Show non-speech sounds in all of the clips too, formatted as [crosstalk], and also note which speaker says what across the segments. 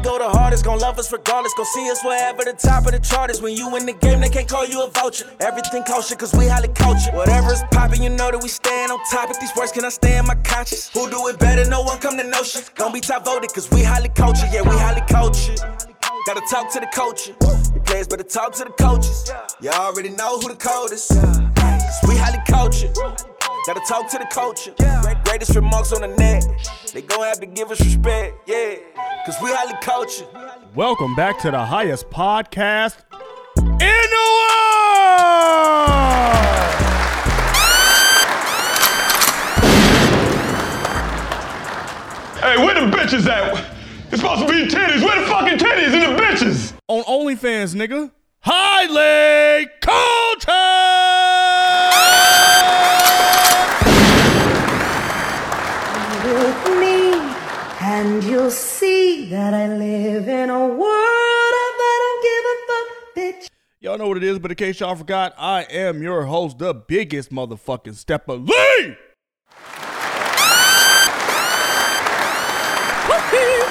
Speaker 1: hardest, gon' love us regardless. Gon' see us wherever the top of the chart is. When you in the game, they can't call you a vulture. Everything kosher, cause we highly cultured. Whatever is poppin', you know that we stand on top. If these words can I stay in my conscience? Who do it better? No one come to know shit. Don't be top voted, cause we highly cultured. Yeah, we highly cultured. Gotta talk to the culture. Your players better talk to the coaches. You already know who the code is. 'Cause we highly cultured. Gotta talk to the culture. Greatest remarks on the net. They gon' have to give us respect. Yeah, cause we highly cultured.
Speaker 2: Welcome back to the highest podcast in the world.
Speaker 3: Hey, where the bitches at? It's supposed to be titties. Where the fucking titties and the bitches?
Speaker 2: On OnlyFans, nigga. Highly cultured.
Speaker 4: with me, and you'll see that I live in a world of I don't give a fuck, bitch.
Speaker 2: Y'all know what it is, but in case y'all forgot, I am your host, the biggest motherfucking stepper, Lee.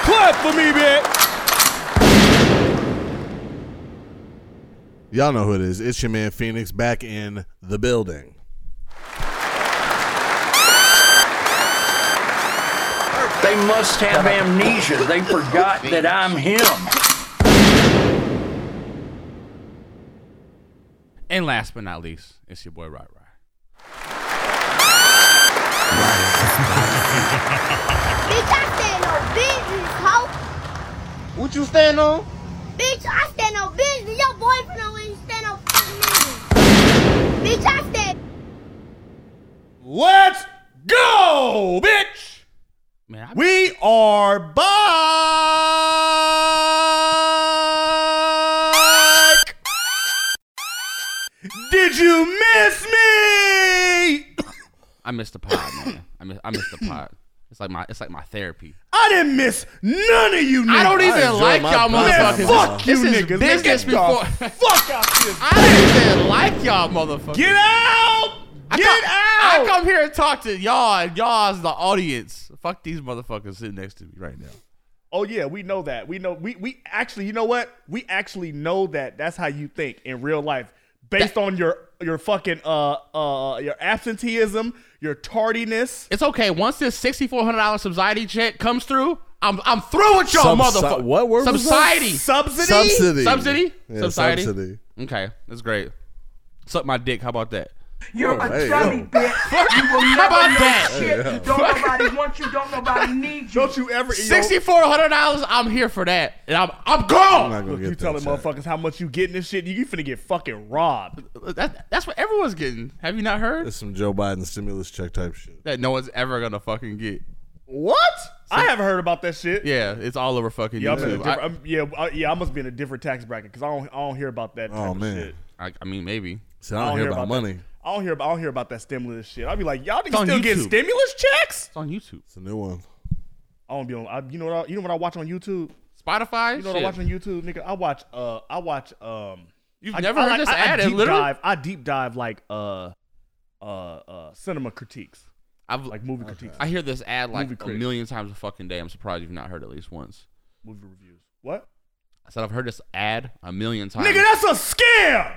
Speaker 2: Clap for me, bitch.
Speaker 5: Y'all know who it is. It's your man Phoenix back in the building.
Speaker 6: They must have amnesia. They forgot that I'm him.
Speaker 7: And last but not least, it's your boy Rod Rod.
Speaker 8: Bitch, I stand on business, hoe.
Speaker 9: What you stand on?
Speaker 8: Bitch, I stand on business. Your boyfriend don't even stand on fucking business. Bitch, I stand.
Speaker 2: Let's go, bitch.
Speaker 7: Man, I,
Speaker 2: We are back. Did you miss me?
Speaker 7: I missed the pod, man. I miss, I missed the pod. It's like my it's like my therapy.
Speaker 2: I didn't miss none of you. Niggas.
Speaker 7: I don't even
Speaker 5: enjoy
Speaker 7: like
Speaker 5: my
Speaker 7: y'all
Speaker 5: podcast.
Speaker 2: Man,
Speaker 7: motherfuckers.
Speaker 2: fuck you,
Speaker 7: This is
Speaker 2: niggas.
Speaker 7: business
Speaker 2: Nigga, get
Speaker 7: [laughs]
Speaker 2: the
Speaker 7: before-
Speaker 2: Fuck out this.
Speaker 7: I don't even like y'all motherfuckers.
Speaker 2: Get out.
Speaker 7: I
Speaker 2: Get
Speaker 7: come,
Speaker 2: out.
Speaker 7: I come here and talk to y'all, and y'all's the audience. Fuck these motherfuckers sitting next to me right now.
Speaker 2: Oh yeah, we know that. We know we we actually, you know what? We actually know that that's how you think in real life based on your your fucking uh uh your absenteeism, your tardiness.
Speaker 7: It's okay. Once this sixty four hundred dollars subsidy check comes through, I'm I'm through with y'all,
Speaker 5: Subsi-
Speaker 7: motherfucker.
Speaker 5: what word was that?
Speaker 7: Subsidy.
Speaker 2: Subsidy?
Speaker 5: Subsidy.
Speaker 7: Subsidy?
Speaker 5: Yeah,
Speaker 7: Subsidy?
Speaker 5: subsidy.
Speaker 7: Okay, that's great. Suck my dick. How about that?
Speaker 10: You're
Speaker 5: Oh,
Speaker 10: a
Speaker 5: hey,
Speaker 10: dummy,
Speaker 5: yo.
Speaker 10: bitch. You will
Speaker 7: How
Speaker 10: never
Speaker 7: about
Speaker 10: know
Speaker 7: that?
Speaker 10: shit. Don't nobody want you. Don't nobody need you.
Speaker 2: Don't you ever in your-
Speaker 7: Sixty four hundred dollars. I'm here for that, and I'm I'm gone.
Speaker 5: I'm not gonna
Speaker 2: Look,
Speaker 5: get
Speaker 2: you
Speaker 5: that
Speaker 2: telling
Speaker 5: shot.
Speaker 2: motherfuckers how much you getting this shit, you, you finna get fucking robbed.
Speaker 7: That, that's what everyone's getting. Have you not heard
Speaker 5: That's some Joe Biden stimulus check type shit.
Speaker 7: that? No one's ever gonna fucking get.
Speaker 2: What? I haven't heard about that shit.
Speaker 7: Yeah, it's all over fucking
Speaker 2: Yeah, I'm in a
Speaker 7: YouTube.
Speaker 2: different,
Speaker 7: I,
Speaker 2: I'm, yeah, I, yeah, I must be in a different tax bracket because I don't, I don't hear about that. Type
Speaker 5: Oh
Speaker 2: of
Speaker 5: man.
Speaker 2: shit.
Speaker 7: I, I mean, maybe.
Speaker 5: So I don't, hear about,
Speaker 2: that.
Speaker 5: money.
Speaker 2: I don't hear, about, I don't hear about that stimulus shit. I'll be like, y'all niggas
Speaker 7: on
Speaker 2: still getting
Speaker 7: YouTube.
Speaker 2: stimulus checks?
Speaker 7: It's on YouTube,
Speaker 5: It's a new one.
Speaker 2: I don't be on. I, you know what? I, you know what I watch on YouTube.
Speaker 7: Spotify.
Speaker 2: You know what
Speaker 7: shit.
Speaker 2: I watch on YouTube, nigga. I watch. Uh, I watch. Um,
Speaker 7: You've
Speaker 2: I,
Speaker 7: never
Speaker 2: I
Speaker 7: heard
Speaker 2: like-
Speaker 7: this
Speaker 2: I,
Speaker 7: ad.
Speaker 2: I
Speaker 7: It
Speaker 2: deep
Speaker 7: literally-
Speaker 2: dive. I deep dive like uh, uh, uh, cinema critiques,
Speaker 7: I've
Speaker 2: like movie critiques,
Speaker 7: I hear this ad like
Speaker 2: Movie
Speaker 7: a
Speaker 2: critic.
Speaker 7: million times a fucking day. I'm surprised you've not heard it at least once.
Speaker 2: movie reviews. What?
Speaker 7: I said I've heard this ad a million times.
Speaker 2: Nigga, that's a scam.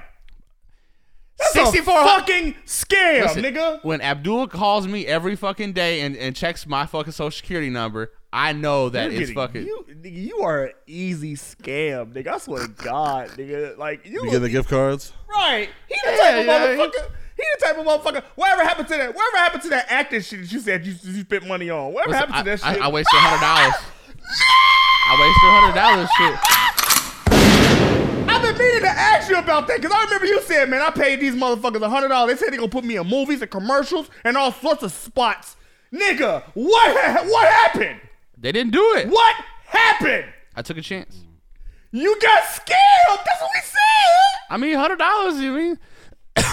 Speaker 2: That's
Speaker 7: 64
Speaker 2: a fucking scam,
Speaker 7: Listen,
Speaker 2: nigga.
Speaker 7: When Abdul calls me every fucking day and, and checks my fucking social security number, I know that
Speaker 2: You're
Speaker 7: it's
Speaker 2: getting-
Speaker 7: fucking.
Speaker 2: You, nigga, you are an easy scam, nigga. I swear to God, nigga. Like you,
Speaker 5: You get the
Speaker 2: look-
Speaker 5: gift cards?
Speaker 2: right? He the
Speaker 7: Yeah,
Speaker 2: type
Speaker 7: yeah,
Speaker 2: of motherfucker. He the type of motherfucker. Whatever happened to that? Whatever happened to that acting shit that you said you, you spent money on? Whatever
Speaker 7: Listen,
Speaker 2: happened to that
Speaker 7: I,
Speaker 2: shit?
Speaker 7: I, I wasted hundred
Speaker 2: [laughs]
Speaker 7: dollars. I wasted hundred dollars. Shit.
Speaker 2: I've been meaning to ask you about that because I remember you said, man, I paid these motherfuckers hundred dollars. They said they gonna put me in movies and commercials and all sorts of spots. Nigga, what ha- what happened?
Speaker 7: They didn't do it.
Speaker 2: What happened?
Speaker 7: I took a chance.
Speaker 2: You got scammed. That's what we said,
Speaker 7: I mean, hundred dollars. You mean?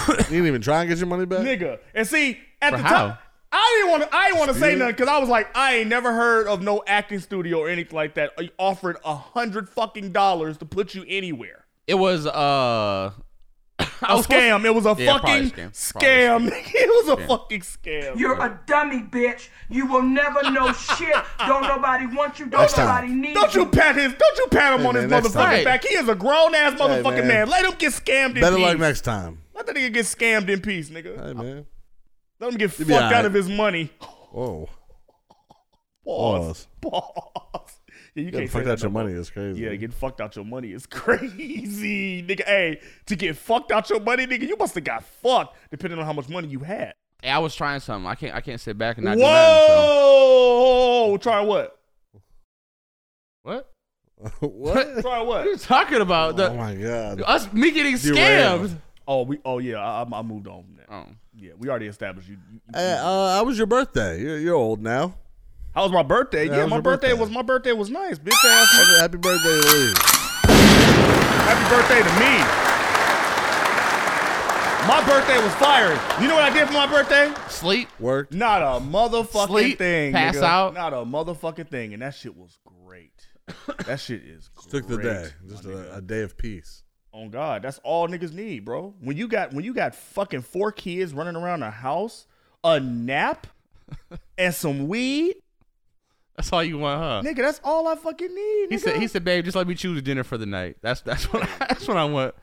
Speaker 5: You didn't even try and get your money back?
Speaker 2: nigga. And see, at
Speaker 7: For
Speaker 2: the
Speaker 7: how?
Speaker 2: time, I didn't want to. I didn't want to say nothing because I was like, I ain't never heard of no acting studio or anything like that. uh, I offered a hundred fucking dollars to put you anywhere.
Speaker 7: It was uh [coughs]
Speaker 2: A scam. It was a
Speaker 7: Yeah, probably
Speaker 2: fucking
Speaker 7: a scam. Probably a
Speaker 2: scam. [laughs] It was a fucking scam.
Speaker 3: You're a dummy, bitch. You will never
Speaker 7: [laughs]
Speaker 3: know shit. Don't nobody want you. Don't
Speaker 5: Next time.
Speaker 3: nobody need
Speaker 2: Don't you
Speaker 3: you.
Speaker 2: pat his don't you pat him on his
Speaker 5: man, next
Speaker 2: motherfucking
Speaker 5: time.
Speaker 2: back. He is a grown ass motherfucking
Speaker 5: man.
Speaker 2: man. Let him get scammed in
Speaker 5: Better
Speaker 2: peace.
Speaker 5: luck next time.
Speaker 2: Let that nigga get scammed in peace, nigga.
Speaker 5: Hey, man.
Speaker 2: Let him get fucked
Speaker 5: be
Speaker 2: out
Speaker 5: alright.
Speaker 2: of his money. [laughs]
Speaker 5: Whoa.
Speaker 2: Pause. Pause. [laughs] Yeah, you
Speaker 5: Getting
Speaker 2: can't
Speaker 5: fucked
Speaker 2: say
Speaker 5: out
Speaker 2: that
Speaker 5: your
Speaker 2: no more.
Speaker 5: money is crazy.
Speaker 2: Yeah, getting fucked out your money is [laughs] crazy, nigga. Hey, to get fucked out your money, nigga, you must have got fucked depending on how much money you had.
Speaker 7: Hey, I was trying something. I can't. I can't sit back and not do nothing. So.
Speaker 2: Whoa! Try what?
Speaker 7: What?
Speaker 5: [laughs] what?
Speaker 2: Try
Speaker 7: What are you
Speaker 2: what?
Speaker 7: talking about? [laughs] The,
Speaker 5: Oh my god.
Speaker 7: us me getting
Speaker 5: Derailed.
Speaker 7: scammed.
Speaker 2: Oh, we. Oh yeah, I, I- I moved on. from that.
Speaker 7: Oh.
Speaker 2: Yeah, we already established you. you- you-
Speaker 5: Hey, uh, how was your birthday? You're, you're old now.
Speaker 2: How was my birthday?
Speaker 5: Yeah,
Speaker 2: Yeah,
Speaker 5: how was
Speaker 2: my
Speaker 5: your
Speaker 2: birthday,
Speaker 5: birthday?
Speaker 2: was my birthday was nice. Bitch ass.
Speaker 5: Happy, happy birthday, Lee.
Speaker 2: Happy birthday to me. My birthday was fire. You know what I did for my birthday?
Speaker 7: Sleep.
Speaker 5: Worked.
Speaker 2: Not a motherfucking
Speaker 7: Sleep,
Speaker 2: thing.
Speaker 7: pass
Speaker 2: nigga.
Speaker 7: out.
Speaker 2: Not a motherfucking thing. And that shit was great. that shit is great.
Speaker 5: Took the day.
Speaker 2: my
Speaker 5: Just
Speaker 2: nigga.
Speaker 5: a, a day of peace.
Speaker 2: On God, that's all niggas need, bro. When you got when you got fucking four kids running around the house, a
Speaker 7: [laughs]
Speaker 2: nap, and some weed,
Speaker 7: That's all you want, huh?
Speaker 2: nigga, that's all I fucking need. Nigga.
Speaker 7: He said. He said, babe, just let me choose dinner for the night. That's that's what. [laughs] I, that's what I want.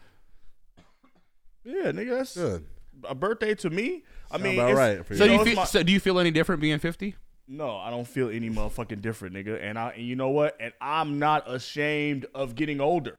Speaker 2: yeah, nigga, that's
Speaker 5: Good.
Speaker 2: a birthday to me. I mean,
Speaker 5: about
Speaker 2: it's-
Speaker 5: right for
Speaker 7: So
Speaker 2: know,
Speaker 7: you
Speaker 2: it's
Speaker 7: feel,
Speaker 2: my-
Speaker 7: so do you feel any different being fifty?
Speaker 2: No, I don't feel any motherfucking different, nigga. And I, and you know what? And I'm not ashamed of getting older.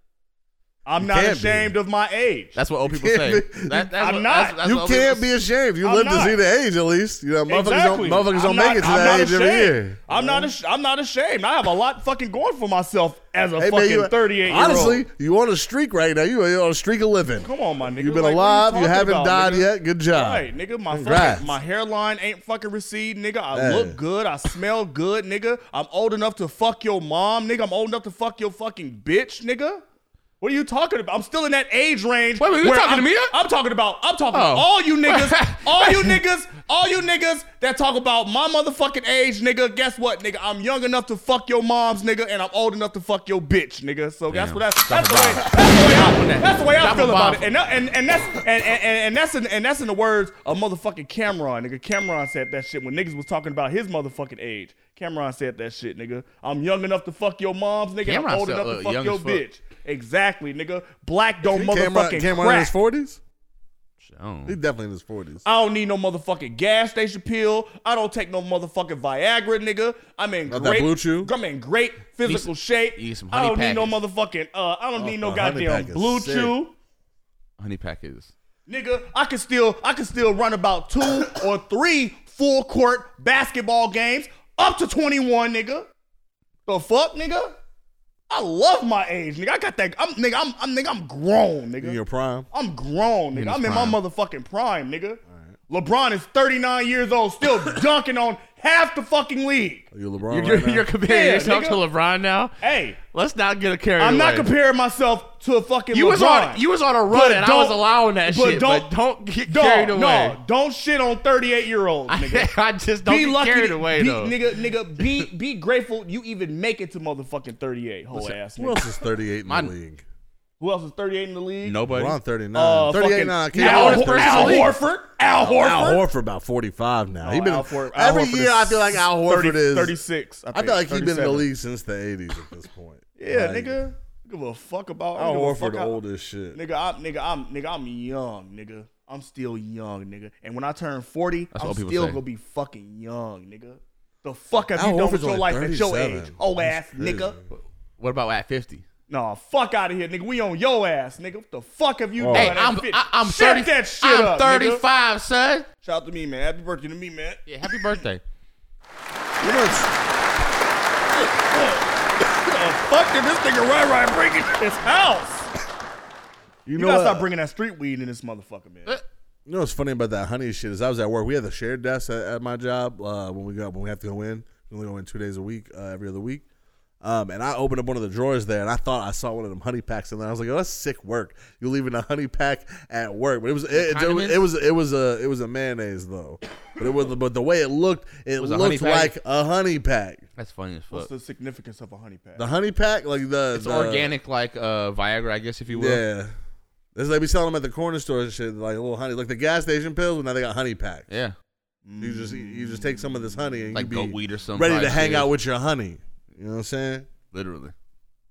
Speaker 2: I'm not
Speaker 5: can't be.
Speaker 2: ashamed of my age.
Speaker 7: That's what old people
Speaker 5: can't
Speaker 7: say.
Speaker 5: be-
Speaker 7: That, that's
Speaker 2: I'm
Speaker 7: what,
Speaker 2: not.
Speaker 7: That's, that's
Speaker 5: You
Speaker 7: what old
Speaker 5: can't
Speaker 7: people-
Speaker 5: be ashamed. You
Speaker 2: I'm
Speaker 5: live to
Speaker 2: not.
Speaker 5: see the age at least. You know, motherfuckers
Speaker 2: exactly.
Speaker 5: don't motherfuckers
Speaker 2: I'm
Speaker 5: don't
Speaker 2: not-
Speaker 5: make it to
Speaker 2: I'm
Speaker 5: that
Speaker 2: not
Speaker 5: age every
Speaker 2: ashamed.
Speaker 5: year.
Speaker 2: I'm not. Ash- I'm not ashamed. I have a lot fucking going for myself as a
Speaker 5: Hey, man,
Speaker 2: fucking
Speaker 5: you-
Speaker 2: 38 year
Speaker 5: Honestly,
Speaker 2: old.
Speaker 5: you on a streak right now. You are on a streak of living.
Speaker 2: Come on, my nigga.
Speaker 5: You've been
Speaker 2: Like, what are
Speaker 5: alive. You,
Speaker 2: talking
Speaker 5: haven't
Speaker 2: about,
Speaker 5: died
Speaker 2: nigga?
Speaker 5: yet. Good job.
Speaker 2: Right, nigga. My
Speaker 5: Congrats.
Speaker 2: fucking, my hairline ain't fucking receding, nigga. I
Speaker 5: Hey.
Speaker 2: look good. I smell good, nigga. I'm old enough to fuck your mom, nigga. I'm old enough to fuck your fucking bitch, nigga. What are you talking about? I'm still in that age range.
Speaker 7: Wait, wait, you
Speaker 2: where
Speaker 7: talking
Speaker 2: I'm-
Speaker 7: to me?
Speaker 2: I'm talking about. I'm talking
Speaker 7: Oh.
Speaker 2: about all you
Speaker 7: [laughs]
Speaker 2: niggas, all you niggas, all you niggas that talk about my motherfucking age, nigga. Guess what, nigga? I'm young enough to fuck your moms, nigga, and I'm old enough to fuck your bitch, nigga. So that's
Speaker 7: Damn.
Speaker 2: what that's
Speaker 7: Drop
Speaker 2: that's
Speaker 7: a
Speaker 2: the way
Speaker 7: bomb.
Speaker 2: that's the way
Speaker 7: on
Speaker 2: I
Speaker 7: that.
Speaker 2: that's the way I
Speaker 7: Drop a
Speaker 2: feel
Speaker 7: bomb.
Speaker 2: about it. And that- and and that's and and, and, and that's in, and that's in the words of motherfucking Cameron, nigga. Cameron said that shit when niggas was talking about his motherfucking age. Cameron said that shit, nigga. I'm young enough to fuck your moms, nigga.
Speaker 7: Cameron
Speaker 2: I'm old
Speaker 7: still
Speaker 2: enough to
Speaker 7: look
Speaker 2: fuck
Speaker 7: young
Speaker 2: your
Speaker 7: as fuck.
Speaker 2: bitch. Exactly, nigga. Black don't
Speaker 5: Cameron,
Speaker 2: motherfucking
Speaker 5: Cameron in
Speaker 2: crack. Uh,
Speaker 5: his forties.
Speaker 7: Oh.
Speaker 5: He's definitely in his forties.
Speaker 2: I don't need no motherfucking gas station pill. I don't take no motherfucking Viagra, nigga. I'm in
Speaker 5: Not that
Speaker 2: great,
Speaker 5: Blue Chew?
Speaker 2: I'm in great physical
Speaker 7: You s-
Speaker 2: shape.
Speaker 7: you need some
Speaker 2: I
Speaker 7: honey
Speaker 2: don't need no
Speaker 7: packets.
Speaker 2: motherfucking. Uh, I don't need no
Speaker 5: the honey
Speaker 2: goddamn
Speaker 5: pack is
Speaker 2: Blue
Speaker 5: sick.
Speaker 2: Chew,
Speaker 7: Honey packets.
Speaker 2: nigga. I can still, I can still run about two or three full court basketball games up to 21, nigga. The fuck, nigga. I love my age, nigga. I got that. I'm nigga. I'm, I'm nigga. I'm grown, nigga.
Speaker 5: In your prime.
Speaker 2: I'm grown, nigga.
Speaker 7: In his
Speaker 2: I'm in
Speaker 7: prime.
Speaker 2: my motherfucking prime, nigga. LeBron is 39 years old, still
Speaker 7: [laughs]
Speaker 2: dunking on half the fucking league.
Speaker 5: Are you LeBron
Speaker 7: You're,
Speaker 5: right
Speaker 7: you're,
Speaker 5: now?
Speaker 7: you're comparing
Speaker 2: Yeah,
Speaker 7: yourself to
Speaker 2: nigga.
Speaker 7: LeBron now.
Speaker 2: Hey,
Speaker 7: Let's not get a carry.
Speaker 2: I'm not comparing myself to a fucking
Speaker 7: You
Speaker 2: LeBron.
Speaker 7: was on. You was on a run,
Speaker 2: But
Speaker 7: and I was
Speaker 2: don't-
Speaker 7: allowing that
Speaker 2: but
Speaker 7: shit.
Speaker 2: don't-
Speaker 7: but don't get
Speaker 2: Dog,
Speaker 7: carried away.
Speaker 2: No, don't shit on 38 year olds,
Speaker 7: [laughs] I,
Speaker 2: nigga.
Speaker 7: I just don't
Speaker 2: be
Speaker 7: get
Speaker 2: lucky,
Speaker 7: carried
Speaker 2: to-
Speaker 7: away
Speaker 2: be,
Speaker 7: though.
Speaker 2: nigga.
Speaker 7: [laughs]
Speaker 2: Nigga, be be grateful you even make it to motherfucking 38, whole ass
Speaker 5: Who
Speaker 2: nigga.
Speaker 5: else is 38 in
Speaker 7: Mine-
Speaker 5: the league?
Speaker 2: Who else is 38 in the league?
Speaker 7: Nobody.
Speaker 5: LeBron 39.
Speaker 2: Uh,
Speaker 5: 38
Speaker 2: fucking
Speaker 5: now. Kid
Speaker 2: Al,
Speaker 5: Horford's
Speaker 2: Hor-
Speaker 5: 36.
Speaker 2: Al Horford. Al Horford. Oh,
Speaker 5: Al Horford about 45 now. he been
Speaker 2: Al Horford- Al
Speaker 5: every
Speaker 2: Horford
Speaker 5: year.
Speaker 2: is
Speaker 5: I feel like Al Horford
Speaker 2: 30
Speaker 5: is
Speaker 2: 36. I,
Speaker 5: I
Speaker 2: think,
Speaker 5: feel like he's been in the
Speaker 2: 37.
Speaker 5: league since the 80s at this point.
Speaker 2: Yeah,
Speaker 5: Like,
Speaker 2: nigga. Give a fuck about I
Speaker 5: Al
Speaker 2: don't give a fuck
Speaker 5: Horford,
Speaker 2: how-
Speaker 5: old as shit.
Speaker 2: Nigga, I'm nigga, I'm nigga, I'm young, nigga. I'm still young, nigga. And when I turn 40,
Speaker 7: That's
Speaker 2: I'm
Speaker 7: what people
Speaker 2: still
Speaker 7: say.
Speaker 2: gonna be fucking young, nigga. The fuck have you
Speaker 5: Al
Speaker 2: done
Speaker 5: Horford's
Speaker 2: with your
Speaker 5: only
Speaker 2: life at your
Speaker 5: 37.
Speaker 2: age? Oh ass,
Speaker 5: That's crazy.
Speaker 2: nigga.
Speaker 7: What about at fifty?
Speaker 2: Nah, fuck out of here, nigga. We on your ass, nigga. What the fuck have
Speaker 5: Oh.
Speaker 2: you done?
Speaker 7: Hey,
Speaker 2: at
Speaker 7: I'm
Speaker 2: fifty?
Speaker 7: I, I'm
Speaker 2: Shut
Speaker 7: thirty.
Speaker 2: that shit
Speaker 7: I'm
Speaker 2: up, nigga.
Speaker 7: thirty-five, son.
Speaker 2: Shout out to me, man. Happy birthday to me, man.
Speaker 7: Yeah, happy birthday.
Speaker 5: You know, it's-
Speaker 2: The fuck did this nigga right right break into his house?
Speaker 5: you
Speaker 2: You,
Speaker 5: know
Speaker 2: gotta
Speaker 5: what-
Speaker 2: stop bringing that street weed in this motherfucker,
Speaker 7: Uh,
Speaker 2: man.
Speaker 5: You know what's funny about that honey shit is I was at work. We had the shared desk at, at my job uh, when we go when we have to go in. We only go in two days a week, uh, every other week. Um, and I opened up one of the drawers there, and I thought I saw one of them honey packs in there. I was like, "Oh, that's sick work! You're leaving a honey pack at work." But it was it, it, was-
Speaker 7: condiments?
Speaker 5: it was it was a it was a mayonnaise though. But it was but the way it looked, it,
Speaker 7: was a honey
Speaker 5: looked
Speaker 7: pack?
Speaker 5: like a honey pack.
Speaker 7: [laughs] That's funny as fuck.
Speaker 2: What's the significance of a honey pack?
Speaker 5: The honey pack, like the
Speaker 7: It's
Speaker 5: the-
Speaker 7: organic, like uh, Viagra, I guess, if you will.
Speaker 5: Yeah, This they be selling them at the corner store and shit, like little honey, like the gas station pills. But now they got honey packs.
Speaker 7: Yeah.
Speaker 5: You just you just take some of this honey and
Speaker 7: Like
Speaker 5: you be
Speaker 7: goat weed or some
Speaker 5: ready to
Speaker 7: probably
Speaker 5: hang
Speaker 7: shit.
Speaker 5: out with your honey. You know what I'm saying?
Speaker 7: Literally,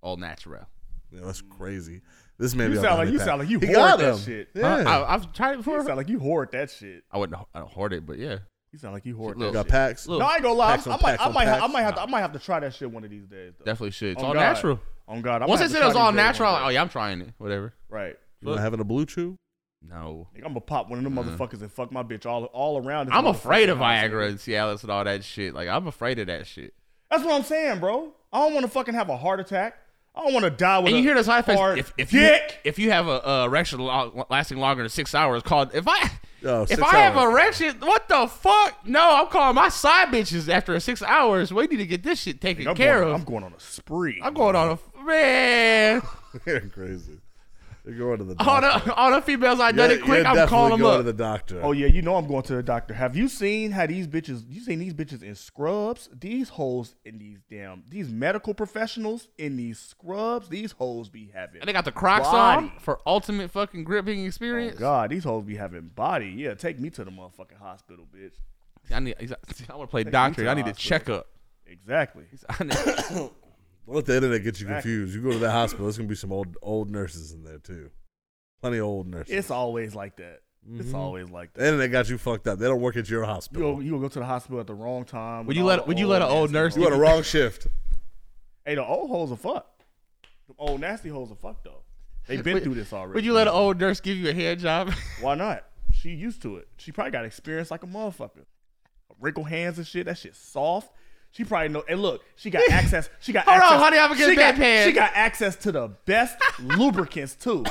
Speaker 7: all natural.
Speaker 5: Yeah, that's crazy. This may
Speaker 2: You
Speaker 5: be on
Speaker 2: sound
Speaker 5: honey
Speaker 2: like- you
Speaker 5: pack.
Speaker 2: sound like you
Speaker 5: He
Speaker 2: hoard
Speaker 5: got
Speaker 2: that
Speaker 5: him.
Speaker 2: shit.
Speaker 5: Yeah.
Speaker 7: Huh? I, I've tried it before.
Speaker 2: You sound like you hoard that shit.
Speaker 7: I wouldn't. I don't hoard it, but yeah.
Speaker 2: You sound like you hoard
Speaker 7: Look,
Speaker 2: that.
Speaker 5: got
Speaker 2: Shit.
Speaker 5: packs.
Speaker 7: Look.
Speaker 2: No, I ain't gonna lie.
Speaker 5: Packs
Speaker 2: I
Speaker 5: on
Speaker 2: might,
Speaker 5: packs
Speaker 2: I
Speaker 5: on
Speaker 2: might, ha- I
Speaker 5: packs.
Speaker 2: might have, to, I might have to try that shit one of these days. Though.
Speaker 7: Definitely should. It's
Speaker 2: On
Speaker 7: all
Speaker 2: Oh, God.
Speaker 7: natural.
Speaker 2: On God, I
Speaker 7: Once
Speaker 2: might
Speaker 7: they
Speaker 2: have to
Speaker 7: said it was
Speaker 2: try
Speaker 7: all
Speaker 2: these days one
Speaker 7: natural,
Speaker 2: day.
Speaker 7: oh yeah, I'm oh, trying it. Whatever.
Speaker 2: right?
Speaker 5: You want having a blue chew? [laughs]
Speaker 7: No.
Speaker 2: Nigga, I'm gonna pop one of them motherfuckers and fuck my bitch all all around. this
Speaker 7: Mm-hmm. I'm
Speaker 2: motherfucking
Speaker 7: afraid of
Speaker 2: house, nigga.
Speaker 7: Viagra and Cialis and all that shit. Like I'm afraid of that shit.
Speaker 2: That's what I'm saying, bro. I don't want to fucking have a heart attack. I don't want to die with.
Speaker 7: And
Speaker 2: a
Speaker 7: you hear the side effects.
Speaker 2: hard
Speaker 7: If, if you
Speaker 2: dick.
Speaker 7: if you have a, a erection lo- lasting longer than six hours, called if I
Speaker 5: Oh,
Speaker 7: if
Speaker 5: six
Speaker 7: I have
Speaker 5: hours.
Speaker 7: a erection, what the fuck? No, I'm calling my side bitches after six hours. We need to get this shit taken
Speaker 2: I'm
Speaker 7: care
Speaker 2: going,
Speaker 7: of.
Speaker 2: I'm going on a spree.
Speaker 7: I'm going on a man.
Speaker 5: You're crazy. You're going to the
Speaker 7: All
Speaker 5: doctor.
Speaker 7: the all the females I done
Speaker 5: You're-
Speaker 7: it quick.
Speaker 5: you're
Speaker 7: I'm
Speaker 5: definitely
Speaker 7: calling them
Speaker 5: going to
Speaker 7: up.
Speaker 5: the doctor.
Speaker 2: Oh yeah, you know I'm going to the doctor. Have you seen how these bitches? You seen these bitches in scrubs? These hoes in these damn these medical professionals in these scrubs. These hoes be having.
Speaker 7: and they got the Crocs
Speaker 2: body. Oh,
Speaker 7: on for ultimate fucking gripping experience.
Speaker 2: God, these hoes be having body. Yeah, take me to the motherfucking hospital, bitch.
Speaker 7: I need. [laughs] I want to play
Speaker 2: me
Speaker 7: doctor.
Speaker 2: to
Speaker 7: I need a
Speaker 2: hospital.
Speaker 7: checkup.
Speaker 2: Exactly.
Speaker 7: [laughs] I need-
Speaker 5: Don't let the internet get you confused. You go to the hospital, there's gonna be some old old nurses in there too. Plenty of old nurses.
Speaker 2: It's always like that.
Speaker 7: Mm-hmm.
Speaker 2: It's always like
Speaker 5: the
Speaker 2: that.
Speaker 5: internet got you fucked up. They don't work at your hospital.
Speaker 2: You you gonna go to the hospital at the wrong time.
Speaker 7: Would
Speaker 2: with
Speaker 7: you
Speaker 2: all
Speaker 7: let-
Speaker 2: the
Speaker 7: would you let an
Speaker 2: nasty
Speaker 7: old nurse
Speaker 5: You
Speaker 2: hoes.
Speaker 5: on the wrong shift.
Speaker 2: Hey, the old hoes are fucked. The old nasty hoes are fucked though.
Speaker 7: [laughs]
Speaker 2: They been
Speaker 7: Would-
Speaker 2: through this already.
Speaker 7: Would you let an old nurse give you a hand job? [laughs]
Speaker 2: Why not? She used to it. She probably got experience like a motherfucker. Wrinkle hands and shit. That shit's soft. She probably know. And look, she got access. She got.
Speaker 7: [laughs] Hold on,
Speaker 2: access,
Speaker 7: honey, I'ma get
Speaker 2: she
Speaker 7: a
Speaker 2: got,
Speaker 7: bedpan.
Speaker 2: She got access to the best lubricants
Speaker 7: [laughs]
Speaker 2: too.
Speaker 7: Hold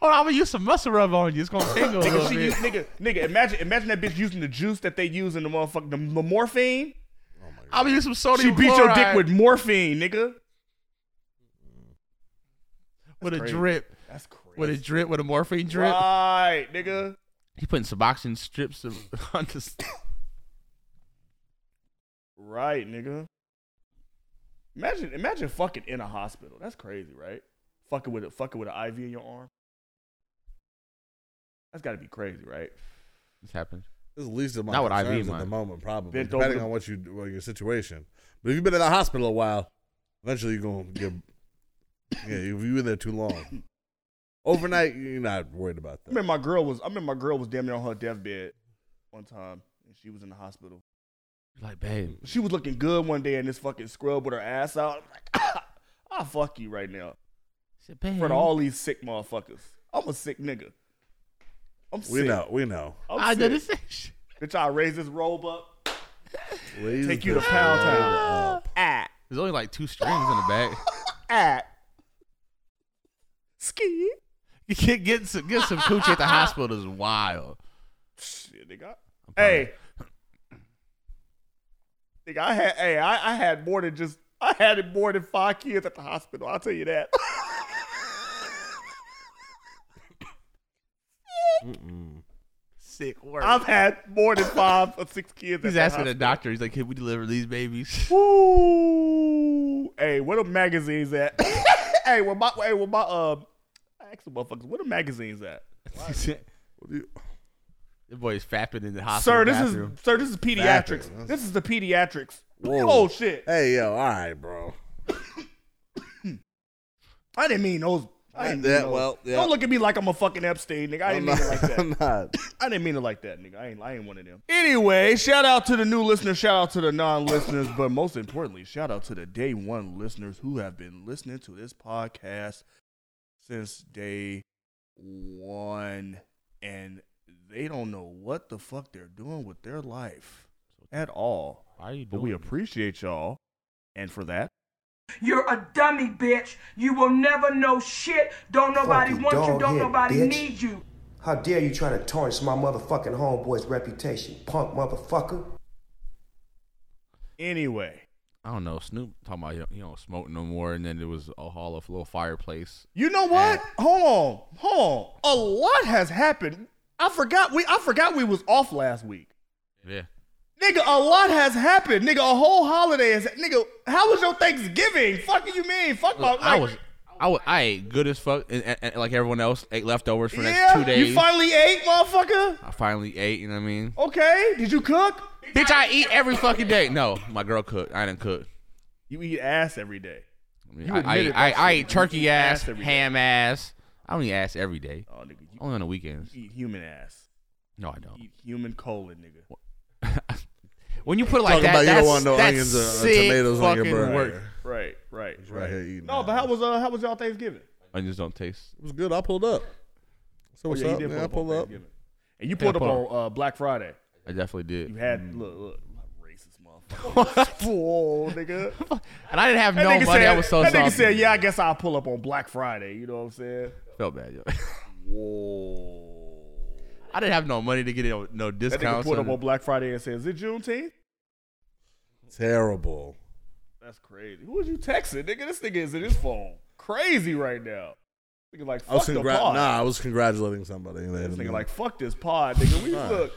Speaker 7: on, I'm gonna use some muscle rub on you.
Speaker 2: [laughs]
Speaker 7: It's gonna tingle a little
Speaker 2: nigga, she
Speaker 7: bit.
Speaker 2: use, nigga, nigga, imagine, imagine that bitch using the juice that they use in the motherfucker, the, the morphine.
Speaker 7: I'm gonna use some sodium.
Speaker 2: She beat your dick
Speaker 7: chloride
Speaker 2: with morphine, nigga.
Speaker 7: with a
Speaker 2: crazy.
Speaker 7: drip,
Speaker 2: That's crazy.
Speaker 7: with a drip, with a morphine drip.
Speaker 2: Right, nigga.
Speaker 7: He putting Suboxone strips of, [laughs] on this.
Speaker 2: Right, nigga. Imagine, imagine fucking in a hospital. That's crazy, right? Fucking with a fucking with an IV in your arm. That's got to be crazy, right?
Speaker 7: This happened.
Speaker 5: This is the least of my
Speaker 7: Not what I
Speaker 5: concerns
Speaker 7: mean,
Speaker 5: at the
Speaker 7: mine.
Speaker 5: moment, probably
Speaker 2: Bent
Speaker 5: depending
Speaker 2: over.
Speaker 5: on what you well, your situation. But if you've been in the hospital a while, eventually you're gonna get. yeah, if you were there
Speaker 2: [laughs]
Speaker 5: too long, overnight you're not worried about
Speaker 2: I
Speaker 5: that.
Speaker 2: remember my girl was. I remember my girl was damn near on her deathbed one time, and she was in the hospital.
Speaker 7: Like, babe,
Speaker 2: She was looking good one day in this fucking scrub with her ass out. I'm like, [coughs] I'll fuck you right now
Speaker 7: I said, babe.
Speaker 2: for
Speaker 5: Mm-hmm.
Speaker 2: all these sick motherfuckers. I'm a sick nigga. I'm
Speaker 5: we
Speaker 2: sick.
Speaker 5: know, we know.
Speaker 2: I'm
Speaker 7: I
Speaker 2: sick.
Speaker 7: did this.
Speaker 2: Bitch, I raise this robe up.
Speaker 5: Raise
Speaker 2: Take you
Speaker 5: the
Speaker 2: to Pound Town.
Speaker 5: up.
Speaker 2: Ah.
Speaker 7: There's only like two strings in the back.
Speaker 2: [laughs] at ski.
Speaker 7: You can't [laughs] get some get some coochie at the hospital is wild.
Speaker 2: Shit, nigga. Hey, [laughs] nigga, I had hey, I, I had more than just I had more than five kids at the hospital. I'll tell you that. [laughs]
Speaker 7: Sick work.
Speaker 2: I've had more than five or six kids.
Speaker 7: He's
Speaker 2: at
Speaker 7: asking
Speaker 2: the
Speaker 7: the doctor. He's like, "Can we deliver these babies?"
Speaker 2: hospital. Ooh, hey, where the magazines at? [laughs] hey, where my hey, where my uh, I asked the motherfuckers, where the magazines at?
Speaker 7: [laughs]
Speaker 5: What do you-
Speaker 7: the boy's fapping in the hospital.
Speaker 2: Sir, this
Speaker 7: bathroom.
Speaker 2: is sir, this is pediatrics.
Speaker 5: Bathroom.
Speaker 2: This is the pediatrics.
Speaker 5: Whoa.
Speaker 2: Oh shit!
Speaker 5: Hey yo, all right, bro.
Speaker 2: I didn't mean those. I didn't mean
Speaker 5: Yeah,
Speaker 2: those.
Speaker 5: well, yeah.
Speaker 2: Don't look at me like I'm a fucking Epstein, nigga. I
Speaker 5: I'm
Speaker 2: didn't
Speaker 5: not,
Speaker 2: mean it like that.
Speaker 5: [laughs] I'm not.
Speaker 2: I didn't mean it like that, nigga. I ain't, I ain't one of them. Anyway, shout out to the new listeners, shout out to the non-listeners, but most importantly, shout out to the day one listeners who have been listening to this podcast since day one, and they don't know what the fuck they're doing with their life at all.
Speaker 7: Why are you
Speaker 2: But we
Speaker 7: doing
Speaker 2: appreciate y'all, and for that,
Speaker 1: You're a dummy, bitch. You will never know shit. Don't nobody
Speaker 11: Fucking
Speaker 1: want you.
Speaker 11: dog
Speaker 1: Don't
Speaker 11: headed
Speaker 1: nobody
Speaker 11: bitch.
Speaker 1: need you.
Speaker 11: How dare you try to tarnish my motherfucking homeboy's reputation, punk motherfucker?
Speaker 2: anyway.
Speaker 7: I don't know. Snoop talking about he don't, he don't smoke no more, and then there was a hall of little fireplace.
Speaker 2: You know what? Hold on, hold on. A lot has happened. I forgot we I forgot we was off last week.
Speaker 7: Yeah,
Speaker 2: Nigga, a lot has happened. Nigga, a whole holiday is nigga. How was your Thanksgiving? Fuck do you mean? Fuck my.
Speaker 7: I
Speaker 2: like,
Speaker 7: was I, wa- I ate good as fuck, and, and- and like everyone else, ate leftovers for the next two days.
Speaker 2: You finally ate, motherfucker?
Speaker 7: I finally ate. You know what I mean?
Speaker 2: Okay. Did you cook?
Speaker 7: Bitch, I eat every fucking day. No, my girl cooked. I didn't cook.
Speaker 2: You eat ass every day. You
Speaker 7: I, I,
Speaker 2: admitted
Speaker 7: I,
Speaker 2: that
Speaker 7: I
Speaker 2: shit.
Speaker 7: eat turkey
Speaker 2: You eat
Speaker 7: ass,
Speaker 2: ass every day.
Speaker 7: ham ass. I don't eat ass every day. Only on the weekends.
Speaker 2: Oh, Eat human ass.
Speaker 7: No, I don't.
Speaker 2: Eat human colon, nigga.
Speaker 7: When you put it like
Speaker 5: Talking about you
Speaker 7: that,
Speaker 5: don't
Speaker 7: that's,
Speaker 5: want no
Speaker 7: that's
Speaker 5: onions or- or
Speaker 7: sick
Speaker 5: tomatoes on your
Speaker 7: fucking
Speaker 5: burger.
Speaker 7: work.
Speaker 2: Right, right,
Speaker 5: right here eating.
Speaker 2: No, but how was uh how was y'all Thanksgiving?
Speaker 7: Onions don't taste.
Speaker 5: It was good. I pulled up. So
Speaker 2: Oh,
Speaker 5: what's
Speaker 2: yeah, you
Speaker 5: up?
Speaker 2: did
Speaker 5: man?
Speaker 2: pull up
Speaker 5: I
Speaker 2: on
Speaker 5: pulled up.
Speaker 2: Thanksgiving. And you
Speaker 7: Yeah, I
Speaker 2: pulled up
Speaker 7: pulled
Speaker 2: on uh, Black Friday.
Speaker 7: I definitely
Speaker 5: [laughs]
Speaker 7: did.
Speaker 2: You had
Speaker 5: Mm-hmm.
Speaker 2: look, look, racist motherfucker. Whoa,
Speaker 7: [laughs]
Speaker 2: nigga.
Speaker 7: And I didn't have no
Speaker 2: nigga
Speaker 7: money. I
Speaker 2: said-
Speaker 7: was so
Speaker 2: That nigga
Speaker 7: salty.
Speaker 2: said, "Yeah, I guess I'll pull up on Black Friday." You know what I'm saying?
Speaker 7: Felt bad, yo.
Speaker 2: Whoa.
Speaker 7: I didn't have no money to get no, no
Speaker 2: That nigga
Speaker 7: discounts.
Speaker 2: pulled up
Speaker 7: on-
Speaker 2: on Black Friday and said, "Is it Juneteenth?"
Speaker 5: Terrible.
Speaker 2: That's crazy. Who was you texting, nigga? This nigga is in his phone, crazy right now. Nigga, like
Speaker 7: Oh,
Speaker 5: I was
Speaker 2: fuck the
Speaker 5: congrat.
Speaker 2: pod.
Speaker 5: Nah, I was congratulating somebody.
Speaker 2: This nigga like fuck this pod, nigga. We
Speaker 5: Fine.
Speaker 2: look.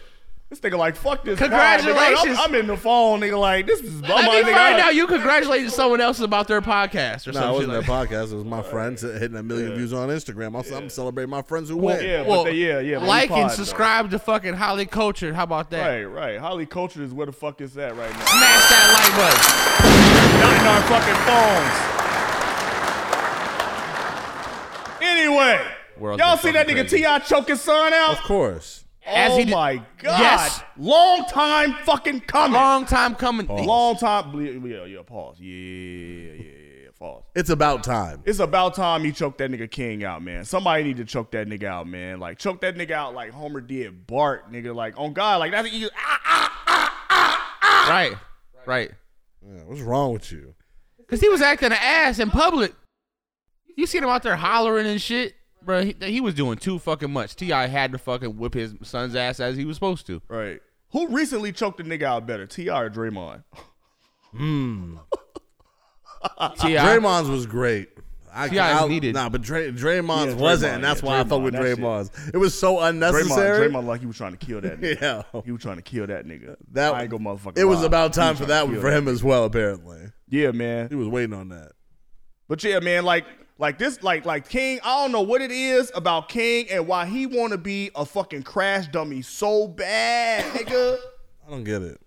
Speaker 2: This nigga like fuck this. Pod, nigga.
Speaker 7: Congratulations.
Speaker 2: I'm, I'm in the phone, nigga. Like this is
Speaker 7: Let
Speaker 2: bummer,
Speaker 7: me
Speaker 2: nigga.
Speaker 7: find out you congratulated someone else about their podcast or
Speaker 5: Nah, it
Speaker 7: something.
Speaker 5: wasn't that podcast. It was my friends hitting a million views on Instagram. I'm, I'm celebrating my friends who
Speaker 2: Well,
Speaker 5: win.
Speaker 2: yeah, but they- yeah, yeah, but we
Speaker 7: Like
Speaker 2: pod,
Speaker 7: and
Speaker 2: though.
Speaker 7: subscribe to fucking Holly Culture. How about that?
Speaker 2: Right, right. Holly Culture is where the fuck is that right now?
Speaker 7: Smash that
Speaker 2: Not in our fucking phones. Anyway,
Speaker 5: World's
Speaker 2: y'all
Speaker 5: been
Speaker 2: see that
Speaker 5: fucking
Speaker 2: nigga
Speaker 5: crazy.
Speaker 2: Ti choke his son out?
Speaker 5: Of course.
Speaker 7: As
Speaker 2: oh
Speaker 7: he did-
Speaker 2: my god!
Speaker 7: Yes.
Speaker 2: Long time fucking coming.
Speaker 7: Long time coming.
Speaker 2: Long time. Yeah, yeah. Pause. Yeah, yeah, yeah, yeah. Pause.
Speaker 5: It's about time.
Speaker 2: It's about time he choked that nigga King out, man. Somebody need to choke that nigga out, man. Like choke that nigga out like Homer did Bart, nigga. Like on God, like that's you. Ah,
Speaker 7: light bulb. Right, right.
Speaker 5: Yeah, what's wrong with you?
Speaker 7: Cause he was acting an ass in public. You seen him out there hollering and shit, bro. He, he was doing too fucking much. Ti had to fucking whip his son's ass as he was supposed to.
Speaker 2: right. Who recently choked a nigga out better, Ti or Draymond?
Speaker 7: Ti,
Speaker 5: Draymond's was great. I,
Speaker 7: T.I. is
Speaker 5: I-
Speaker 7: needed.
Speaker 5: Nah, but Dray, Draymond's
Speaker 2: Yeah,
Speaker 5: wasn't,
Speaker 2: Draymond,
Speaker 5: and that's
Speaker 2: yeah,
Speaker 5: why I fuck
Speaker 2: Draymond,
Speaker 5: with
Speaker 2: that shit.
Speaker 5: Draymond's. It was so unnecessary.
Speaker 2: Draymond, Draymond, like he was trying to kill
Speaker 5: [laughs]
Speaker 2: that. nigga.
Speaker 5: Yeah.
Speaker 2: He was trying to kill that nigga.
Speaker 5: That
Speaker 2: I ain't go motherfucking.
Speaker 5: It was
Speaker 2: lie.
Speaker 5: about
Speaker 2: He was
Speaker 5: time for
Speaker 2: trying to
Speaker 5: that
Speaker 2: kill
Speaker 5: one for him as well. Apparently,
Speaker 2: Yeah, man.
Speaker 5: he was waiting on that.
Speaker 2: But yeah, man, like like this, like like King, I don't know what it is about King and why he wanna be a fucking crash dummy so bad, nigga.
Speaker 5: I don't get it.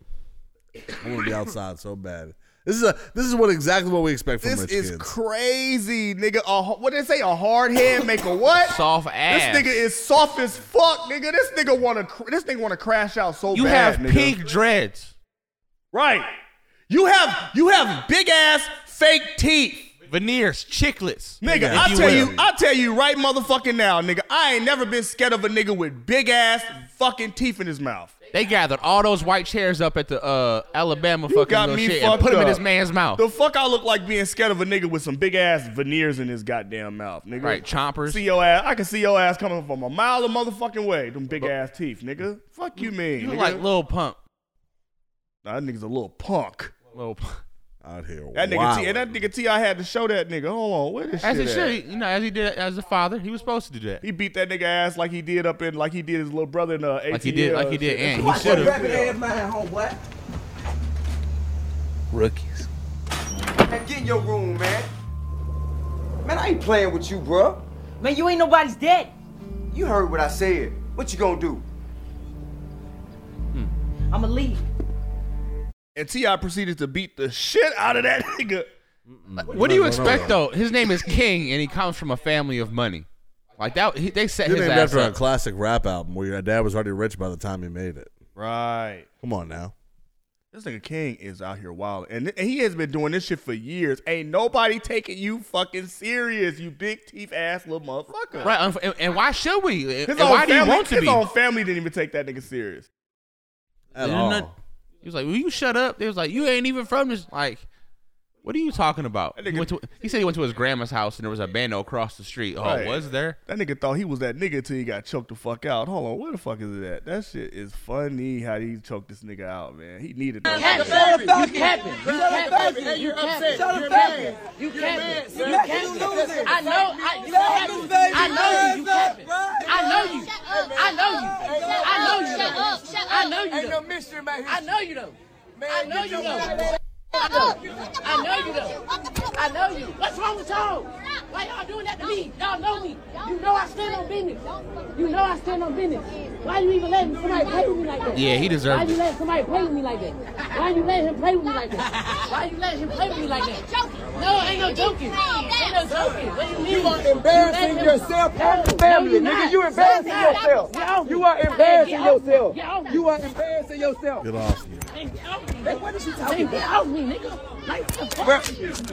Speaker 5: I want to be outside so bad. This is a this is what exactly what we expect from
Speaker 2: This
Speaker 5: rich
Speaker 2: is
Speaker 5: kids.
Speaker 2: crazy, nigga. A, ho- what they say? A hard head make a what?
Speaker 7: soft
Speaker 2: This
Speaker 7: ass.
Speaker 2: nigga is soft as fuck, nigga. This nigga wanna cr- this nigga wanna crash out so
Speaker 7: you
Speaker 2: bad,
Speaker 7: have
Speaker 2: nigga.
Speaker 7: pink dreads,
Speaker 2: right? You have you have big ass fake teeth.
Speaker 7: veneers, chiclets.
Speaker 2: Nigga,
Speaker 5: Nigga,
Speaker 2: I
Speaker 5: if you
Speaker 2: tell
Speaker 5: will.
Speaker 2: you, I tell you right motherfucking now, nigga. I ain't never been scared of a nigga with big ass fucking teeth in his mouth.
Speaker 7: They gathered all those white chairs up at the uh, Alabama fucking
Speaker 2: got
Speaker 7: little
Speaker 2: me
Speaker 7: shit and put
Speaker 2: fucked
Speaker 7: them in
Speaker 2: up.
Speaker 7: this man's mouth.
Speaker 2: The fuck I look like being scared of a nigga with some big ass veneers in his goddamn mouth, nigga.
Speaker 7: Right, chompers.
Speaker 2: See your ass. I can see your ass coming from a mile of motherfucking way. Them big ass teeth, nigga. Fuck you, mean.
Speaker 7: you
Speaker 2: nigga.
Speaker 7: like little pump,
Speaker 2: nah, that nigga's a little punk.
Speaker 7: little. Pump.
Speaker 5: out here.
Speaker 2: That nigga T and that
Speaker 5: wildin'.
Speaker 2: nigga T I had to show that nigga. Hold on, where this
Speaker 7: As he
Speaker 2: shit at?
Speaker 7: should, you know, as he did as a father, he was supposed to do that.
Speaker 2: He beat that nigga ass like he did up in like he did his little brother in uh ATL.
Speaker 7: Like he did, like he did,
Speaker 2: shit. [laughs]
Speaker 7: and he should have.
Speaker 12: man, homeboy.
Speaker 13: Rookies.
Speaker 14: Man, get in your room, man. Man, I ain't playing with you, bruh.
Speaker 15: Man, you ain't nobody's dead.
Speaker 14: You heard what I said. What you gonna do?
Speaker 15: I'ma leave.
Speaker 2: And T I proceeded to beat the shit out of that [laughs] nigga.
Speaker 7: What do you expect though? His name is King, and he comes from a family of money. Like that, he, they set
Speaker 5: You're
Speaker 7: his
Speaker 5: named
Speaker 7: ass
Speaker 5: after a
Speaker 7: up.
Speaker 5: classic rap album where your dad was already rich by the time he made it.
Speaker 2: Right.
Speaker 5: Come on now.
Speaker 2: This nigga King is out here wild, and, and he has been doing this shit for years. Ain't nobody taking you fucking serious, you big teeth ass little motherfucker.
Speaker 7: Right, unf- and, and why should we? And,
Speaker 2: His
Speaker 7: and
Speaker 2: own
Speaker 7: why do you
Speaker 2: family-
Speaker 7: want to
Speaker 2: his
Speaker 7: be?
Speaker 2: own family didn't even take that nigga serious.
Speaker 5: At
Speaker 7: They're
Speaker 5: all.
Speaker 7: not- he was like, "Will you shut up?" They was like, "You ain't even from this." Like, what are you talking about?
Speaker 2: That
Speaker 7: He,
Speaker 2: nigga-
Speaker 7: went to, he said he went to his grandma's house, and there was a bando across the street. Oh,
Speaker 2: Right.
Speaker 7: was there?
Speaker 2: That nigga thought he was that nigga till he got choked the fuck out. Hold on, where the fuck is it at? That shit is funny how he choked this nigga out, man. He needed that. shit.
Speaker 15: You capping. You capping. You capping. You capping. You capping. You capping. I know. I you capping. I know you. You capping. I know you. I know you. I know you.
Speaker 8: Shut up, shut up.
Speaker 15: I know you.
Speaker 8: Ain't
Speaker 15: though. I know you though. I know you though.
Speaker 8: Shut up. What the
Speaker 15: I
Speaker 8: fuck
Speaker 15: know
Speaker 8: wrong
Speaker 15: you
Speaker 8: with
Speaker 15: though.
Speaker 8: What the fuck
Speaker 15: I
Speaker 8: wrong
Speaker 15: know
Speaker 8: with
Speaker 15: you. What's wrong with y'all? Why y'all doing
Speaker 16: at me. Y'all know me. You know I stand on business. You know I stand on business. Why you even letting somebody play with me like that?
Speaker 7: Yeah, he deserved
Speaker 16: Why you
Speaker 7: it.
Speaker 16: letting somebody play with me like that? Why you letting him play with me like that? Why you letting him play with me like that? No, ain't no joking. Ain't no joking. What do you mean?
Speaker 9: You are embarrassing
Speaker 16: letting him-
Speaker 9: yourself and your
Speaker 16: No,
Speaker 9: family,
Speaker 16: you're
Speaker 9: nigga.
Speaker 16: not.
Speaker 9: You embarrassing
Speaker 16: Stop.
Speaker 9: yourself.
Speaker 16: Get off me.
Speaker 9: You are
Speaker 16: Hey,
Speaker 9: embarrassing
Speaker 16: get off me.
Speaker 9: yourself.
Speaker 16: Get off me.
Speaker 9: You are embarrassing yourself.
Speaker 5: Get off me.
Speaker 16: Man, get off me.
Speaker 9: Man, what is she talking
Speaker 16: Man, Get
Speaker 9: about?
Speaker 16: off me, nigga. Like, the
Speaker 9: Bruh.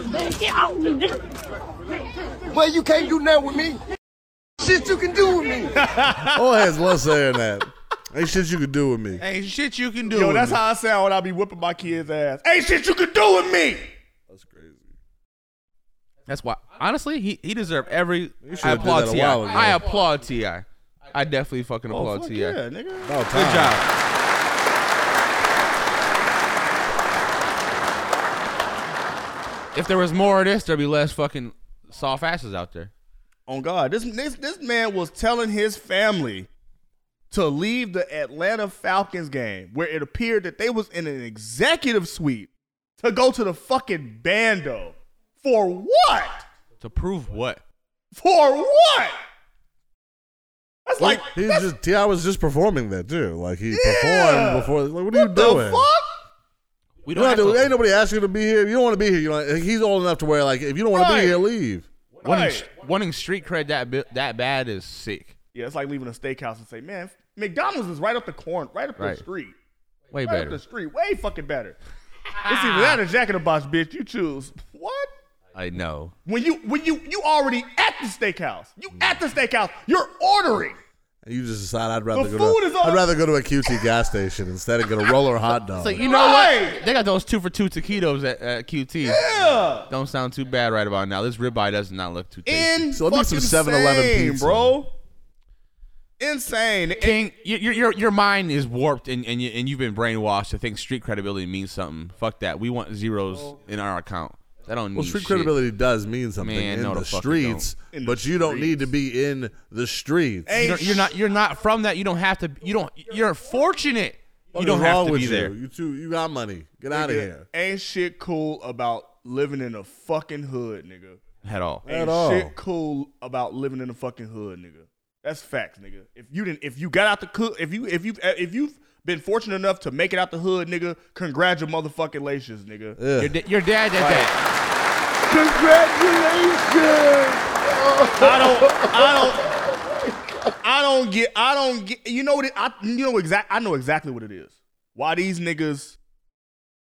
Speaker 16: fuck? Man, get off me, nigga.
Speaker 9: Well, you can't do nothing with me. Shit you can do with me.
Speaker 5: Oldheads love saying that. Ain't shit you could do with me.
Speaker 7: Ain't shit you can do.
Speaker 3: Yo,
Speaker 7: with
Speaker 3: that's
Speaker 7: me.
Speaker 3: how I sound when I be whipping my kids' ass. Ain't shit you can do with me.
Speaker 7: That's why. Honestly, he he deserved every.
Speaker 5: should've
Speaker 7: I
Speaker 5: did
Speaker 7: applaud
Speaker 5: that a
Speaker 7: Ti.
Speaker 5: while ago.
Speaker 7: I applaud Ti. I definitely fucking
Speaker 3: Oh,
Speaker 7: applaud
Speaker 3: fuck
Speaker 7: Ti.
Speaker 3: yeah, nigga.
Speaker 5: About
Speaker 7: Good
Speaker 5: time.
Speaker 7: job. If there was more of this, there'd be less fucking soft asses out there.
Speaker 3: On Oh, God, this this this man was telling his family to leave the Atlanta Falcons game, where it appeared that they was in an executive suite to go to the fucking bando for what?
Speaker 7: To prove what?
Speaker 3: For what? That's like
Speaker 5: He's just Ti was just performing that too. Like he performed before. Like, what are you
Speaker 3: what the
Speaker 5: doing?
Speaker 3: fuck?
Speaker 7: We
Speaker 5: You don't have to- ain't nobody asking you to be here. You don't want to be here. You know, like, he's old enough to where like if you don't want to
Speaker 3: Right.
Speaker 5: be here, leave.
Speaker 7: Wanting,
Speaker 3: Right.
Speaker 7: wanting street cred that bi- that bad is sick.
Speaker 3: Yeah, it's like leaving a steakhouse and say, man, McDonald's is right up the corner, right up
Speaker 7: Right.
Speaker 3: the street.
Speaker 7: Way
Speaker 3: right up the
Speaker 7: better.
Speaker 3: street, way fucking better. it's either that or Jack in the Box, bitch. You choose. What?
Speaker 7: I know.
Speaker 3: When you when you you already at the steakhouse. You
Speaker 7: Mm.
Speaker 3: at the steakhouse. You're ordering.
Speaker 5: And you just decide I'd rather
Speaker 3: The
Speaker 5: go.
Speaker 3: food is
Speaker 5: To,
Speaker 3: on-
Speaker 5: I'd rather go to a QT gas station instead of get a roller hot dog.
Speaker 7: So you know what? They got those two for two taquitos at, at QT.
Speaker 3: Yeah.
Speaker 7: Don't sound too bad right about now. This ribeye does not look too tasty.
Speaker 3: In
Speaker 5: So let me some
Speaker 3: fucking
Speaker 5: 7-Eleven
Speaker 3: insane,
Speaker 5: pizza.
Speaker 3: bro. Insane.
Speaker 7: King, your your- your your mind is warped and and, you, and you've been brainwashed to think street credibility means something. Fuck that. We want zeros in our account. That don't mean
Speaker 5: Well, street
Speaker 7: shit.
Speaker 5: credibility does mean something
Speaker 7: Man,
Speaker 5: in,
Speaker 7: no,
Speaker 5: the
Speaker 7: the fuck it
Speaker 5: streets,
Speaker 3: don't. In the
Speaker 5: but you don't need to be in the streets.
Speaker 3: Ain't
Speaker 7: You're, you're not you're not from that. You don't have to. You don't. You're fortunate. You
Speaker 5: Fuck
Speaker 7: don't
Speaker 5: is
Speaker 7: have
Speaker 5: wrong
Speaker 7: to
Speaker 5: with
Speaker 7: be
Speaker 5: you.
Speaker 7: there.
Speaker 5: You too. You got money. Get out of
Speaker 3: nigga,
Speaker 5: here.
Speaker 3: Ain't shit cool about living in a fucking hood, nigga.
Speaker 7: At all.
Speaker 5: At
Speaker 3: ain't
Speaker 5: all.
Speaker 3: shit cool about living in the fucking hood, nigga. That's facts, nigga. If you didn't, if you got out the cook, if you if you if you've been fortunate enough to make it out the hood, nigga, congratulations, motherfucking nigga.
Speaker 5: Ugh.
Speaker 7: Your, da- your dad did that.
Speaker 9: Congratulations.
Speaker 3: I don't, I don't, I don't get, I don't get. You know what? It, I you know exact. I know exactly what it is. Why these niggas,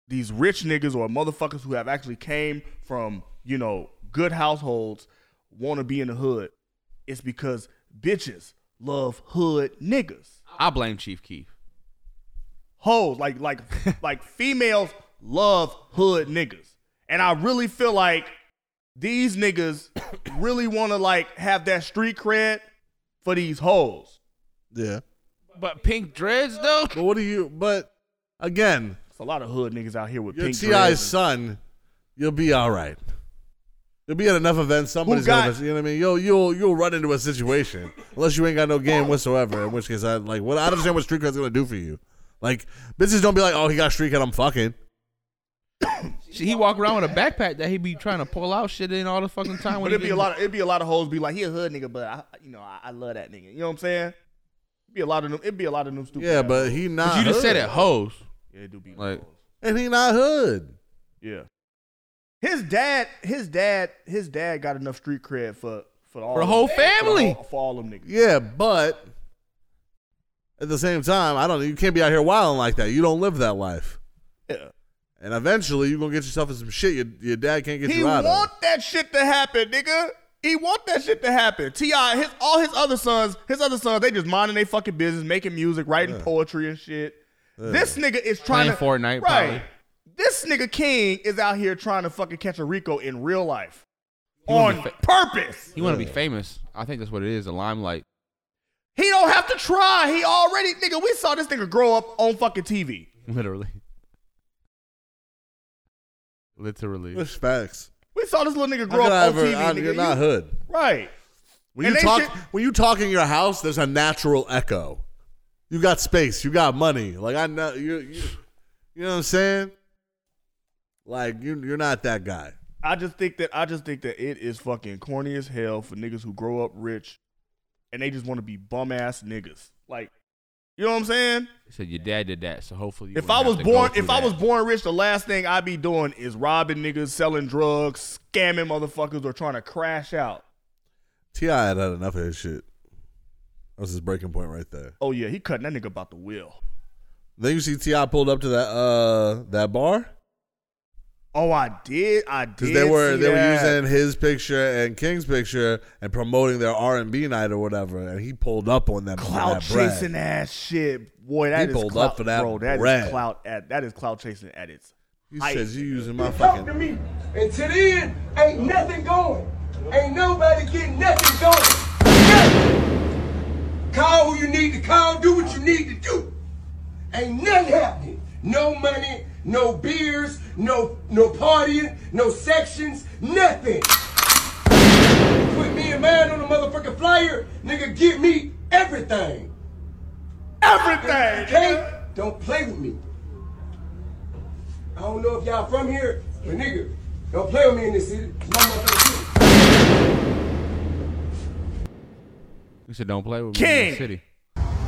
Speaker 3: these rich niggas or motherfuckers who have actually came from you know good households, want to be in the hood. It's because bitches love hood niggas.
Speaker 7: I blame Chief Keef.
Speaker 3: hoes, like
Speaker 7: [laughs]
Speaker 3: like like females love hood niggas, and I really feel like these
Speaker 7: [coughs]
Speaker 3: niggas really want to like have that street cred for these hoes.
Speaker 5: Yeah.
Speaker 7: But pink dreads though.
Speaker 5: But what do you? But again,
Speaker 3: It's a lot of hood niggas out here with
Speaker 5: your
Speaker 3: pink
Speaker 5: Ti's
Speaker 3: dreads.
Speaker 5: son, you'll be all right. You'll be at enough events. Somebody's gonna,
Speaker 3: got-
Speaker 5: you know what I mean. You'll you'll you'll run into a situation unless you ain't got no game whatsoever. In which case, I like what I don't understand what street cred's gonna do for you. Like bitches don't be like, oh, he got street cred, I'm fucking.
Speaker 7: Shit, He walk around with a backpack that he be trying to pull out shit in all the fucking time.
Speaker 3: But
Speaker 7: When
Speaker 3: it'd
Speaker 7: he
Speaker 3: be a
Speaker 7: get-
Speaker 3: lot. Of, it'd be a lot of hoes be like, he a hood nigga, but I, you know, I, I love that nigga. You know what I'm saying? Be a lot of them. It'd be a lot of them stupid.
Speaker 5: Yeah,
Speaker 3: ass
Speaker 5: but
Speaker 3: hoes.
Speaker 5: he
Speaker 7: But
Speaker 5: not.
Speaker 7: you just
Speaker 5: hood.
Speaker 7: said it, hoes.
Speaker 3: yeah, it do be
Speaker 7: like-
Speaker 3: like
Speaker 5: and he not hood.
Speaker 3: yeah. His dad, his dad, his dad got enough street cred for for all
Speaker 7: For the
Speaker 3: them
Speaker 7: whole
Speaker 3: niggas,
Speaker 7: family.
Speaker 3: for all, for all them niggas.
Speaker 5: Yeah, but at the same time, I don't. You can't be out here wilding like that. You don't live that life.
Speaker 3: Yeah.
Speaker 5: And eventually, you're gonna get yourself in some shit your, your dad can't get
Speaker 3: He
Speaker 5: you out of.
Speaker 3: want that shit to happen, nigga. He want that shit to happen. Ti, his all his other sons, his other sons, they just minding their fucking business, making music, writing poetry and shit. This nigga is trying
Speaker 7: Playing
Speaker 3: to
Speaker 7: Fortnite, probably.
Speaker 3: right? This nigga King is out here trying to fucking catch a Rico in real life on purpose.
Speaker 7: You want to be famous. I think that's what it is. The limelight.
Speaker 3: He don't have to try. He already nigga. We saw this nigga grow up on fucking TV.
Speaker 7: [laughs] Literally. Literally.
Speaker 5: That's facts.
Speaker 3: We saw this little nigga
Speaker 5: How
Speaker 3: grow
Speaker 5: could I
Speaker 3: up on
Speaker 5: ever-
Speaker 3: TV.
Speaker 5: I-
Speaker 3: nigga.
Speaker 5: you're not
Speaker 3: You-
Speaker 5: hood.
Speaker 3: right.
Speaker 5: When
Speaker 3: And
Speaker 5: you
Speaker 3: they
Speaker 5: talk,
Speaker 3: should-
Speaker 5: when you talk in your house, there's a natural echo. You got space. You got money. Like I know you. You, you know what I'm saying? Like you, you're not that guy.
Speaker 3: I just think that I just think that it is fucking corny as hell for niggas who grow up rich and they just want to be bum ass niggas. Like, you know what I'm saying?
Speaker 7: So your dad did that. So hopefully, you
Speaker 3: If I was
Speaker 7: wouldn't have to go
Speaker 3: born,
Speaker 7: through
Speaker 3: if I
Speaker 7: that.
Speaker 3: was born rich, the last thing I'd be doing is robbing niggas, selling drugs, scamming motherfuckers, or trying to crash out.
Speaker 5: Ti had had enough of his shit. That was his breaking point right there.
Speaker 3: Oh yeah, he cutting that nigga about the will.
Speaker 5: Then you see Ti pulled up to that uh that bar
Speaker 3: Oh, I did, I did.
Speaker 5: because they were
Speaker 3: see
Speaker 5: they were
Speaker 3: that.
Speaker 5: using his picture and King's picture and promoting their R and B night or whatever, and he pulled up on them for
Speaker 3: clout
Speaker 5: that bread.
Speaker 3: chasing ass shit. Boy, that is
Speaker 5: He pulled
Speaker 3: clout,
Speaker 5: up for that
Speaker 3: bro. That is
Speaker 5: bread.
Speaker 3: clout at that is clout chasing at its.
Speaker 5: He
Speaker 3: height.
Speaker 5: says you using my
Speaker 10: Talk
Speaker 5: fucking.
Speaker 10: to me. And to the end, ain't nothing going. Ain't nobody getting nothing going. Nothing. Call who you need to call, do what you need to do. Ain't nothing happening. No money, no beers, no no partying, no sections, nothing. Put me and mine on the motherfucking flyer, nigga. Give me everything. Everything. Okay? Don't play with me. I don't know if y'all from here, but nigga, don't play with me in this city. It's my motherfucking city.
Speaker 7: You said don't play with me in
Speaker 3: King.
Speaker 7: the city.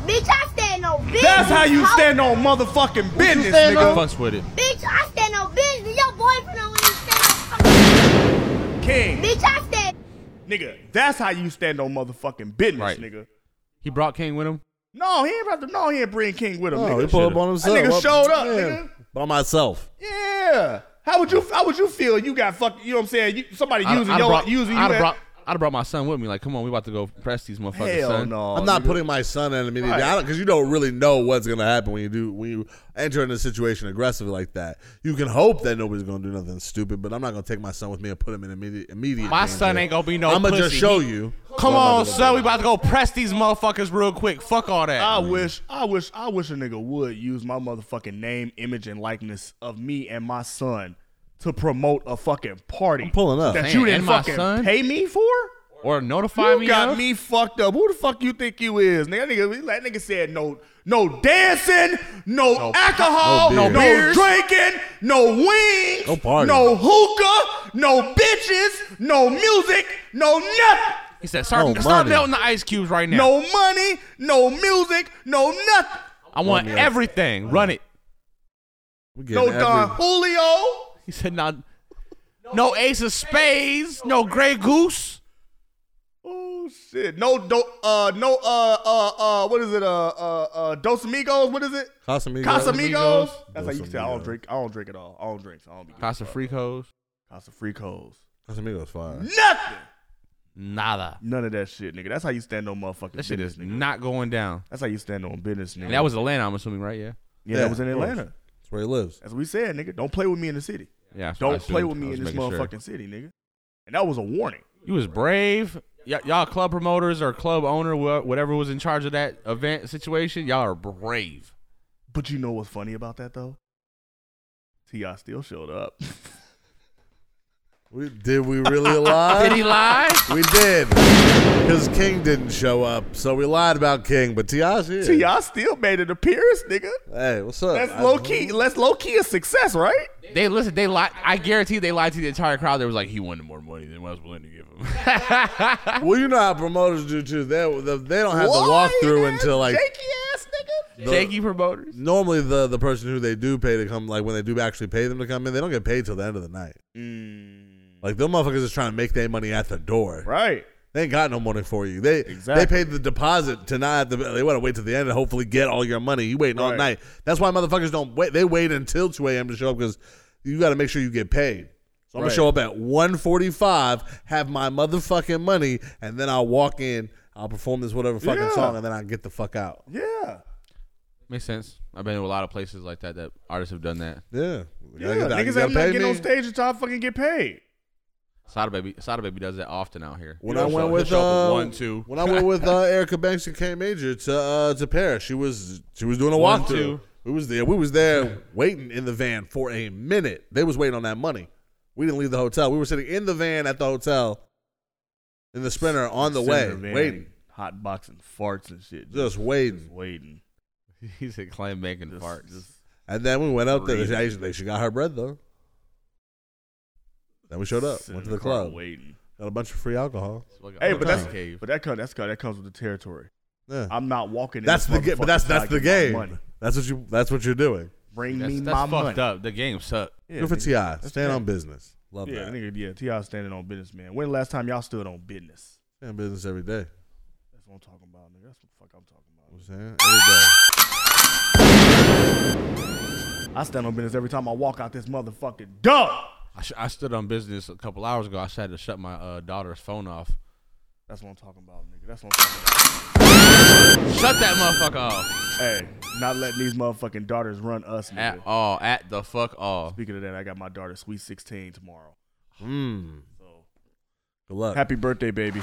Speaker 8: Bitch, I stand on business.
Speaker 3: That's how you
Speaker 8: hoe.
Speaker 3: stand on motherfucking business, nigga.
Speaker 7: Fucks with it.
Speaker 8: Bitch, I stand on business. Your boyfriend don't even stand on
Speaker 3: King,
Speaker 8: Bitch, I stand.
Speaker 3: nigga. That's how you stand on motherfucking business,
Speaker 7: Right.
Speaker 3: nigga.
Speaker 7: He brought King with him.
Speaker 3: No, he ain't about to. No, he ain't bring King with him.
Speaker 5: Oh,
Speaker 3: nigga.
Speaker 5: he pulled up on
Speaker 3: That
Speaker 5: himself.
Speaker 3: nigga
Speaker 5: Well,
Speaker 3: showed up,
Speaker 5: yeah,
Speaker 3: nigga.
Speaker 5: by myself.
Speaker 3: Yeah. How would you? How would you feel? You got fucking. You know what I'm saying? You, somebody
Speaker 7: I'd-
Speaker 3: using
Speaker 7: I'd
Speaker 3: your
Speaker 7: brought-
Speaker 3: using you.
Speaker 7: I'd
Speaker 3: as-
Speaker 7: brought, I'd brought my son with me. Like, come on, we about to go press these motherfuckers.
Speaker 3: Hell
Speaker 7: son.
Speaker 3: no.
Speaker 5: I'm not
Speaker 3: Oh, nigga.
Speaker 5: putting my son in immediately
Speaker 3: Right.
Speaker 5: because you don't really know what's gonna happen when you do when you enter in a situation aggressively like that. You can hope that nobody's gonna do nothing stupid, but I'm not gonna take my son with me and put him in immediate immediate.
Speaker 7: My son ain't gonna be no.
Speaker 5: I'm gonna just
Speaker 7: pussy.
Speaker 5: show
Speaker 7: He-
Speaker 5: you.
Speaker 7: Come
Speaker 5: what I'm
Speaker 7: on,
Speaker 5: gonna
Speaker 7: son,
Speaker 5: do.
Speaker 7: we about to go press these motherfuckers real quick. Fuck all that.
Speaker 3: I wish, I wish, I wish a nigga would use my motherfucking name, image, and likeness of me and my son to promote a fucking party. I'm
Speaker 5: pulling up.
Speaker 3: that
Speaker 7: Man,
Speaker 3: you didn't
Speaker 7: and my
Speaker 3: fucking
Speaker 7: son?
Speaker 3: pay me for.
Speaker 7: or notify
Speaker 3: you
Speaker 7: me.
Speaker 3: got
Speaker 7: of?
Speaker 3: me fucked up. Who the fuck you think you is, nigga? That nigga, that nigga said no, no dancing, no, alcohol,
Speaker 5: no
Speaker 3: no,
Speaker 5: beer.
Speaker 7: beers.
Speaker 3: drinking, no wings,
Speaker 5: No party.
Speaker 3: no hookah, no bitches, no music, no nothing.
Speaker 7: He said, "Start,
Speaker 5: No
Speaker 7: start
Speaker 5: money.
Speaker 7: melting the ice cubes right now.
Speaker 3: No money, no music, no nothing.
Speaker 7: I want
Speaker 5: Run me up.
Speaker 7: everything. Run it."
Speaker 5: We
Speaker 3: No
Speaker 5: getting
Speaker 3: Don
Speaker 5: every-
Speaker 3: Julio.
Speaker 7: He said, "Not, no ace of spades, no gray goose."
Speaker 3: Oh shit! No, do, uh, no, uh, uh, uh, what is it? Uh, uh, uh, Dos Amigos. What is it?
Speaker 5: Casamigos.
Speaker 3: Casamigos. That's how you say. I don't
Speaker 5: Casamigos.
Speaker 3: drink. I don't drink at all. I don't drink. So I don't be.
Speaker 7: Casa Fricos,
Speaker 3: Casa Fricos.
Speaker 5: Casamigos fire.
Speaker 3: Nothing.
Speaker 7: nada.
Speaker 3: None of that shit, nigga. That's how you stand on motherfucking
Speaker 7: That shit
Speaker 3: business,
Speaker 7: is
Speaker 3: nigga.
Speaker 7: not going down.
Speaker 3: That's how you stand on business, nigga.
Speaker 7: And that was Atlanta, I'm assuming, right? Yeah.
Speaker 3: yeah,
Speaker 5: Yeah,
Speaker 3: that was in
Speaker 5: of course.
Speaker 3: Atlanta.
Speaker 5: That's where he lives.
Speaker 3: That's what we said, nigga. Don't play with me in the city.
Speaker 7: Yeah. that's what I
Speaker 3: Don't play
Speaker 7: assumed.
Speaker 3: with
Speaker 7: I
Speaker 3: me
Speaker 7: was
Speaker 3: in this
Speaker 7: making sure.
Speaker 3: motherfucking city, nigga. And that was a warning.
Speaker 7: You was brave. Y- y'all club promoters or club owner, wha- whatever was in charge of that event situation, y'all are brave.
Speaker 3: But you know what's funny about that though? Ti still showed up. [laughs]
Speaker 5: We, did we really lie?
Speaker 7: Did he lie?
Speaker 5: We did. Because King didn't show up, so we lied about King. But Ti's here.
Speaker 3: Ti still made an appearance, nigga.
Speaker 5: Hey, what's up?
Speaker 3: That's
Speaker 5: I-
Speaker 3: low key. That's low key a success, right?
Speaker 7: They listen. They lied. I guarantee they lied to the entire crowd. They was like, he wanted more money than what I was willing to give him.
Speaker 5: Well, you know how promoters do too. They they don't have the walkthrough until like
Speaker 3: shaky ass nigga.
Speaker 5: the-
Speaker 7: [laughs] Shaky promoters.
Speaker 5: normally the the person who they do pay to come like when they do actually pay them to come in they don't get paid till the end of the night like them motherfuckers is trying to make their money at the door
Speaker 3: Right.
Speaker 5: they ain't got no money for you they
Speaker 3: Exactly.
Speaker 5: they paid the deposit to not have to, they want to wait till the end and hopefully get all your money you waiting all
Speaker 3: Right.
Speaker 5: night that's why motherfuckers don't wait they wait until 2 a.m to show up because you got to make sure you get paid so i'm
Speaker 3: Right.
Speaker 5: gonna show up at 145 have my motherfucking money and then i'll walk in i'll perform this whatever fucking
Speaker 3: Yeah.
Speaker 5: song and then i'll get the fuck out
Speaker 3: Yeah.
Speaker 7: Makes sense. I've been to a lot of places like that that artists have done that.
Speaker 5: yeah You
Speaker 3: Yeah.
Speaker 5: gotta get that- you
Speaker 3: Niggas
Speaker 5: gotta
Speaker 3: have not
Speaker 5: pay
Speaker 3: getting
Speaker 5: me.
Speaker 3: on stage until I fucking get paid.
Speaker 7: Sada baby, Sada baby does that often out here.
Speaker 5: When
Speaker 7: He'll
Speaker 5: I
Speaker 7: show-
Speaker 5: went
Speaker 7: he'll
Speaker 5: with
Speaker 7: show up
Speaker 5: uh,
Speaker 3: um,
Speaker 7: with one, two,
Speaker 5: [laughs] when I
Speaker 7: [laughs]
Speaker 5: went with uh, Erica Banks and K Major to uh, to Paris, she was she was doing a
Speaker 7: One,
Speaker 5: walkthrough.
Speaker 7: two.
Speaker 5: We was there. We was there waiting in the van for a minute. They was waiting on that money. We didn't leave the hotel. We were sitting in the van at the hotel in the sprinter on the
Speaker 3: Sitting
Speaker 5: way,
Speaker 3: in van,
Speaker 5: waiting,
Speaker 3: hot boxing farts and shit.
Speaker 5: just waiting.
Speaker 3: waiting.
Speaker 7: [laughs] he's a clam making
Speaker 3: Just-
Speaker 7: farts.
Speaker 3: just-
Speaker 5: And then we went out there.
Speaker 7: Breathing.
Speaker 5: They, she got her bread though. Then we showed up,
Speaker 3: Sitting
Speaker 5: went to
Speaker 3: in
Speaker 5: the
Speaker 3: the car
Speaker 5: club,
Speaker 3: waiting.
Speaker 5: got a bunch of free alcohol.
Speaker 3: Hey, but that's but that comes that's that comes with the territory.
Speaker 5: Yeah.
Speaker 3: I'm not walking.
Speaker 5: that's
Speaker 3: in this
Speaker 5: the game.
Speaker 3: motherfucker
Speaker 5: But that's
Speaker 3: till I
Speaker 5: that's the
Speaker 3: get my
Speaker 5: game.
Speaker 3: money.
Speaker 5: That's what you. That's what you're doing.
Speaker 3: Bring
Speaker 7: That's,
Speaker 3: me
Speaker 7: that's
Speaker 3: my
Speaker 7: fucked
Speaker 3: money.
Speaker 7: up. The game sucked.
Speaker 5: Good for
Speaker 3: nigga.
Speaker 5: T.I.
Speaker 3: That's
Speaker 5: Stand
Speaker 3: fair.
Speaker 5: on business. Love
Speaker 3: yeah,
Speaker 5: that.
Speaker 3: nigga, yeah, T.I. standing on business, man. When the last time y'all stood on business?
Speaker 5: Stand on business every day.
Speaker 3: That's what I'm talking about, nigga. That's what the fuck I'm talking
Speaker 5: You know what
Speaker 3: [laughs]
Speaker 5: I'm saying every day.
Speaker 3: about. I stand on business every time I walk out this motherfucking door.
Speaker 7: I, sh- I stood on business a couple hours ago. I just had to shut my uh, daughter's phone off.
Speaker 3: That's what I'm talking about, nigga. That's what I'm talking about.
Speaker 7: Shut that motherfucker off.
Speaker 3: Hey, not letting these motherfucking daughters run us, nigga.
Speaker 7: At all. At the fuck all.
Speaker 3: Speaking of that, I got my daughter sweet 16 tomorrow.
Speaker 5: Mm.
Speaker 3: So
Speaker 5: Good luck.
Speaker 3: happy birthday, baby.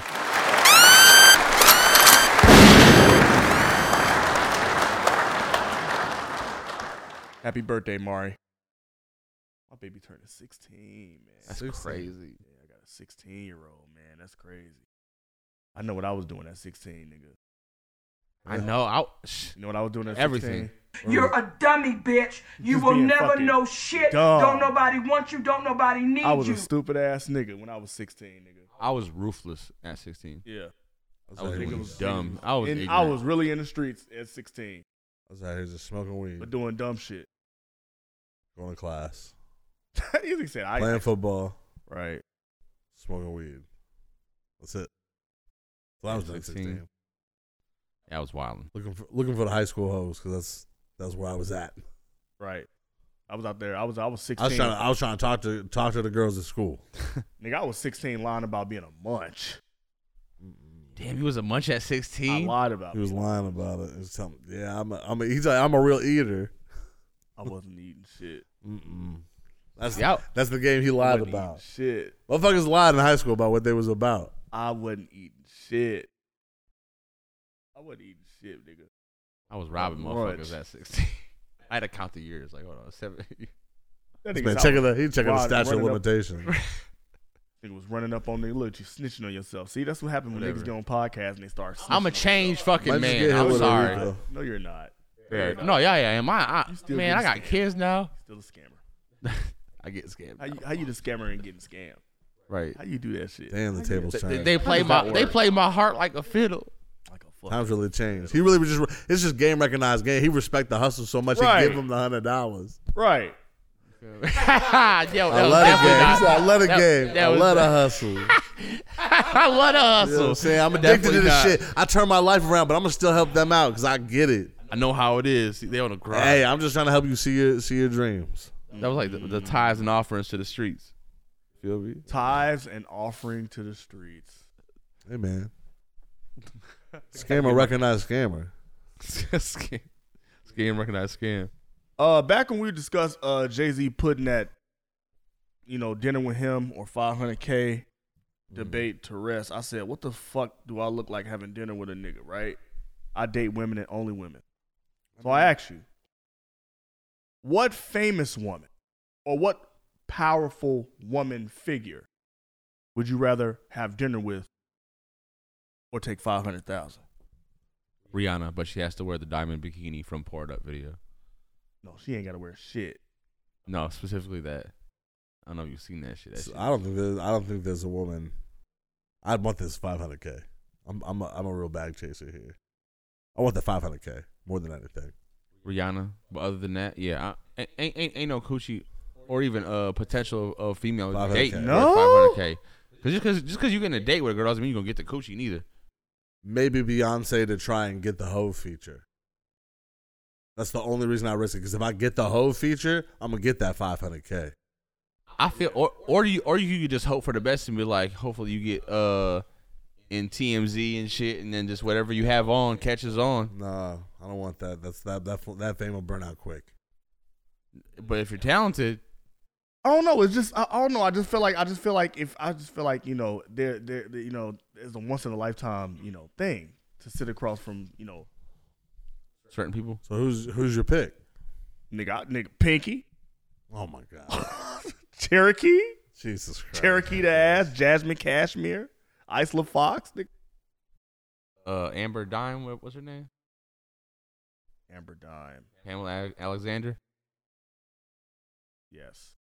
Speaker 3: Happy birthday, Mari. My baby turning 16, man.
Speaker 7: That's 16. crazy.
Speaker 3: Yeah, I got a 16 year old, man. That's crazy. I know what I was doing at 16, nigga.
Speaker 7: I know. I, shh,
Speaker 3: You know what I was doing at 16?
Speaker 7: everything.
Speaker 17: You're a dummy, bitch. You
Speaker 3: Just
Speaker 17: will
Speaker 3: being
Speaker 17: never
Speaker 3: fucking
Speaker 17: know shit.
Speaker 3: dumb.
Speaker 17: Don't nobody want you. Don't nobody need
Speaker 3: I was
Speaker 17: you.
Speaker 3: a stupid ass nigga when I was 16, nigga.
Speaker 7: I was ruthless at 16.
Speaker 3: Yeah.
Speaker 7: I was,
Speaker 5: like,
Speaker 7: nigga
Speaker 5: it
Speaker 7: was
Speaker 5: was
Speaker 7: dumb. I was.
Speaker 3: And
Speaker 7: ignorant.
Speaker 3: I was really in the streets at 16,
Speaker 5: I was out here just smoking weed,
Speaker 3: but doing dumb shit. [laughs]
Speaker 5: going to class,
Speaker 3: Easy said, I
Speaker 5: playing football,
Speaker 3: Right.
Speaker 5: smoking weed. That's it. Well, I was doing
Speaker 7: 16.
Speaker 5: 16.
Speaker 7: Yeah, I was wilding.
Speaker 5: Looking for looking for the high school hoes because that's that's where I was at.
Speaker 3: Right. I was out there. I was I was 16.
Speaker 5: I was trying to I was trying to talk to talk to the girls at school.
Speaker 3: Nigga, I was 16 lying about being a munch.
Speaker 7: Damn, he was a munch at
Speaker 3: I
Speaker 7: 16.
Speaker 3: lied about
Speaker 5: He
Speaker 3: it.
Speaker 5: was lying about it. It was something. Yeah, I'm a, I'm a, he's like I'm a real eater.
Speaker 3: I wasn't eating
Speaker 7: [laughs]
Speaker 3: shit.
Speaker 5: Mm-mm. That's
Speaker 7: Yeah.
Speaker 5: that's the game he lied
Speaker 3: wasn't
Speaker 5: about.
Speaker 3: Shit.
Speaker 5: Motherfuckers lied in high school about what they was about.
Speaker 3: I wasn't eating shit. I wasn't eating shit, nigga.
Speaker 7: I was robbing
Speaker 3: Munch.
Speaker 7: motherfuckers at 16. [laughs] I had to count the years. Like, hold on, seven. [laughs]
Speaker 3: That
Speaker 5: This
Speaker 3: nigga's
Speaker 5: man
Speaker 3: out
Speaker 5: checking the he checking the
Speaker 3: riding-
Speaker 5: statute of
Speaker 3: running up-
Speaker 7: [laughs]
Speaker 5: limitations.
Speaker 3: Nigga was running up on nigga. Look, you snitching on yourself. See, that's what happened when
Speaker 7: Whatever.
Speaker 3: niggas get on podcasts and they start snitching.
Speaker 7: I'm a change fucking
Speaker 5: Might just get
Speaker 7: man.
Speaker 5: hit
Speaker 7: I'm
Speaker 5: with a
Speaker 7: sorry.
Speaker 5: Rico.
Speaker 3: No, you're not.
Speaker 7: Yeah, No, yeah, yeah. Am I? I
Speaker 3: still
Speaker 7: man, I
Speaker 3: getting
Speaker 7: got
Speaker 3: scammed.
Speaker 7: kids now. [laughs]
Speaker 3: Still a scammer.
Speaker 7: I get scammed.
Speaker 3: How you,
Speaker 7: now.
Speaker 3: how you the scammer and getting scammed?
Speaker 7: Right.
Speaker 3: How you do that shit?
Speaker 5: Damn, the table's
Speaker 7: They,
Speaker 5: turned.
Speaker 7: they play
Speaker 3: that
Speaker 7: my they
Speaker 3: work?
Speaker 7: play my heart like a fiddle. [laughs]
Speaker 3: Like a fuck.
Speaker 5: Times really changed. He really was just it's just game recognized game. He respect the hustle so much
Speaker 3: Right.
Speaker 5: he give him the hundred dollars.
Speaker 3: Right.
Speaker 7: Yo, that
Speaker 5: I love
Speaker 7: was [laughs]
Speaker 5: the
Speaker 7: definitely
Speaker 5: game.
Speaker 7: not-
Speaker 5: He said, I love the
Speaker 7: that-
Speaker 5: game.
Speaker 7: that
Speaker 5: I
Speaker 7: was
Speaker 5: love the
Speaker 7: not-
Speaker 5: hustle. You
Speaker 7: I love the hustle. [laughs]
Speaker 5: know what I'm saying? I'm addicted to
Speaker 7: Definitely
Speaker 5: this
Speaker 7: not.
Speaker 5: shit. I turn my life around, but I'm gonna still help them out because I get it.
Speaker 7: I know how it is. They on the grind.
Speaker 5: Hey, I'm just trying to help you see your see your dreams.
Speaker 7: That was like the, the tithes and offerings to the streets. Feel [laughs] me?
Speaker 3: Tithes and offering to the streets.
Speaker 5: Hey
Speaker 7: [laughs]
Speaker 5: man. Scammer recognized scammer.
Speaker 7: scam, scam, recognize scam.
Speaker 3: Uh, back when we discussed uh Jay Z putting that, you know, dinner with him or 500k debate to rest, I said, "What the fuck do I look like having dinner with a nigga?" Right? I date women and only women. So I ask you, what famous woman or what powerful woman figure would you rather have dinner with or take five hundred thousand?
Speaker 7: Rihanna, but she has to wear the diamond bikini from Poured Up video.
Speaker 3: No, she ain't gotta wear shit.
Speaker 7: No, specifically that. I don't know if you've seen that shit. That
Speaker 5: So
Speaker 7: shit.
Speaker 5: I don't think there's I don't think there's a woman. I'd want this 500k. I'm I'm a, I'm a real bag chaser here. I want the 500k more than anything.
Speaker 7: Rihanna, but other than that, yeah, I, ain't, ain't ain't no coochie or even uh, potential of female
Speaker 5: 500K.
Speaker 7: date.
Speaker 3: No?
Speaker 7: five hundred k. Cause just cause just cause you getting a date with a girl doesn't mean you are gonna get the coochie neither.
Speaker 5: Maybe Beyonce to try and get the hoe feature. That's the only reason I risk it. Because if I get the hoe feature, I'm gonna get that 500k.
Speaker 7: I feel or or you or you could just hope for the best and be like, hopefully you get uh in TMZ and shit, and then just whatever you have on catches on.
Speaker 5: No, I don't want that. That's that that that fame will burn out quick.
Speaker 7: But if you're talented,
Speaker 3: I don't know. It's just I, I don't know. I just feel like I just feel like if I just feel like you know there there there, you know it's a once in a lifetime you know thing to sit across from you know
Speaker 7: certain people.
Speaker 5: So who's who's your pick?
Speaker 3: nigga nigga Pinky [laughs]
Speaker 5: Oh my
Speaker 7: [laughs]
Speaker 5: god,
Speaker 3: Cherokee
Speaker 5: Jesus Christ!
Speaker 3: Cherokee the ass Jasmine Cashmere Isla Fox nigga.
Speaker 7: Uh, Amber Dime, what, what's her name?
Speaker 3: Amber Dime
Speaker 7: Pamela Ale- Alexander.
Speaker 3: yes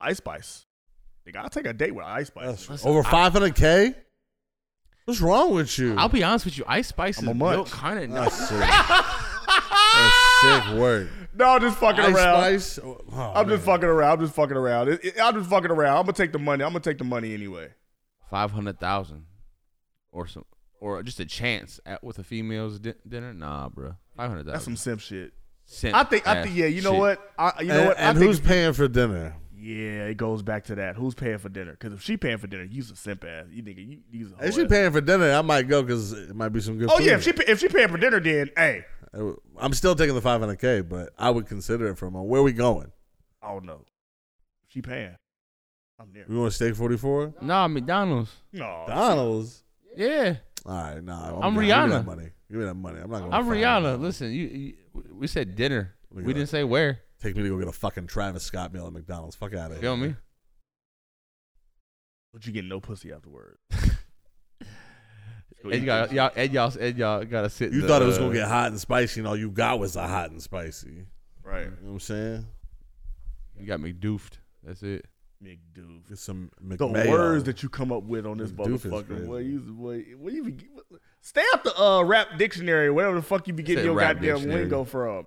Speaker 3: Ice Spice Nigga, I'll take a date with Ice Spice.
Speaker 5: Listen, Over five hundred k. What's wrong with
Speaker 3: Hmm.
Speaker 5: you?
Speaker 7: I'll be honest with you. Ice Spice is built kind of
Speaker 3: Oh,
Speaker 5: That's
Speaker 3: [laughs]
Speaker 7: nice.
Speaker 5: sick. That's sick work.
Speaker 3: No, I'm just Ah! fucking
Speaker 5: Ice
Speaker 3: around.
Speaker 5: Spice? Oh, oh,
Speaker 3: I'm just fucking around. I'm just fucking around. It- it- I'm just fucking around. I'm gonna take the money. I'm gonna take the money anyway.
Speaker 7: Five hundred thousand, or some, or just a chance at with a female's di- dinner. Nah, bro. Five hundred thousand.
Speaker 3: That's some simp shit.
Speaker 7: Simp
Speaker 3: I think. I
Speaker 7: ass
Speaker 3: think. Yeah. You know
Speaker 7: shit.
Speaker 3: what? I, you know
Speaker 5: and
Speaker 3: what? I
Speaker 5: and
Speaker 3: think-
Speaker 5: who's paying for dinner?
Speaker 3: Yeah, it goes back to that. Who's paying for dinner? Because if she paying for dinner, you's a simp ass. You nigga, you, you's a
Speaker 5: If she
Speaker 3: whore.
Speaker 5: paying for dinner, I might go because it might be some good.
Speaker 3: Oh
Speaker 5: food. Uh,
Speaker 3: yeah, if she pay- if she paying for dinner, then hey,
Speaker 5: I'm still taking the 500k, but I would consider it for a moment. Where we going?
Speaker 3: I don't know. She paying. I'm there.
Speaker 5: We want steak 44?
Speaker 7: Nah, McDonald's.
Speaker 3: No.
Speaker 5: Donald's.
Speaker 7: Yeah.
Speaker 5: All right, nah.
Speaker 7: I'm
Speaker 5: good. Give me
Speaker 7: Rihanna.
Speaker 5: that money. Give me that money. I'm not gonna.
Speaker 7: I'm
Speaker 5: fight.
Speaker 7: Rihanna. Listen, you, you. We said dinner.
Speaker 5: Look at
Speaker 7: we
Speaker 5: that.
Speaker 7: didn't say where.
Speaker 5: Take me to go get a fucking Travis Scott meal at McDonald's. Fuck out of here.
Speaker 7: Feel me?
Speaker 3: But you get no pussy afterwards.
Speaker 7: And y'all, y'all, and y'all, and y'all gotta sit. in
Speaker 5: You
Speaker 7: the,
Speaker 5: thought it was
Speaker 7: uh,
Speaker 5: gonna get hot and spicy, and all you got was a hot and spicy.
Speaker 3: Right.
Speaker 5: You know what I'm saying?
Speaker 7: You got me doofed. That's it.
Speaker 3: McDoof.
Speaker 5: Get some
Speaker 3: The
Speaker 5: McMayo.
Speaker 3: words that you come up with on this
Speaker 5: McDoof is
Speaker 3: motherfucker.
Speaker 5: crazy.
Speaker 3: What you, what, what you be, stay out the uh, rap dictionary, wherever the fuck you be getting
Speaker 7: Said
Speaker 3: your
Speaker 7: rap
Speaker 3: goddamn
Speaker 7: dictionary.
Speaker 3: lingo from.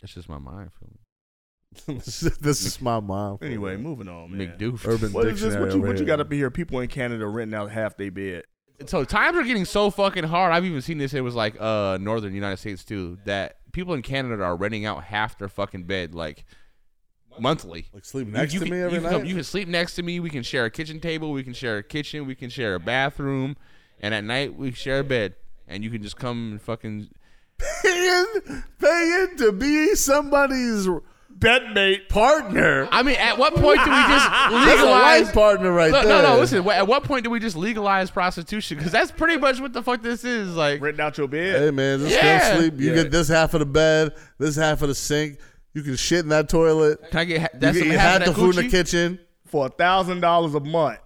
Speaker 7: That's just my mind. Feel me?
Speaker 5: [laughs] this is my mom.
Speaker 3: Anyway, moving on, man.
Speaker 7: McDoof.
Speaker 5: Urban
Speaker 3: What is this?
Speaker 5: Dictionary.
Speaker 3: What you,
Speaker 5: over
Speaker 3: what you
Speaker 5: here.
Speaker 3: got up in here? People in Canada renting out half their bed.
Speaker 7: [laughs] So times are getting so fucking hard. I've even seen this. It was like uh northern United States too. That people in Canada are renting out half their fucking bed like monthly.
Speaker 5: Like sleep next
Speaker 7: you
Speaker 5: to
Speaker 7: can,
Speaker 5: me every
Speaker 7: you can
Speaker 5: night.
Speaker 7: Come, you can sleep next to me. We can share a kitchen table. We can share a kitchen. We can share a bathroom. And at night we share a bed. And you can just come and fucking
Speaker 5: paying, paying to be somebody's bedmate
Speaker 7: [laughs]
Speaker 5: partner.
Speaker 7: I mean, at what point do we just
Speaker 5: That's a
Speaker 7: legalize
Speaker 5: life partner right
Speaker 7: Look,
Speaker 5: there.
Speaker 7: No, no, listen. wh- At what point do we just legalize prostitution? Because that's pretty much what the fuck this is. Like,
Speaker 3: Renting out your bed.
Speaker 5: Hey man, just
Speaker 7: Yeah.
Speaker 5: come sleep. You
Speaker 3: Yeah.
Speaker 5: get this half of the bed, this half of the sink. You can shit in that toilet.
Speaker 7: can I get ha-
Speaker 5: You
Speaker 7: that's
Speaker 5: can
Speaker 7: some
Speaker 5: eat
Speaker 7: half
Speaker 5: half
Speaker 7: of
Speaker 5: the
Speaker 7: that
Speaker 5: food in the
Speaker 7: coochie?
Speaker 5: kitchen.
Speaker 3: for a thousand dollars a month.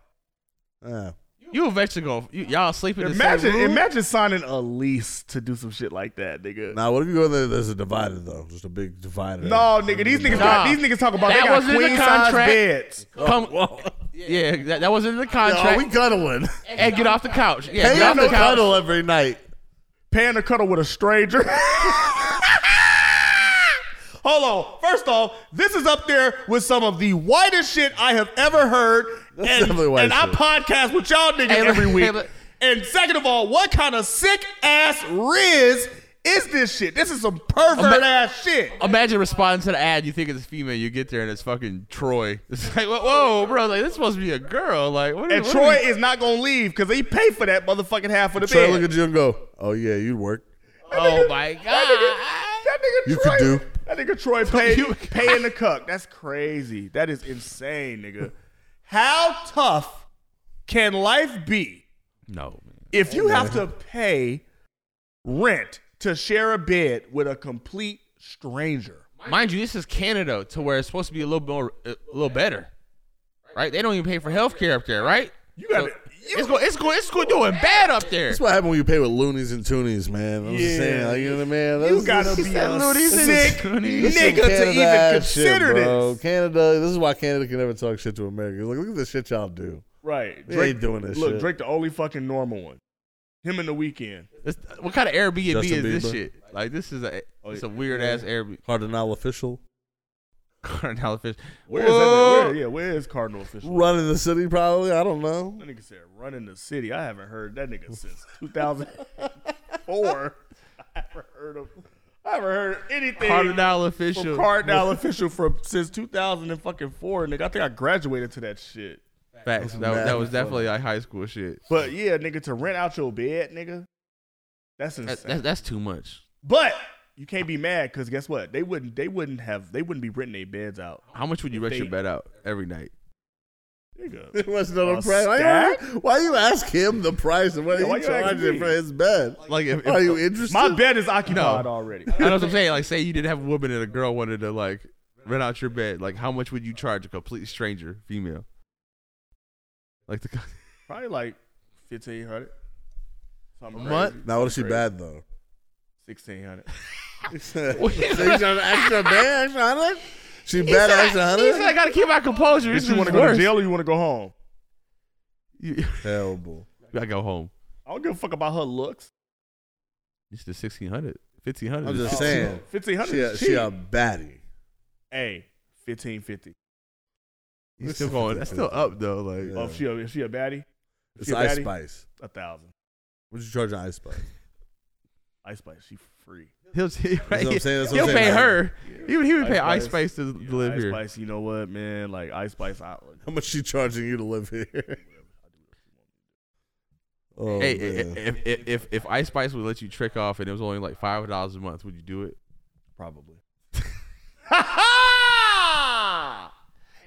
Speaker 5: Yeah.
Speaker 7: You eventually go. You, y'all sleeping in the
Speaker 3: Imagine,
Speaker 7: same room.
Speaker 3: imagine signing a lease to do some shit like that, nigga.
Speaker 5: Now, what if you go there? There's a divider though, just a big divider.
Speaker 3: No, nigga, these niggas got
Speaker 7: Nah.
Speaker 3: these niggas talk about
Speaker 7: That
Speaker 3: they got
Speaker 7: wasn't in the
Speaker 3: queen size
Speaker 7: contract.
Speaker 3: beds.
Speaker 7: Come, yeah, that, that wasn't in the
Speaker 5: Yo,
Speaker 7: contract.
Speaker 5: Oh, we cuddling.
Speaker 7: and get off the couch. Yeah,
Speaker 5: Hey,
Speaker 7: get
Speaker 5: y'all
Speaker 7: off the
Speaker 5: no
Speaker 7: couch.
Speaker 5: cuddle every night.
Speaker 3: Paying to cuddle with a stranger. Hold on. First off, this is up there with some of the whitest shit I have ever heard.
Speaker 5: That's
Speaker 3: and
Speaker 5: definitely white
Speaker 3: and I
Speaker 5: shit.
Speaker 3: podcast with y'all niggas
Speaker 7: Hey, look-
Speaker 3: every week.
Speaker 7: hey, look-
Speaker 3: and second of all, what kind of sick ass riz is this shit? This is some pervert
Speaker 7: Ima-
Speaker 3: ass shit.
Speaker 7: Imagine responding to the ad. You think it's a female. You get there and it's fucking Troy. [laughs] It's like, whoa, bro. Like this supposed to be a girl. Like what?
Speaker 3: And
Speaker 7: what
Speaker 3: Troy
Speaker 7: we-
Speaker 3: is not gonna leave because he paid for that motherfucking half of the
Speaker 5: Try to
Speaker 3: bed.
Speaker 5: look at you and go, "Oh yeah, you'd work."
Speaker 7: oh my god.
Speaker 3: [laughs] That nigga
Speaker 5: You
Speaker 3: Troy,
Speaker 5: could do.
Speaker 3: That nigga Troy
Speaker 5: [laughs]
Speaker 7: [laughs]
Speaker 3: paying, paying the cuck. That's crazy. That is insane, nigga. How tough can life be
Speaker 7: No, man.
Speaker 3: if you have to pay rent to share a bed with a complete stranger?
Speaker 7: Mind you, this is Canada, to where it's supposed to be a little more, a little better, right? They don't even pay for health care up there, right?
Speaker 3: You gotta-
Speaker 7: it's going, it's going, it's going doing bad up there.
Speaker 5: That's what happened when you pay with loonies and toonies, man. I'm just saying, like, you know what I mean?
Speaker 3: You
Speaker 5: That's-
Speaker 3: gotta
Speaker 5: that's-
Speaker 3: be a
Speaker 7: Looney's and
Speaker 3: sick
Speaker 7: Looney's.
Speaker 5: some
Speaker 3: nigga to
Speaker 5: Canada
Speaker 3: even
Speaker 5: ass shit,
Speaker 3: consider
Speaker 5: bro.
Speaker 3: this.
Speaker 5: Canada, this is why Canada can never talk shit to America. Like, look at the shit y'all do.
Speaker 3: Right.
Speaker 5: They ain't doing this
Speaker 3: Look,
Speaker 5: shit.
Speaker 3: Drake the only fucking normal one. Him in the weekend.
Speaker 7: It's- what kind of Airbnb
Speaker 5: Justin
Speaker 7: is this
Speaker 5: Bieber.
Speaker 7: shit? Like this is a,
Speaker 3: Oh,
Speaker 7: it's
Speaker 3: yeah.
Speaker 7: a weird ass Airbnb. [laughs]
Speaker 5: Cardinal official
Speaker 7: Cardinal fish.
Speaker 3: Where is that? Where, yeah, where is Cardinal official?
Speaker 5: running the city, probably. I don't know. [laughs]
Speaker 3: That nigga said run in the city. I haven't heard that nigga since 2004. [laughs] I haven't heard of. I haven't heard anything.
Speaker 7: Cardinal
Speaker 3: From
Speaker 7: official.
Speaker 3: Cardinal official from since 2004, nigga. I think I graduated to that shit.
Speaker 7: Facts. That, was- that was definitely like high school shit.
Speaker 3: But yeah, nigga, to rent out your bed, nigga, that's insane.
Speaker 7: That, that, that's too much.
Speaker 3: but you can't be mad because guess what? They wouldn't. They wouldn't have. They wouldn't be renting their beds out,
Speaker 7: How much would you rent your
Speaker 3: They-
Speaker 7: bed out every night?
Speaker 3: nigga.
Speaker 7: [laughs]
Speaker 5: It wasn't on
Speaker 3: A
Speaker 5: a price. Why,
Speaker 3: stack?
Speaker 5: you- why you ask him the price and what
Speaker 3: Yeah, why
Speaker 5: he
Speaker 3: you asking
Speaker 5: charging
Speaker 3: me?
Speaker 5: for his bed?
Speaker 7: Like if, if
Speaker 5: Are you interested?
Speaker 3: My bed is occupied
Speaker 7: No.
Speaker 3: already.
Speaker 7: I know what I'm saying. Like, say you didn't have a woman and a girl wanted to like rent out your bed. Like, how much would you charge a complete stranger, female? Like the co-
Speaker 3: Probably like 1500 something
Speaker 7: A month?
Speaker 3: crazy.
Speaker 5: Now, what if she
Speaker 3: Crazy.
Speaker 5: bad though?
Speaker 3: 1600
Speaker 5: so you trying to extra bed, extra hundred? She badass, Hunter.
Speaker 7: He said, I gotta keep my composure.
Speaker 3: Did
Speaker 7: This
Speaker 3: you
Speaker 7: want to
Speaker 3: go to jail or you want to go home?
Speaker 5: Terrible.
Speaker 7: I go home.
Speaker 3: I don't give a fuck about her looks.
Speaker 7: It's the 1600, 1500.
Speaker 5: I'm just
Speaker 7: Oh,
Speaker 5: saying.
Speaker 3: 1500
Speaker 5: She a,
Speaker 3: is
Speaker 5: she a
Speaker 3: cheap.
Speaker 5: baddie.
Speaker 3: Hey, fifteen fifty.
Speaker 7: He's still going. That's still up though. Like
Speaker 3: Oh, if she a, if she a baddie? If
Speaker 5: It's
Speaker 3: she a
Speaker 5: Ice
Speaker 3: baddie,
Speaker 5: Spice.
Speaker 3: A thousand.
Speaker 5: What you charge an Ice
Speaker 7: [laughs]
Speaker 5: Spice?
Speaker 3: Ice Spice, she free.
Speaker 7: He'll, he,
Speaker 5: what I'm saying, that's what
Speaker 7: he'll
Speaker 5: I'm
Speaker 7: pay
Speaker 5: saying.
Speaker 7: her. He would, he would pay Ice
Speaker 3: Ice
Speaker 7: Spice to
Speaker 3: Yeah,
Speaker 7: live
Speaker 3: Ice
Speaker 7: here.
Speaker 3: Spice, you know what, man? Like Ice Spice, I,
Speaker 5: How much she charging you to live here? [laughs] oh,
Speaker 7: hey,
Speaker 5: man.
Speaker 7: if, if if if Ice Spice would let you trick off and it was only like five hundred dollars a month, would you do it?
Speaker 3: Probably.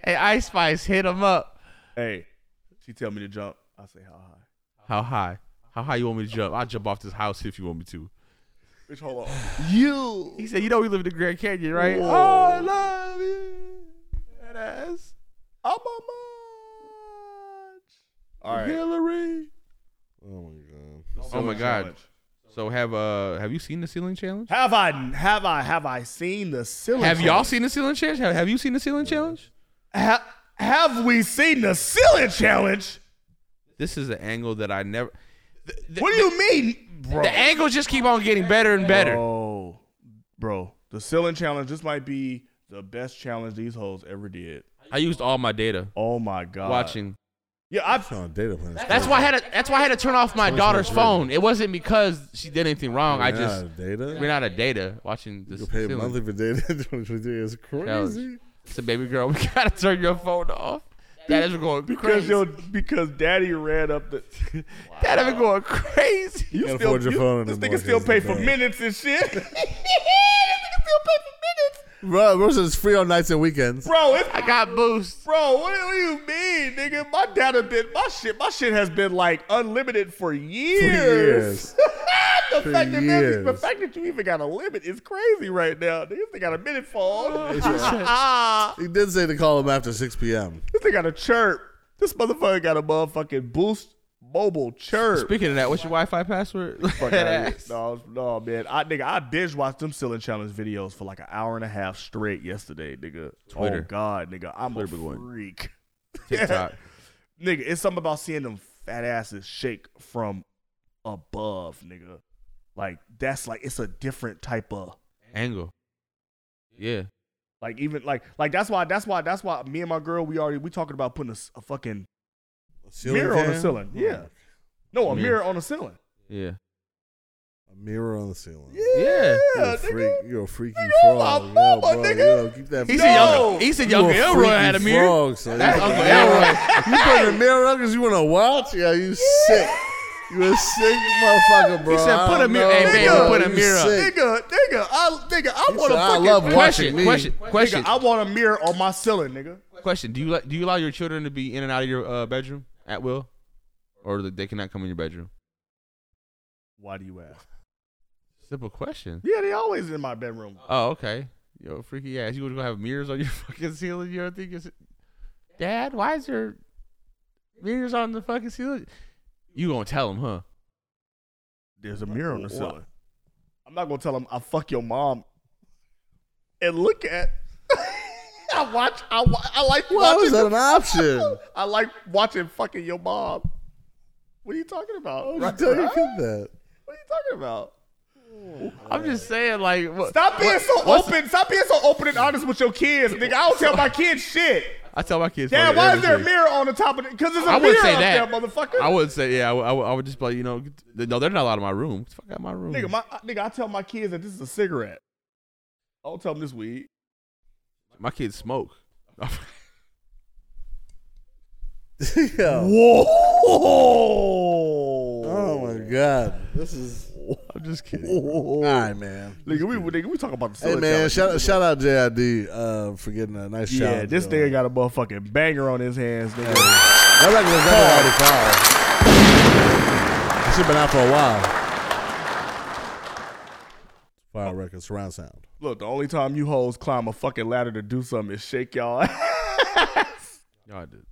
Speaker 7: hey, Ice Spice, hit him up.
Speaker 3: Hey, she tell me to jump. I say how high?
Speaker 7: How high? How high you want me to jump? I'll jump off this house if you want me to.
Speaker 3: Bitch, hold on.
Speaker 7: You. He said, you know we live in the Grand Canyon, right?
Speaker 3: Whoa.
Speaker 7: Oh, I love you. That ass. I'm on
Speaker 3: All right.
Speaker 7: Hillary.
Speaker 5: Oh my
Speaker 3: The
Speaker 5: god.
Speaker 7: Oh
Speaker 3: ceiling
Speaker 7: my god.
Speaker 3: challenge.
Speaker 7: So have uh have you seen the ceiling challenge?
Speaker 3: Have I have I have I seen the ceiling?
Speaker 7: Have y'all seen the ceiling challenge? Have, have you seen the ceiling challenge?
Speaker 3: Ha- have we seen the ceiling challenge?
Speaker 7: This is an angle that I never.
Speaker 3: what do you mean, bro?
Speaker 7: The angles just keep on getting better and better.
Speaker 3: Bro, bro, the ceiling challenge. This might be the best challenge these hoes ever did.
Speaker 7: I used all my data
Speaker 3: Oh my god.
Speaker 7: watching.
Speaker 3: Yeah, I've
Speaker 5: on data plan.
Speaker 7: That's why I had to, that's why I had to turn off my daughter's phone. It wasn't because she did anything wrong. I
Speaker 5: We're
Speaker 7: just
Speaker 5: out of data?
Speaker 7: We're not a data watching this.
Speaker 5: You pay
Speaker 7: ceiling
Speaker 5: monthly for data in [laughs] 2023 is crazy.
Speaker 7: challenge. So baby girl, [laughs] we gotta turn your phone off. That is going
Speaker 3: because
Speaker 7: [laughs] crazy.
Speaker 3: your because daddy ran up the.
Speaker 7: That is going crazy. [laughs]
Speaker 3: You
Speaker 5: Can't
Speaker 3: still
Speaker 5: afford your
Speaker 3: you-
Speaker 5: phone
Speaker 3: This
Speaker 5: anymore,
Speaker 3: nigga still
Speaker 5: kids,
Speaker 3: pay
Speaker 5: it's
Speaker 3: for
Speaker 5: bad.
Speaker 3: minutes and shit. [laughs]
Speaker 5: Bro, bro says it's free on nights and weekends.
Speaker 3: bro. It's,
Speaker 7: I got boost.
Speaker 3: bro. What, do you mean, nigga? My data been my shit. My shit has been like unlimited for years.
Speaker 7: [laughs]
Speaker 5: years.
Speaker 3: the,
Speaker 5: For
Speaker 3: fact That that's- the
Speaker 5: years.
Speaker 3: fact that you even got a limit is crazy right now. Nigga, they got a minute phone. [laughs]
Speaker 5: It's just-
Speaker 3: Ah,
Speaker 5: He did say to call him after 6 p.m.
Speaker 3: this thing got a chirp. This motherfucker got a motherfucking boost mobile chirp.
Speaker 7: Speaking of that, what's your Wi-Fi [laughs] password?
Speaker 3: Fuck outta here. no, no, man. I nigga, I binge watched them ceiling challenge videos for like an hour and a half straight yesterday, nigga.
Speaker 7: Twitter.
Speaker 3: Oh God, nigga, I'm
Speaker 7: Twitter be
Speaker 3: a
Speaker 7: going.
Speaker 3: freak,
Speaker 7: TikTok.
Speaker 3: nigga. It's something about seeing them fat asses shake from above, nigga. Like that's like it's a different type of
Speaker 7: Angle. Yeah.
Speaker 3: like even like like that's why that's why that's why me and my girl we already we talking about putting a, s- a fucking
Speaker 5: Ceiling
Speaker 3: mirror on the
Speaker 5: fan?
Speaker 3: ceiling, yeah. No, a
Speaker 7: Mirror.
Speaker 3: mirror on the ceiling.
Speaker 7: Yeah.
Speaker 5: A mirror on the ceiling.
Speaker 7: Yeah.
Speaker 5: You're
Speaker 3: Yeah,
Speaker 5: a freak. You're a freaky
Speaker 3: Nigga,
Speaker 5: frog.
Speaker 3: my
Speaker 5: Yo,
Speaker 3: mama,
Speaker 5: bro,
Speaker 3: nigga.
Speaker 5: yo, keep that
Speaker 7: He
Speaker 5: frog.
Speaker 7: said,
Speaker 3: No.
Speaker 7: young, he said young
Speaker 5: You a
Speaker 7: Elroy had a
Speaker 5: freaky
Speaker 7: mirror.
Speaker 5: Frog, son.
Speaker 7: That's
Speaker 5: You-
Speaker 7: Uncle Elroy.
Speaker 5: You put a mirror up because you want to watch? Yeah, you sick. You a sick motherfucker, bro.
Speaker 7: He said,
Speaker 5: I
Speaker 7: "Put a
Speaker 5: don't
Speaker 7: mirror-
Speaker 5: know,
Speaker 7: hey, baby,
Speaker 5: bro.
Speaker 7: put a
Speaker 5: You
Speaker 7: mirror up."
Speaker 5: sick.
Speaker 3: Nigga, nigga, I nigga, I
Speaker 5: He
Speaker 3: want
Speaker 5: said,
Speaker 3: a
Speaker 5: I
Speaker 3: fucking
Speaker 5: love watching
Speaker 7: Question,
Speaker 5: me.
Speaker 7: question, question,
Speaker 3: Nigga, I want a mirror on my ceiling, nigga.
Speaker 7: question. Do you like do you allow your children to be in and out of your uh, bedroom at will, or that they cannot come in your bedroom?
Speaker 3: Why do you ask?
Speaker 7: Simple question.
Speaker 3: Yeah, they always in my bedroom.
Speaker 7: Oh, okay. Yo, freaky ass. You would go have mirrors on your [laughs] fucking ceiling. You don't think it's Dad? Why is there mirrors on the fucking ceiling? You gonna tell him, huh?
Speaker 3: There's a mirror on the
Speaker 5: Wha-
Speaker 3: ceiling. I'm not gonna tell them I fuck your mom and look at. [laughs] I watch. I, wa- I like
Speaker 5: Why was
Speaker 3: watching.
Speaker 5: that an option?
Speaker 3: [laughs] I like watching fucking your mom. What are you talking about?
Speaker 5: I
Speaker 3: Right,
Speaker 5: was telling you
Speaker 3: right?
Speaker 5: kid that.
Speaker 3: What are you talking about?
Speaker 7: I'm just saying, like, what,
Speaker 3: Stop being
Speaker 7: what-
Speaker 3: so
Speaker 7: what's-
Speaker 3: open. Stop being so open and honest with your kids, nigga. I don't tell my kids shit.
Speaker 7: I tell my kids.
Speaker 3: Dad,
Speaker 7: fucking
Speaker 3: why is there a
Speaker 7: everything.
Speaker 3: mirror on the top of it? Because there's a
Speaker 7: I
Speaker 3: mirror
Speaker 7: wouldn't say
Speaker 3: up
Speaker 7: that,
Speaker 3: there, motherfucker.
Speaker 7: I would say, yeah, I would- I would, I would just be like, you know, get- no, they're not allowed in my room. Get the Fuck out my room.
Speaker 3: Nigga, my I- nigga, I tell my kids that this is a cigarette. I don't tell them this weed.
Speaker 7: my kids smoke. [laughs]
Speaker 5: [laughs] Yo.
Speaker 3: Whoa!
Speaker 5: Oh
Speaker 3: Oh
Speaker 5: my god, this is.
Speaker 7: [laughs] I'm just kidding.
Speaker 5: All right, man.
Speaker 3: Nigga, we nigga, we talking about the
Speaker 5: Hey
Speaker 3: ceiling
Speaker 5: man,
Speaker 3: challenge.
Speaker 5: shout, shout out JID uh, for getting a nice shot.
Speaker 3: Yeah, this nigga got a motherfucking banger on his hands, nigga.
Speaker 5: That record was done at 85. It should been out for a while. Fire record, surround sound.
Speaker 3: Look, the only time you hoes climb a fucking ladder to do something is shake y'all. [laughs]
Speaker 7: Y'all did.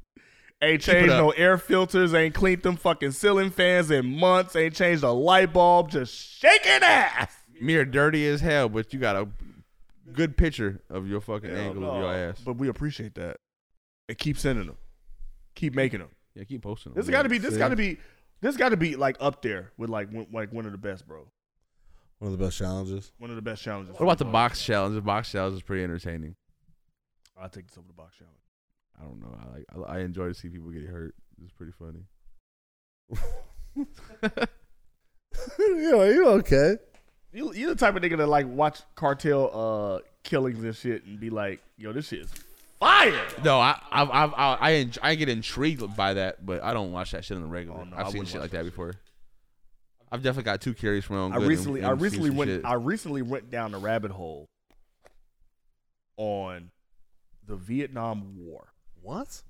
Speaker 3: ain't changed
Speaker 7: up.
Speaker 3: no air filters, ain't cleaned them fucking ceiling fans in months, ain't changed a light bulb, just shaking ass.
Speaker 7: Mirror dirty as hell, but you got a good picture of your fucking
Speaker 3: Hell
Speaker 7: angle
Speaker 3: no.
Speaker 7: of your ass.
Speaker 3: But we appreciate that. And keep sending them. Keep making them.
Speaker 7: Yeah, keep posting.
Speaker 3: This
Speaker 7: them.
Speaker 3: got to be. This
Speaker 7: See?
Speaker 3: got to be. This got to be like up there with like one, like one of the best, bro.
Speaker 5: One of the best challenges.
Speaker 3: One of the best challenges.
Speaker 7: What about the box challenge? The box challenge is pretty entertaining.
Speaker 3: I'll take this over the box challenge.
Speaker 7: I don't know. I like. I, I enjoy to see people get hurt. It's pretty
Speaker 3: [laughs]
Speaker 7: funny.
Speaker 5: you know, you okay?
Speaker 3: You, you the type of nigga that like watch cartel uh killings and shit and be like, yo, this shit is fire.
Speaker 7: No, I I I I, I, en- I get intrigued by that, but I don't watch that shit on the regular. I've
Speaker 3: Oh, I
Speaker 7: seen
Speaker 3: wouldn't
Speaker 7: shit
Speaker 3: watch
Speaker 7: like that before. I've definitely got too curious from my own
Speaker 3: I
Speaker 7: good and-
Speaker 3: recently,
Speaker 7: and
Speaker 3: I
Speaker 7: seen
Speaker 3: recently
Speaker 7: some
Speaker 3: went,
Speaker 7: shit.
Speaker 3: I recently went down a rabbit hole on the Vietnam War.
Speaker 5: What?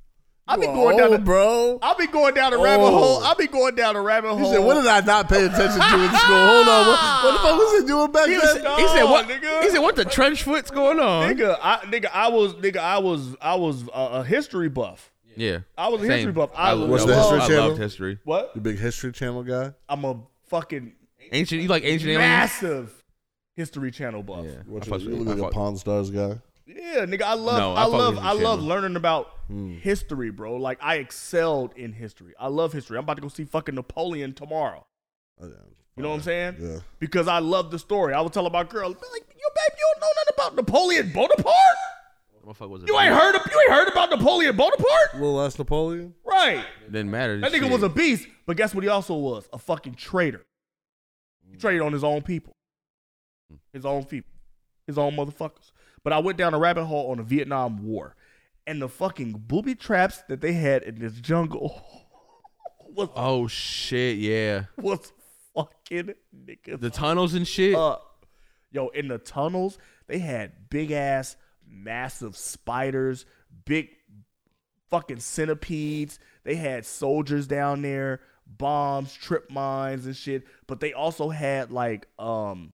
Speaker 3: I be
Speaker 5: You
Speaker 3: going down,
Speaker 5: old,
Speaker 3: the,
Speaker 5: bro.
Speaker 3: I be going down a rabbit
Speaker 5: Oh.
Speaker 3: hole. I be going down a rabbit
Speaker 5: He
Speaker 3: hole.
Speaker 5: said, "What did I not pay attention to in school? Hold on, what, what the fuck was it doing back
Speaker 3: He
Speaker 5: then?"
Speaker 3: said- he said, what- Oh, Nigga. he said,
Speaker 7: what the trench foot's going on?"
Speaker 3: nigga? I, nigga, I was, nigga, I was, I was a, a history buff.
Speaker 7: Yeah,
Speaker 3: I was a
Speaker 7: Same.
Speaker 3: history buff. I,
Speaker 7: lo-
Speaker 5: What's
Speaker 7: I
Speaker 5: the
Speaker 7: lo-
Speaker 5: History
Speaker 7: I
Speaker 5: Channel?
Speaker 7: loved history.
Speaker 3: What?
Speaker 5: You big History Channel guy.
Speaker 3: I'm a fucking
Speaker 7: Ancient, you like ancient aliens?
Speaker 3: massive History Channel buff. Yeah,
Speaker 5: What
Speaker 7: I
Speaker 5: you,
Speaker 7: fucks
Speaker 5: you
Speaker 7: with-
Speaker 5: look
Speaker 7: I
Speaker 5: like a
Speaker 7: fuck-
Speaker 5: Pawn Stars guy.
Speaker 3: nigga, I love,
Speaker 7: No, I
Speaker 3: I,
Speaker 7: fuck
Speaker 3: love,
Speaker 7: with
Speaker 3: I
Speaker 7: History
Speaker 3: love
Speaker 7: Channel. Hmm.
Speaker 3: learning about history, bro. Like I excelled in history. I love history. I'm about to go see fucking Napoleon tomorrow. You know what I'm saying?
Speaker 5: Oh, Yeah.
Speaker 3: Because I love the story. I would tell my girl, be like, yo, babe, you don't know nothing about Napoleon Bonaparte.
Speaker 7: Motherfucker was a
Speaker 3: You ain't
Speaker 7: beast.
Speaker 3: heard of, you ain't heard about Napoleon Bonaparte,
Speaker 5: Little less Napoleon.
Speaker 3: right?
Speaker 7: Didn't matter.
Speaker 3: That nigga
Speaker 7: Shit.
Speaker 3: was a beast, but guess what? He also was a fucking traitor. He traded on his own people, his own people, his own motherfuckers. But I went down a rabbit hole on the Vietnam War, and the fucking booby traps that they had in this jungle [laughs] was
Speaker 7: Oh shit! Yeah,
Speaker 3: was fucking niggas.
Speaker 7: the tunnels and shit.
Speaker 3: up. Yo, in the tunnels, they had big ass, massive spiders, big fucking centipedes. They had soldiers down there, bombs, trip mines and shit. But they also had like um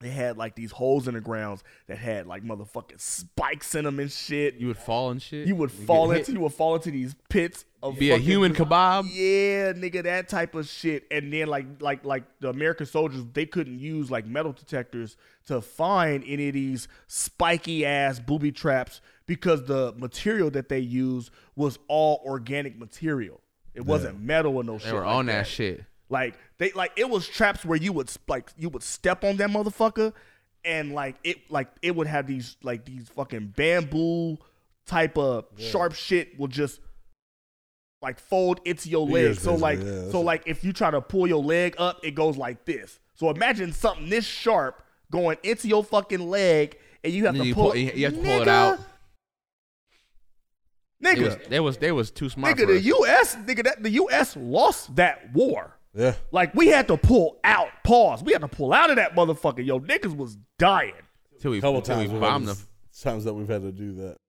Speaker 3: they had like these holes in the grounds that had like motherfucking spikes in them and shit.
Speaker 7: you would fall and shit.
Speaker 3: You would
Speaker 7: You'd get
Speaker 3: fall
Speaker 7: hit.
Speaker 3: into you would fall into these pits of
Speaker 7: be a
Speaker 3: fucking-
Speaker 7: human kebab.
Speaker 3: Oh, yeah, nigga, that type of shit. And then like like like the American soldiers, they couldn't use like metal detectors to find any of these spiky ass booby traps because the material that they used was all organic material. It wasn't metal or no shit.
Speaker 7: They were
Speaker 3: like
Speaker 7: on that, shit.
Speaker 3: Like they like it was traps where you would like you would step on that motherfucker and like it like it would have these like these fucking bamboo type of sharp shit will just like fold into your
Speaker 5: Yeah,
Speaker 3: leg. So
Speaker 5: basically,
Speaker 3: like
Speaker 5: yeah, that's
Speaker 3: so
Speaker 5: it.
Speaker 3: like if you try to pull your leg up, it goes like this. So imagine something this sharp going into your fucking leg and you have
Speaker 7: And
Speaker 3: to
Speaker 7: you
Speaker 3: pull,
Speaker 7: pull- you have to pull
Speaker 3: Nigga.
Speaker 7: it out. They was,
Speaker 3: Nigga,
Speaker 7: they was they was too smart.
Speaker 3: nigga,
Speaker 7: for
Speaker 3: the
Speaker 7: us.
Speaker 3: US, nigga, that the US lost that war.
Speaker 5: Yeah.
Speaker 3: Like we had to pull out. Pause. We had to pull out of that motherfucker. Yo, niggas was dying.
Speaker 7: Till we,
Speaker 5: A couple
Speaker 7: till
Speaker 5: times.
Speaker 7: we
Speaker 5: we've
Speaker 7: bombed
Speaker 5: had
Speaker 7: them.
Speaker 5: to- Times that we've had to do that. [laughs]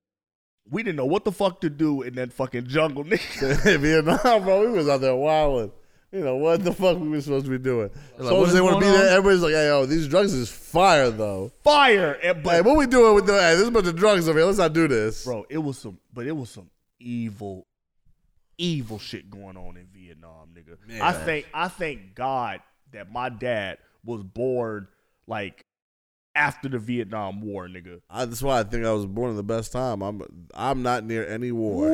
Speaker 3: We didn't know what the fuck to do in that fucking jungle, [laughs] nigga.
Speaker 5: Vietnam, bro. We was out there wilding. You know what the fuck we were supposed to be doing?
Speaker 7: like, what
Speaker 5: Soldiers
Speaker 7: is
Speaker 5: they want to
Speaker 7: going
Speaker 5: be there.
Speaker 7: on?
Speaker 5: Everybody's like, "Hey, yo, these drugs is fire, though."
Speaker 3: Fire and
Speaker 5: Hey,
Speaker 3: but
Speaker 5: what we doing with the? Hey, there's a bunch of drugs over here. Let's not do this.
Speaker 3: bro, it was some but it was some evil, evil shit going on in Vietnam, nigga. I think I thank God that my dad was born like after the Vietnam War, nigga.
Speaker 5: I, that's why I think I was born in the best time. I'm I'm not near any war.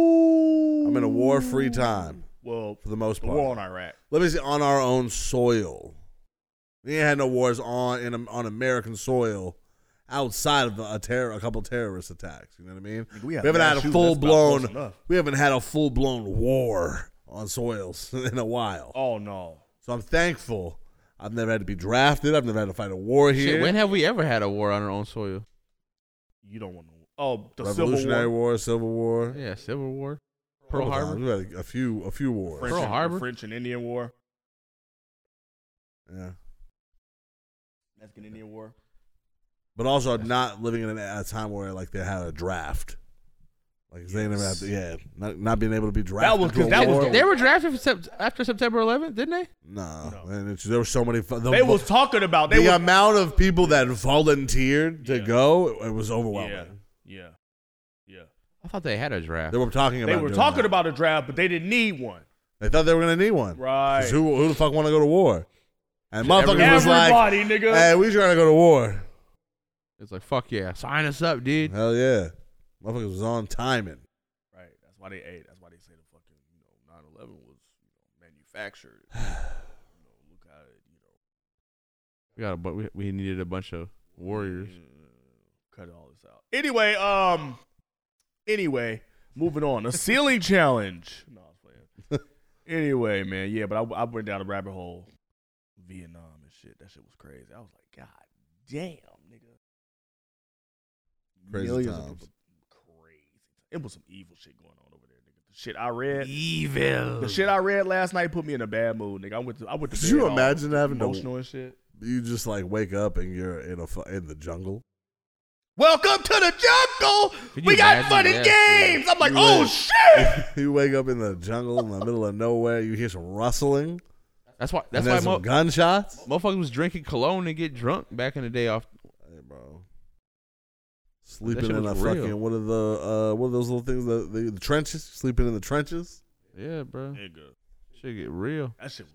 Speaker 5: I'm in a war-free time
Speaker 3: Well,
Speaker 5: for the most
Speaker 3: the
Speaker 5: part.
Speaker 3: war on Iraq.
Speaker 5: Let me say on our own soil. We ain't had no wars on in on American soil outside of a terror, a couple terrorist attacks. You know what I mean?
Speaker 3: we
Speaker 5: We,
Speaker 3: have
Speaker 5: haven't
Speaker 3: mass
Speaker 5: had a
Speaker 3: shootings,
Speaker 5: full
Speaker 3: that's not close
Speaker 5: blown.
Speaker 3: enough.
Speaker 5: We haven't had a full blown war on soils [laughs] in a while.
Speaker 3: Oh no.
Speaker 5: So I'm thankful. I've never had to be drafted. I've never had to fight a war here.
Speaker 7: Shit, when have we ever had a war on our own soil?
Speaker 3: You don't want to. Oh, the
Speaker 5: Revolutionary
Speaker 3: Civil War,
Speaker 5: War, Civil War,
Speaker 7: Yeah, Civil War, Pearl Harbor.
Speaker 5: We've had a, a few, a few wars.
Speaker 3: French
Speaker 7: Pearl
Speaker 3: and,
Speaker 7: Harbor.
Speaker 3: French and Indian War,
Speaker 5: Yeah.
Speaker 3: Mexican Indian War.
Speaker 5: but also not living in a, a time where like they had a draft. Like they never had to, yeah, not, not being able to be drafted.
Speaker 3: was-
Speaker 5: to a
Speaker 3: 'cause that was
Speaker 5: war.
Speaker 3: the-
Speaker 7: They were drafted for sept- after September 11th, didn't they?
Speaker 5: no, and it's, there were so many. fu- The,
Speaker 3: They was talking about
Speaker 5: the um,
Speaker 3: they was,
Speaker 5: amount of people that volunteered to go. It, it was overwhelming.
Speaker 3: yeah, yeah, yeah.
Speaker 7: I thought they had a draft.
Speaker 5: They were talking about.
Speaker 3: They were
Speaker 5: doing
Speaker 3: talking
Speaker 5: that.
Speaker 3: about a draft, but they didn't need one.
Speaker 5: They thought they were gonna need one, 'Cause
Speaker 3: Right.
Speaker 5: Who, who the fuck want to go to war? And motherfucker was like,
Speaker 3: Everybody, nigga.
Speaker 5: "Hey, we trying to go to war."
Speaker 7: It's like fuck yeah, sign us up, dude.
Speaker 5: Hell yeah, motherfuckers was on timing.
Speaker 3: Right. That's why they ate. That's why they say the fucking you know 9/11 was you know, manufactured. [sighs]
Speaker 7: We got a but we, we needed a bunch of warriors.
Speaker 3: Cut all this out. Anyway, um, anyway, moving on. A ceiling challenge. [laughs] No, I was playing. anyway, man, yeah, but I, I went down a rabbit hole. Vietnam and shit. That shit was crazy. I was like, God damn, nigga.
Speaker 5: Crazy
Speaker 3: Millions of
Speaker 5: times.
Speaker 3: people- Crazy. It was some evil shit going on over there, nigga. The shit I read.
Speaker 7: Evil.
Speaker 3: The shit I read last night put me in a bad mood, nigga. I went to I went to.
Speaker 5: Could
Speaker 3: bed
Speaker 5: you
Speaker 3: all
Speaker 5: imagine having
Speaker 3: emotional
Speaker 5: to,
Speaker 3: and shit?
Speaker 5: You just like wake up and you're in a fu- in the jungle.
Speaker 3: Welcome to the jungle.
Speaker 5: Could
Speaker 3: We
Speaker 5: you
Speaker 3: got
Speaker 5: imagine
Speaker 3: fun and
Speaker 5: that,
Speaker 3: games.
Speaker 5: dude?
Speaker 3: I'm like,
Speaker 5: You
Speaker 3: oh
Speaker 5: would.
Speaker 3: shit.
Speaker 5: you wake up in the jungle in the middle of nowhere. You hear some rustling.
Speaker 7: That's why.
Speaker 5: And
Speaker 7: That's
Speaker 5: then
Speaker 7: why
Speaker 5: some
Speaker 7: mo-
Speaker 5: gunshots.
Speaker 7: Motherfuckers was drinking cologne and get drunk back in the day off.
Speaker 5: Hey, bro.
Speaker 7: That
Speaker 5: Sleeping
Speaker 7: shit
Speaker 5: in a
Speaker 7: was real.
Speaker 5: fucking what are the uh, what are those little things that the, the trenches? Sleeping in the trenches.
Speaker 7: Yeah, bro.
Speaker 3: Nigga.
Speaker 7: Shit get real.
Speaker 3: That shit was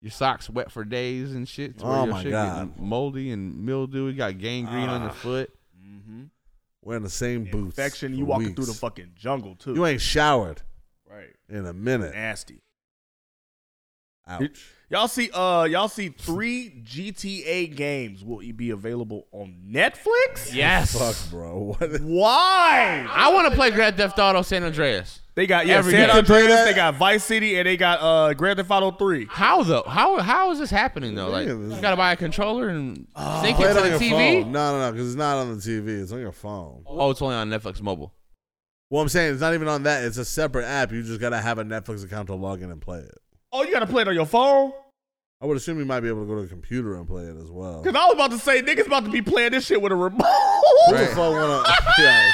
Speaker 7: Your socks wet for days and shit. to where
Speaker 5: Oh
Speaker 7: your
Speaker 5: my
Speaker 7: shit
Speaker 5: God.
Speaker 7: get Moldy and mildew. You got gangrene on your
Speaker 5: Ah. [laughs]
Speaker 7: foot.
Speaker 3: Mhm.
Speaker 5: Wearing the same boots.
Speaker 3: infection. You
Speaker 5: for
Speaker 3: walking through the
Speaker 5: weeks.
Speaker 3: fucking jungle too.
Speaker 5: You ain't showered
Speaker 3: right.
Speaker 5: in a minute.
Speaker 3: Nasty.
Speaker 5: Ouch.
Speaker 3: Y'all see, uh, y'all see three GTA games will be available on Netflix.
Speaker 7: Yes.
Speaker 5: Fuck, bro. [laughs] What?
Speaker 3: Why?
Speaker 7: I want to play Grand Theft Auto San Andreas.
Speaker 3: They got yeah,
Speaker 7: Every
Speaker 3: San
Speaker 7: game.
Speaker 3: Andreas, they got Vice City, and they got uh Grand Theft Auto Three.
Speaker 7: How though? How how is this happening though? Like
Speaker 5: Yeah, Ah.
Speaker 7: you gotta buy a controller and sync
Speaker 5: Play
Speaker 7: it
Speaker 5: it
Speaker 7: to
Speaker 5: on
Speaker 7: the
Speaker 5: your
Speaker 7: TV.
Speaker 5: phone. No, no, no, because it's not on the TV. It's on your phone.
Speaker 7: Oh, it's only on Netflix mobile.
Speaker 5: Well, I'm saying it's not even on that. It's a separate app. You just gotta have a Netflix account to log in and play it.
Speaker 3: Oh, you gotta play it on your phone?
Speaker 5: I would assume you might be able to go to the computer and play it as well.
Speaker 3: Cause I was about to say niggas about to be playing this shit with a remote.
Speaker 5: Who [laughs] the fuck wanna? Yeah.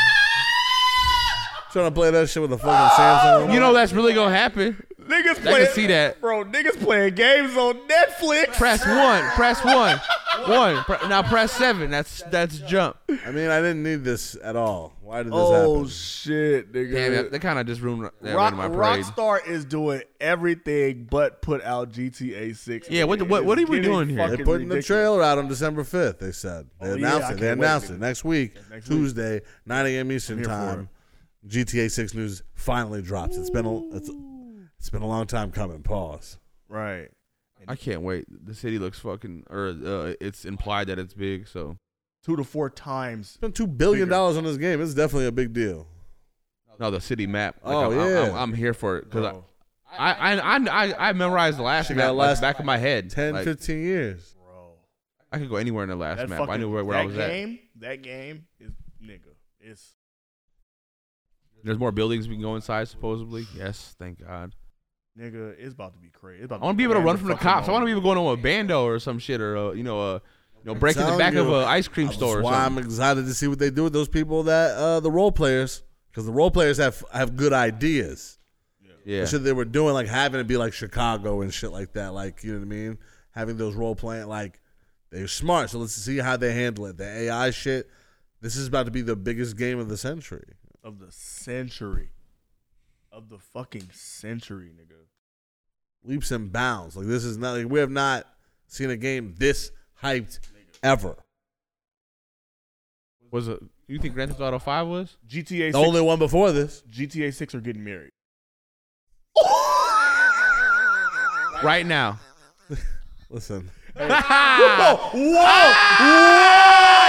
Speaker 5: Trying to play that shit with
Speaker 3: [laughs]
Speaker 5: a fucking Samsung. remote?
Speaker 7: You know that's really gonna happen.
Speaker 3: [laughs] Niggas
Speaker 7: They
Speaker 3: playing.
Speaker 7: can see that.
Speaker 3: bro. Niggas playing games on Netflix.
Speaker 7: Press one. Press one. One. Pre- now press seven. That's that's jump.
Speaker 5: I mean, I didn't need this at all. Why did this
Speaker 3: Oh
Speaker 5: happen?
Speaker 3: shit, nigga.
Speaker 7: Damn, that, that kind of just ruined that
Speaker 3: Rock,
Speaker 7: ruined my parade.
Speaker 3: Rockstar is doing everything but put out GTA Six.
Speaker 7: Yeah, what the- what-
Speaker 3: It
Speaker 7: what
Speaker 3: is
Speaker 7: are we
Speaker 3: getting
Speaker 7: doing here?
Speaker 5: They're
Speaker 3: fucking
Speaker 5: putting
Speaker 3: ridiculous.
Speaker 5: the trailer out on December 5th, they said. They
Speaker 3: Oh, yeah, I
Speaker 5: announced it.
Speaker 3: can't
Speaker 5: They
Speaker 3: wait,
Speaker 5: announced
Speaker 3: nigga.
Speaker 5: it next week, Tuesday, 9 a.m. Eastern
Speaker 3: here for
Speaker 5: time. GTA 6 news finally drops. It's been a it's, it's been a long time coming. Pause.
Speaker 3: Right.
Speaker 7: I can't wait. The city looks fucking, or uh, it's implied that it's big. So
Speaker 3: two to four times.
Speaker 5: Spent two billion dollars on this game. It's definitely a big deal.
Speaker 7: no, the city map.
Speaker 5: Oh,
Speaker 7: I'm, I'm-
Speaker 5: yeah.
Speaker 7: I'm, I'm here for it because I, I, I I I memorized the last
Speaker 5: Shit
Speaker 7: map
Speaker 5: got
Speaker 7: like,
Speaker 5: last
Speaker 7: back of my head.
Speaker 5: 10,
Speaker 7: Like,
Speaker 5: 15 years.
Speaker 7: I could go anywhere in the last
Speaker 3: That
Speaker 7: map. I
Speaker 3: fucking-
Speaker 7: knew where, where
Speaker 3: that
Speaker 7: I was at.
Speaker 3: game, That game is nigga. It's
Speaker 7: There's more buildings we can go inside, supposedly. Yes, thank God.
Speaker 3: nigga. It's about to be crazy.
Speaker 7: I want to be able to run from the cops. I want to be able to go into a bando or some shit, or uh, you know, uh, you know, break in the
Speaker 5: Telling
Speaker 7: back of
Speaker 5: you,
Speaker 7: an ice cream
Speaker 5: that's
Speaker 7: store. Or
Speaker 5: why I'm
Speaker 7: something.
Speaker 5: excited to see what they do with those people that uh, the role players, because the role players have have good ideas.
Speaker 7: Yeah.
Speaker 5: The shit they were doing, like having it be like Chicago and shit like that. Like, you know what I mean? Having those role playing, like, they're smart. So let's see how they handle it. The AI shit, this is about to be the biggest game of the century.
Speaker 3: of the century, of the fucking century, nigga.
Speaker 5: Leaps and bounds. Like, this is not, like, we have not seen a game this hyped ever.
Speaker 7: Was it? You think Grand Theft Auto Five was?
Speaker 3: GTA. 6,
Speaker 5: The only one before this.
Speaker 3: GTA Six are getting married.
Speaker 7: Right now.
Speaker 5: Listen.
Speaker 7: [laughs]
Speaker 3: Whoa! Whoa!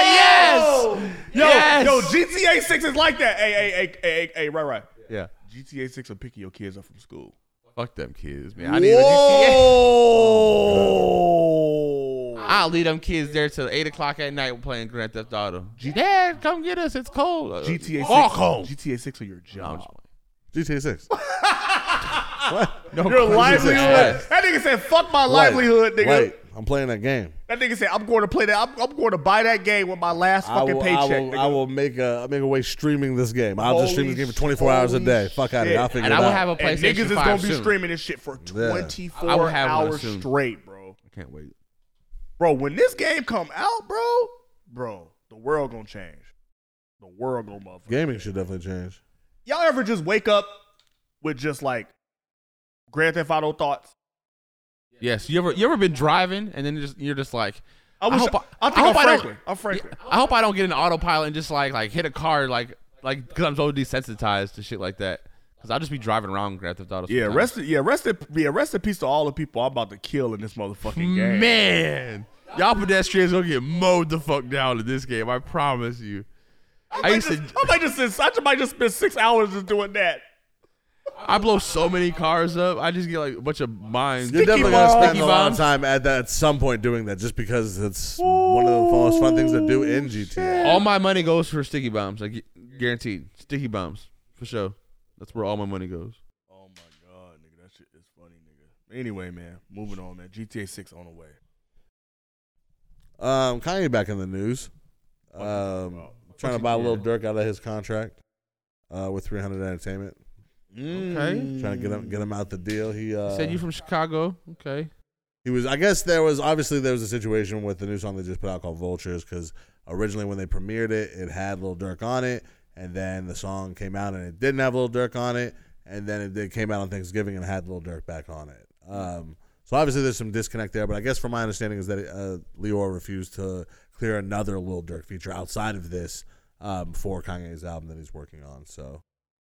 Speaker 7: yes!
Speaker 3: Yo,
Speaker 7: Yes!
Speaker 3: yo, GTA Six is like that. Hey, hey, hey, hey, hey, hey, right, right.
Speaker 7: Yeah.
Speaker 3: GTA Six will pick your kids up from school.
Speaker 7: Fuck them kids, man. I need a GTA.
Speaker 3: Oh.
Speaker 7: I'll leave them kids there till eight o'clock at night playing Grand Theft Auto. Dad, come get us. It's cold. Uh,
Speaker 3: GTA
Speaker 7: Walk
Speaker 3: Six.
Speaker 7: home.
Speaker 3: GTA Six are your job. [laughs]
Speaker 5: GTA 6.
Speaker 7: No,
Speaker 3: Your
Speaker 7: Jesus
Speaker 3: livelihood.
Speaker 7: Christ.
Speaker 3: That nigga said, "Fuck my livelihood, nigga."
Speaker 5: Wait, I'm playing that game.
Speaker 3: That nigga said, "I'm going to play that. I'm, I'm going to buy that game with my last
Speaker 5: I
Speaker 3: fucking
Speaker 5: will, I
Speaker 3: paycheck."
Speaker 5: will,
Speaker 3: nigga.
Speaker 5: I will make a I'll make a way streaming this game. I'll just stream
Speaker 3: Holy
Speaker 5: this game for 24 hours a day. Fuck out of
Speaker 3: shit.
Speaker 5: here. I'll figure
Speaker 7: And
Speaker 5: it
Speaker 7: I will
Speaker 5: out.
Speaker 7: have a
Speaker 3: and
Speaker 7: PlayStation
Speaker 3: niggas is
Speaker 7: 5
Speaker 3: gonna be
Speaker 7: soon.
Speaker 3: streaming this shit for
Speaker 5: Yeah.
Speaker 3: 24
Speaker 7: I will have one
Speaker 3: hours
Speaker 7: soon.
Speaker 3: straight, bro.
Speaker 7: I can't wait.
Speaker 3: Bro, when this game come out, bro, bro, the world gonna change. The world gonna motherfucker.
Speaker 5: Gaming should definitely change.
Speaker 3: Y'all ever just wake up with just like Grand Theft Auto thoughts?
Speaker 7: Yes. You ever you ever been driving and then just you're just like,
Speaker 3: I, wish, I
Speaker 7: hope
Speaker 3: I, think I
Speaker 7: hope
Speaker 3: am
Speaker 7: I don't-
Speaker 3: Franklin. I'm Franklin.
Speaker 7: I hope I don't get an autopilot and just like like hit a car like like because I'm so desensitized to shit like that. Because I'll just be driving around Grand Theft Auto.
Speaker 3: Yeah,
Speaker 7: sometimes.
Speaker 3: rest. Yeah, rest. in- Yeah, rest in peace to all the people I'm about to kill in this motherfucking game.
Speaker 7: Man, y'all pedestrians gonna get mowed the fuck down in this game. I promise you. I
Speaker 3: might
Speaker 7: used to.
Speaker 3: just- I might just sit- I might just spend six hours just doing that.
Speaker 7: I blow so many cars up. I just get like a bunch of mines.
Speaker 5: You're definitely gonna spend
Speaker 7: Sticky
Speaker 5: a lot of
Speaker 7: bombs.
Speaker 5: time at that at some point doing that, just because it's one of the most fun things to do in GTA.
Speaker 7: All my money goes for sticky bombs. Like gu- guaranteed, sticky bombs for sure. That's where all my money goes.
Speaker 3: Oh God, nigga, that shit is funny, nigga. Anyway, man, moving on, man. GTA Six on the way.
Speaker 5: Um, Kanye back in the news. Um, trying to buy a little Dirk out of his contract uh, with 300 Entertainment.
Speaker 7: Okay.
Speaker 5: Trying to get him get him out the deal. He uh,
Speaker 7: Said you from Chicago. Okay.
Speaker 5: He was. I guess there was obviously there was a situation with the new song they just put out called Vultures because originally when they premiered it, it had Lil Durk on it, and then the song came out and it didn't have Lil Durk on it, and then it, did came out on Thanksgiving and had Lil Durk back on it. Um, so obviously there's some disconnect there, but I guess from my understanding is that uh, Lior refused to clear another Lil Durk feature outside of this um, for Kanye's album that he's working on. So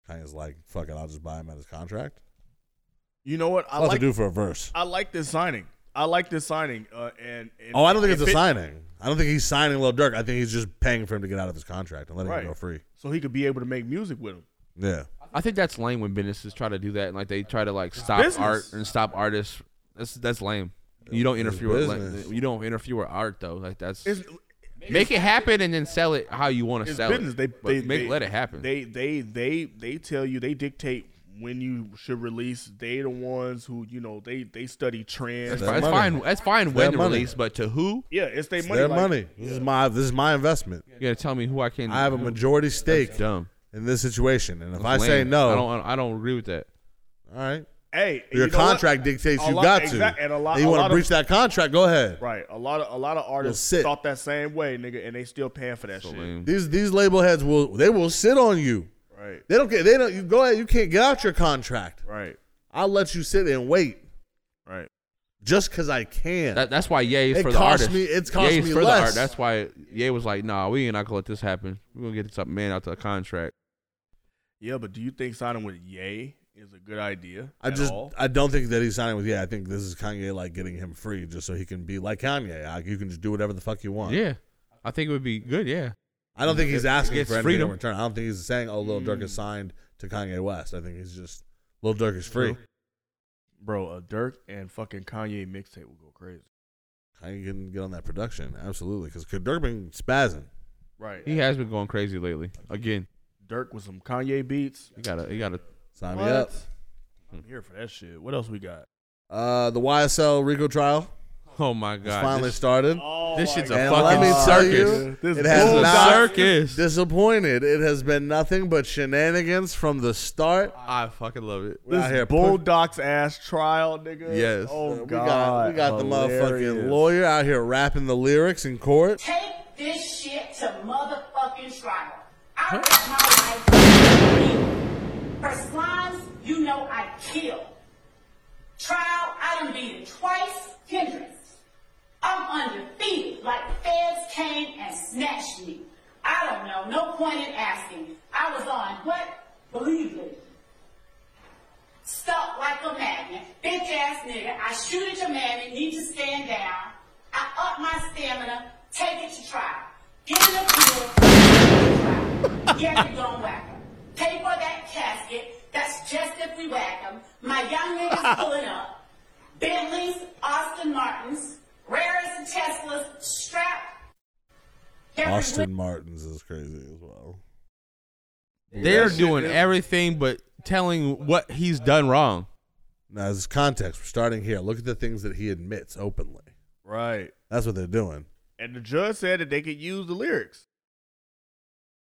Speaker 5: Kanye's like, "Fuck it, I'll just buy him out his contract."
Speaker 3: You know what? I
Speaker 5: Lot to
Speaker 3: like
Speaker 5: do for a verse.
Speaker 3: I like this signing. I like this signing. Uh, and, and
Speaker 5: Oh, I don't think it's
Speaker 3: if
Speaker 5: a
Speaker 3: it-
Speaker 5: signing. I don't think he's signing Lil Durk. I think he's just paying for him to get out of his contract and letting
Speaker 3: Right.
Speaker 5: him go free.
Speaker 3: So he could be able to make music with him.
Speaker 5: Yeah.
Speaker 7: I think that's lame when businesses try to do that and like they try to like stop
Speaker 3: business.
Speaker 7: art and stop artists. That's that's lame. You don't
Speaker 5: It's
Speaker 7: interfere with like,
Speaker 5: business.
Speaker 7: you don't interfere with art though. Like that's
Speaker 3: It's-
Speaker 7: make it happen and then sell it how you want to
Speaker 3: It's
Speaker 7: sell
Speaker 3: business.
Speaker 7: it.
Speaker 3: They,
Speaker 7: But
Speaker 3: they,
Speaker 7: make
Speaker 3: they-
Speaker 7: let it happen.
Speaker 3: They they they they tell you they dictate when you should release. They the ones who you know they they study trends.
Speaker 7: that's, fine, that's fine. That's fine
Speaker 5: It's
Speaker 7: when
Speaker 5: their
Speaker 7: to
Speaker 5: money.
Speaker 7: release, but to who?
Speaker 3: Yeah, it's their
Speaker 5: It's
Speaker 3: money.
Speaker 5: their
Speaker 3: like-
Speaker 5: money. This is my this is my investment.
Speaker 7: You gotta tell me who I can.
Speaker 5: I have a
Speaker 7: who-
Speaker 5: majority stake
Speaker 7: That's dumb.
Speaker 5: in this situation, and if I
Speaker 7: That's
Speaker 5: say
Speaker 7: lame.
Speaker 5: no,
Speaker 7: I don't. I don't agree with that.
Speaker 5: all right.
Speaker 3: Hey,
Speaker 5: Your
Speaker 3: you know what?
Speaker 5: contract dictates
Speaker 3: A
Speaker 5: you
Speaker 3: lot-
Speaker 5: got
Speaker 3: exact-
Speaker 5: to.
Speaker 3: and a lot-
Speaker 5: you
Speaker 3: a
Speaker 5: want
Speaker 3: lot
Speaker 5: to
Speaker 3: of-
Speaker 5: breach that contract? Go ahead.
Speaker 3: Right. A lot of a lot of artists
Speaker 5: sit.
Speaker 3: thought that same way, nigga, and they still paying for that shit.
Speaker 5: These these label heads will they will sit on you.
Speaker 3: Right.
Speaker 5: They don't get they don't you go ahead. You can't get out your contract.
Speaker 3: Right.
Speaker 5: I'll let you sit and wait.
Speaker 3: Right.
Speaker 5: Just because I can.
Speaker 7: That, that's why Ye is
Speaker 5: It
Speaker 7: for the
Speaker 5: cost
Speaker 7: artist.
Speaker 5: me- it's cost
Speaker 7: Ye is
Speaker 5: me
Speaker 7: for The
Speaker 5: less.
Speaker 7: art. That's why Ye was like, "Nah, we ain't not gonna let this happen. We're gonna get this up man out to a contract."
Speaker 3: Yeah, but do you think signing with Ye is a good idea?
Speaker 5: I
Speaker 3: at
Speaker 5: just
Speaker 3: all?
Speaker 5: I don't think that he's signing with yeah. I think this is Kanye like getting him free just so he can be like Kanye. Like, you can just do whatever the fuck you want.
Speaker 7: Yeah, I think it would be good. Yeah,
Speaker 5: I don't think he's
Speaker 7: It- it
Speaker 5: asking
Speaker 7: gets
Speaker 5: for anything
Speaker 7: freedom. Mm.
Speaker 5: in return. I don't think he's saying oh Lil Durk is signed to Kanye West. I think he's just Lil Durk is free.
Speaker 3: Bro, a Dirk and fucking Kanye mixtape will go crazy.
Speaker 5: Kanye can get on that production absolutely because Durk been spazzing.
Speaker 3: Right.
Speaker 7: He has been going crazy lately. Again,
Speaker 3: Dirk with some Kanye beats.
Speaker 7: you gotta, you gotta.
Speaker 5: Sign me up.
Speaker 3: I'm here for that shit. What else we got?
Speaker 5: Uh, the YSL Rico trial
Speaker 7: Oh my
Speaker 5: has
Speaker 7: god,
Speaker 5: finally
Speaker 7: this,
Speaker 5: started.
Speaker 7: this shit's a
Speaker 5: And let me
Speaker 7: fucking
Speaker 5: tell
Speaker 7: circus.
Speaker 5: you,
Speaker 3: This
Speaker 5: it
Speaker 3: is
Speaker 5: has
Speaker 7: bull
Speaker 5: not
Speaker 7: circus.
Speaker 5: disappointed. It has been nothing but shenanigans from the start.
Speaker 7: I fucking love it.
Speaker 5: We're out
Speaker 3: This
Speaker 5: here
Speaker 3: Bulldogs ass trial, nigga.
Speaker 7: Yes.
Speaker 3: Oh
Speaker 5: We
Speaker 3: god.
Speaker 5: got, we got the motherfucking
Speaker 3: Hilarious.
Speaker 5: lawyer out here rapping the lyrics in court.
Speaker 15: Take this shit to motherfucking trial. I risk my life for slimes, you know I kill. Trial, I done beat it twice, hindrance. I'm undefeated, like the feds came and snatched me. I don't know, no point in asking. I was on what? Believe me. Stuck like a magnet, bitch ass nigga. I shoot at your magnet, need to stand down. I up my stamina, take it to trial. Get an appeal, take it to trial. yes, we gon' whack 'em. Pay for that casket, that's just if we whack 'em. My young niggas pulling up. Bentleys, Austin Martins, Rares and Teslas, strapped. Every
Speaker 5: Austin Martins is crazy as well.
Speaker 7: They're
Speaker 5: Yes.
Speaker 7: doing everything but telling what he's done wrong.
Speaker 5: Now, as context, we're starting here. Look at the things that he admits openly.
Speaker 3: Right.
Speaker 5: That's what they're doing
Speaker 3: And the judge said that they could use the lyrics.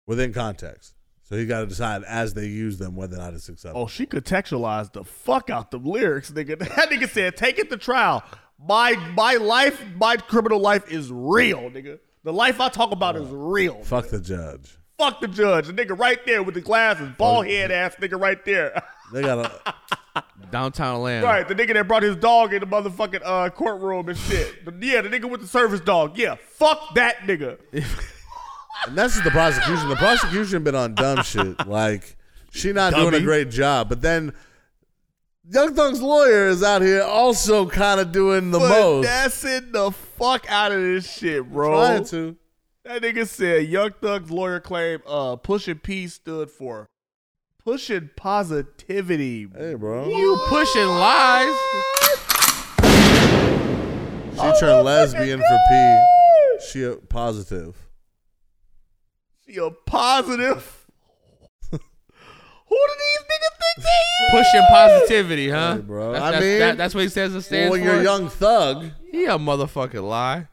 Speaker 5: within context. So he got to decide as they use them whether or not it's acceptable.
Speaker 3: Oh, she contextualized the fuck out the lyrics, nigga. [laughs] That nigga said, "Take it to trial. My my life, my criminal life is real, nigga. The life I talk about is real.
Speaker 5: Fuck the judge.
Speaker 3: Fuck [laughs] the judge, the nigga right there with the glasses, bald head ass nigga right there.
Speaker 5: They got a
Speaker 7: Downtown Atlanta.
Speaker 3: Right, the nigga that brought his dog in the motherfucking uh, courtroom and shit. The- yeah, the nigga with the service dog. Yeah, fuck that
Speaker 7: [laughs]
Speaker 3: nigga.
Speaker 5: And that's just the prosecution. The prosecution been on dumb shit. Like she not doing
Speaker 3: Dummy.
Speaker 5: a great job. But then Young Thug's lawyer is out here also kind of doing the
Speaker 3: But
Speaker 5: most.
Speaker 3: That's in the fuck out of this shit, bro.
Speaker 5: Trying to.
Speaker 3: That nigga said Young Thug's lawyer claimed uh, pushing P stood for pushing positivity.
Speaker 5: Hey, bro.
Speaker 7: You pushing lies.
Speaker 5: She turned lesbian for P. She a positive.
Speaker 3: She a positive. [laughs] Who do these niggas think they is?
Speaker 7: Pushing positivity, huh?
Speaker 5: Hey, bro.
Speaker 7: That's,
Speaker 5: I
Speaker 7: that's-
Speaker 5: mean,
Speaker 7: that- that's what he says it stands
Speaker 5: when
Speaker 7: for.
Speaker 5: you're young thug,
Speaker 7: he a motherfucking lie.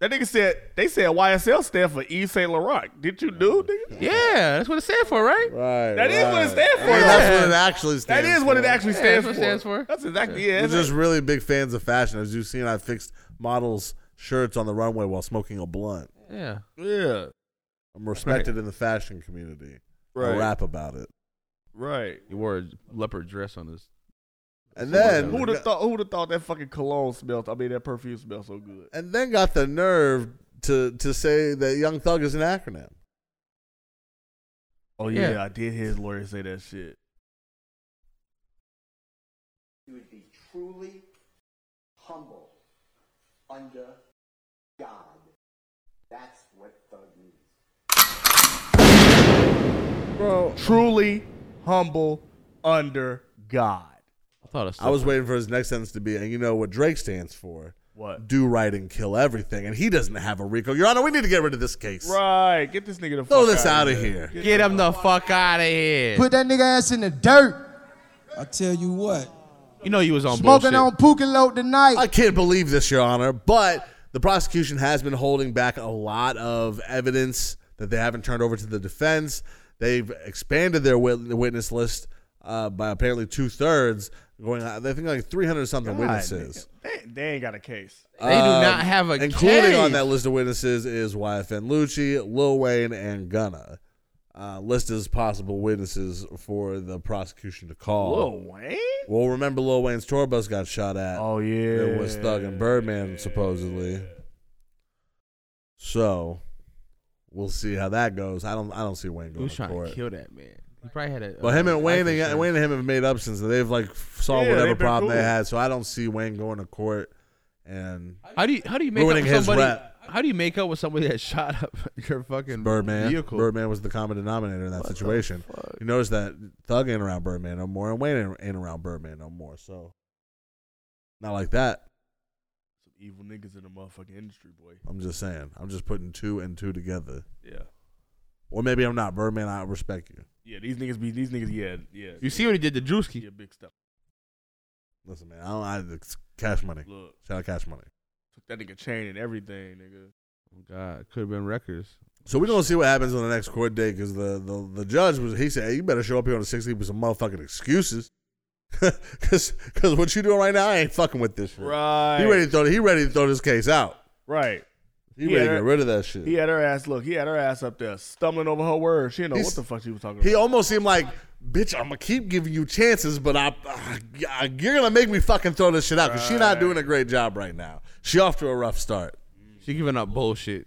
Speaker 3: That nigga said they said YSL stand for Yves Saint Laurent. Did you do, nigga?
Speaker 7: Yeah, that's what it stands for, right?
Speaker 5: Right.
Speaker 3: That is what it
Speaker 5: right.
Speaker 3: stands for,
Speaker 5: I mean, That's
Speaker 3: though.
Speaker 5: what it actually
Speaker 3: That
Speaker 5: stands.
Speaker 3: is what it
Speaker 5: for.
Speaker 3: actually
Speaker 7: Yeah,
Speaker 3: stands,
Speaker 7: that's
Speaker 3: for.
Speaker 7: what it stands for.
Speaker 3: That's exactly it.
Speaker 5: We're just really big fans of fashion. As you've seen, I've fixed models' shirts on the runway while smoking a blunt.
Speaker 7: Yeah.
Speaker 3: Yeah.
Speaker 5: I'm respected in the fashion community.
Speaker 3: Right.
Speaker 5: I'll rap about it.
Speaker 3: Right.
Speaker 7: He wore a leopard dress on this.
Speaker 5: And then
Speaker 3: Who would have thought? Who would have thought that fucking cologne smelled? I mean, that perfume smells so good.
Speaker 5: and then got the nerve to to say that Young Thug is an acronym.
Speaker 3: Oh
Speaker 5: Yeah.
Speaker 3: yeah, I did hear his lawyer say that shit.
Speaker 9: You would be truly humble under God. That's what thug means.
Speaker 5: Bro,
Speaker 3: truly humble under God.
Speaker 7: I thought it
Speaker 5: I was waiting for his next sentence to be, and you know what Drake stands for?
Speaker 3: What?
Speaker 5: Do right and kill everything. And he doesn't have a Rico. Your Honor, we need to get rid of this case.
Speaker 3: Right. Get this nigga the
Speaker 5: Throw
Speaker 3: fuck
Speaker 5: this
Speaker 3: out
Speaker 5: out of here.
Speaker 7: Get him the fuck out of here.
Speaker 2: Put that nigga ass in the dirt. I tell you what.
Speaker 7: You know you was on
Speaker 2: Smoking
Speaker 7: bullshit.
Speaker 2: on Pukalote tonight.
Speaker 5: I can't believe this, Your Honor, but the prosecution has been holding back a lot of evidence that they haven't turned over to the defense. They've expanded their wit- witness list uh, by apparently two thirds, going. I think like three hundred something
Speaker 3: God,
Speaker 5: witnesses.
Speaker 3: nigga. They, they ain't got a case.
Speaker 5: Um, including on that list of witnesses is YFN Lucci, Lil Wayne, and Gunna. Uh, list as possible witnesses for the prosecution to call.
Speaker 3: Lil Wayne?
Speaker 5: Well, remember Lil Wayne's tour bus got shot at.
Speaker 3: Oh yeah,
Speaker 5: it was Thug and Birdman supposedly. So, we'll see how that goes. I don't. I don't see Wayne going
Speaker 7: Who's
Speaker 5: to
Speaker 7: trying
Speaker 5: court.
Speaker 7: to kill that man? He probably had a.
Speaker 5: Well, him
Speaker 7: uh,
Speaker 5: and Wayne,
Speaker 7: life
Speaker 5: and,
Speaker 7: insurance.
Speaker 5: Wayne and him have made up since they have like solved
Speaker 7: Yeah,
Speaker 5: whatever
Speaker 7: they've been
Speaker 5: problem they
Speaker 7: cool.
Speaker 5: had. So I don't see Wayne going to court and
Speaker 7: How do you how do you make
Speaker 5: ruining
Speaker 7: up with
Speaker 5: his
Speaker 7: somebody?
Speaker 5: rep.
Speaker 7: How do you make up with somebody that shot up [laughs] your fucking
Speaker 5: Birdman.
Speaker 7: vehicle?
Speaker 5: Birdman was the common denominator in that situation. You notice that Thug ain't around Birdman no more, and Wayne ain't- ain't around Birdman no more. So not like that.
Speaker 3: Some evil niggas in the motherfucking industry, boy.
Speaker 5: I'm just saying. I'm just putting two and two together.
Speaker 3: Yeah.
Speaker 5: Or maybe I'm not Birdman. I respect you.
Speaker 3: Yeah, these niggas be these niggas. Yeah, yeah.
Speaker 7: You see what he did to Drewski?
Speaker 3: Yeah, big stuff.
Speaker 5: Listen, man. I don't. I, it's cash money.
Speaker 3: Look.
Speaker 5: Shout out cash money.
Speaker 3: Took that nigga chain and everything, nigga.
Speaker 7: God, could have been records.
Speaker 5: So we're gonna see what happens on the next court day because the, the the judge was he said hey, you better show up here on the 16th with some motherfucking excuses [laughs] because because what you doing right now I ain't fucking with this shit.
Speaker 3: Right.
Speaker 5: He ready to throw he ready to throw this case out.
Speaker 3: Right.
Speaker 5: He
Speaker 3: had
Speaker 5: ready to
Speaker 3: her-
Speaker 5: get rid of that shit.
Speaker 3: He had her ass. Look, he had her ass up there stumbling over her words. She didn't know
Speaker 5: He's-
Speaker 3: what the fuck she was talking about.
Speaker 5: He almost seemed like, bitch, I'm gonna keep giving you chances, but I, I you're gonna make me fucking throw this shit out because she's not doing a great job right now. She off to a rough start.
Speaker 7: She giving up bullshit.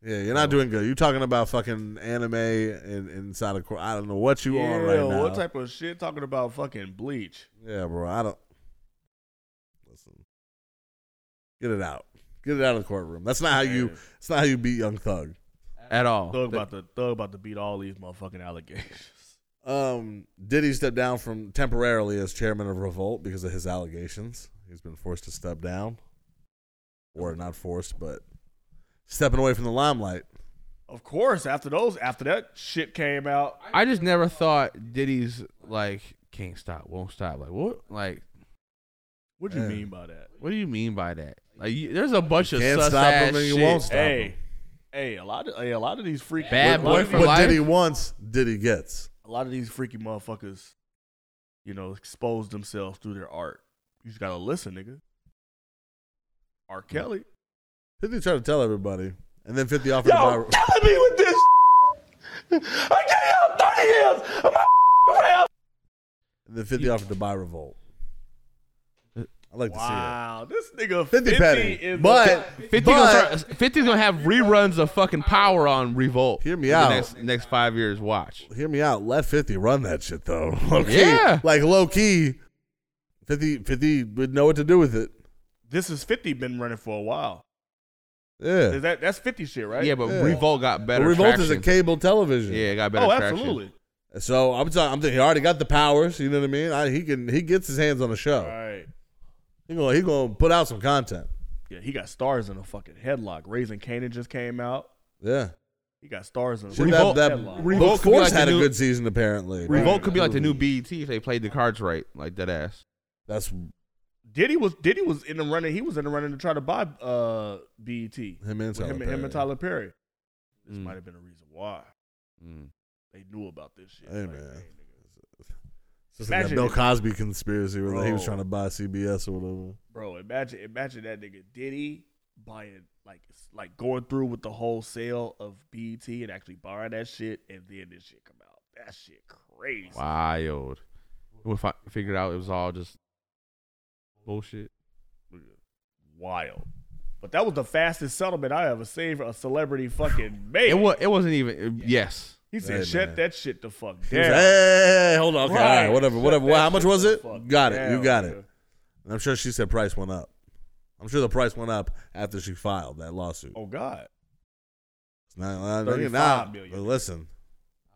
Speaker 5: Yeah, you're not doing good. You talking about fucking anime and inside of court. I don't know what you
Speaker 3: yeah,
Speaker 5: on right now.
Speaker 3: what type of shit talking about fucking bleach?
Speaker 5: yeah, bro. I don't. Listen, get it out. Get it out of the courtroom. That's not how you. That's not how you beat Young Thug.
Speaker 7: At all.
Speaker 3: Thug about to thug about to beat all these motherfucking allegations. [laughs]
Speaker 5: Um, Diddy stepped down from temporarily as chairman of Revolt because of his allegations. He's been forced to step down, or not forced, but stepping away from the limelight.
Speaker 3: Of course, after those, after that shit came out,
Speaker 7: I just never thought Diddy's like can't stop, won't stop. Like what? Like
Speaker 3: what do you
Speaker 7: Yeah.
Speaker 3: mean by that?
Speaker 7: what do you mean by that? Like you, there's a bunch of
Speaker 5: can't
Speaker 7: sus
Speaker 5: stop
Speaker 7: ass
Speaker 5: him and you
Speaker 7: shit.
Speaker 5: won't stop
Speaker 3: hey, hey, a lot of hey, a lot of these freaky
Speaker 7: Bad
Speaker 3: a
Speaker 7: boy
Speaker 3: lot of
Speaker 7: for
Speaker 3: these-
Speaker 5: What Diddy wants, Diddy gets.
Speaker 3: a lot of these freaky motherfuckers, you know, expose themselves through their art. You just gotta listen, nigga. R. Kelly.
Speaker 5: Diddy tried to tell everybody, and then Fifty offered
Speaker 18: Y'all
Speaker 5: to buy.
Speaker 18: killing me with this. I gave y'all 30 years of my around.
Speaker 5: and then fifty offered to buy Revolt. I like
Speaker 3: Wow, this nigga
Speaker 5: to see it.
Speaker 3: 50,
Speaker 5: Fifty petty,
Speaker 3: is
Speaker 5: but
Speaker 7: 50
Speaker 5: but-
Speaker 7: gonna, start, 50 gonna have reruns of fucking power on Revolt. Hear
Speaker 5: me out.
Speaker 7: Next, next five years, watch.
Speaker 5: Hear me out. Let 50 run that shit, though. [laughs] Low key.
Speaker 7: Yeah.
Speaker 5: Like low key, 50, 50 would know what to do with it.
Speaker 3: this is fifty been running for a while.
Speaker 5: Yeah.
Speaker 3: Is that that's fifty shit, right?
Speaker 7: Yeah, but Revolt got better.
Speaker 5: But Revolt is a
Speaker 7: traction.
Speaker 5: cable television.
Speaker 7: Yeah, it got better.
Speaker 3: Oh,
Speaker 7: traction.
Speaker 3: absolutely.
Speaker 5: So I'm talking, I'm thinking he already got the powers. You know what I mean? I, he can he gets his hands on the show.
Speaker 3: Right.
Speaker 5: He gonna he gonna put out some content.
Speaker 3: Yeah, he got stars in a fucking headlock. Raising Canaan just came out.
Speaker 5: Yeah.
Speaker 3: He got stars in a
Speaker 5: Shit,
Speaker 3: fucking
Speaker 5: that
Speaker 3: headlock.
Speaker 5: that Revolt Force had a good season apparently.
Speaker 7: Revolt could be like the new BET if they played the cards right, like that ass.
Speaker 5: That's
Speaker 3: Diddy was Diddy was in the running. He was in the running to try to buy uh BET. Him
Speaker 5: and Tyler
Speaker 3: him,
Speaker 5: Perry.
Speaker 3: and Tyler Perry. This
Speaker 5: Mm.
Speaker 3: might have been a reason why
Speaker 7: Mm,
Speaker 3: they knew about this shit.
Speaker 5: Hey
Speaker 3: Like,
Speaker 5: man. It's just like that
Speaker 3: Imagine
Speaker 5: Bill
Speaker 3: if-
Speaker 5: Cosby conspiracy where like, he was
Speaker 3: Bro.
Speaker 5: trying to buy CBS or whatever.
Speaker 3: bro, imagine imagine that nigga Diddy buying like it's like going through with the whole sale of BET and actually buying that shit, and then this shit come out. That shit crazy.
Speaker 7: Wild. We fi- figured out it was all just bullshit.
Speaker 3: Wild. But that was the fastest settlement I ever seen for a celebrity fucking man.
Speaker 7: It was. It wasn't even. Yes.
Speaker 3: He said, "Shut that shit the fuck
Speaker 5: He
Speaker 3: down."
Speaker 5: was like, hey, hold on. Okay, all
Speaker 3: Right.
Speaker 5: right, whatever,
Speaker 3: Shut
Speaker 5: whatever.
Speaker 3: that
Speaker 5: Well, how much
Speaker 3: shit
Speaker 5: was
Speaker 3: the
Speaker 5: it?
Speaker 3: fuck
Speaker 5: Got it.
Speaker 3: down,
Speaker 5: You got it.
Speaker 3: nigga.
Speaker 5: And I'm sure she said price went up. I'm sure the price went up after she filed that lawsuit.
Speaker 3: Oh God.
Speaker 5: It's not, not,
Speaker 7: 35
Speaker 5: not,
Speaker 7: million.
Speaker 5: but listen.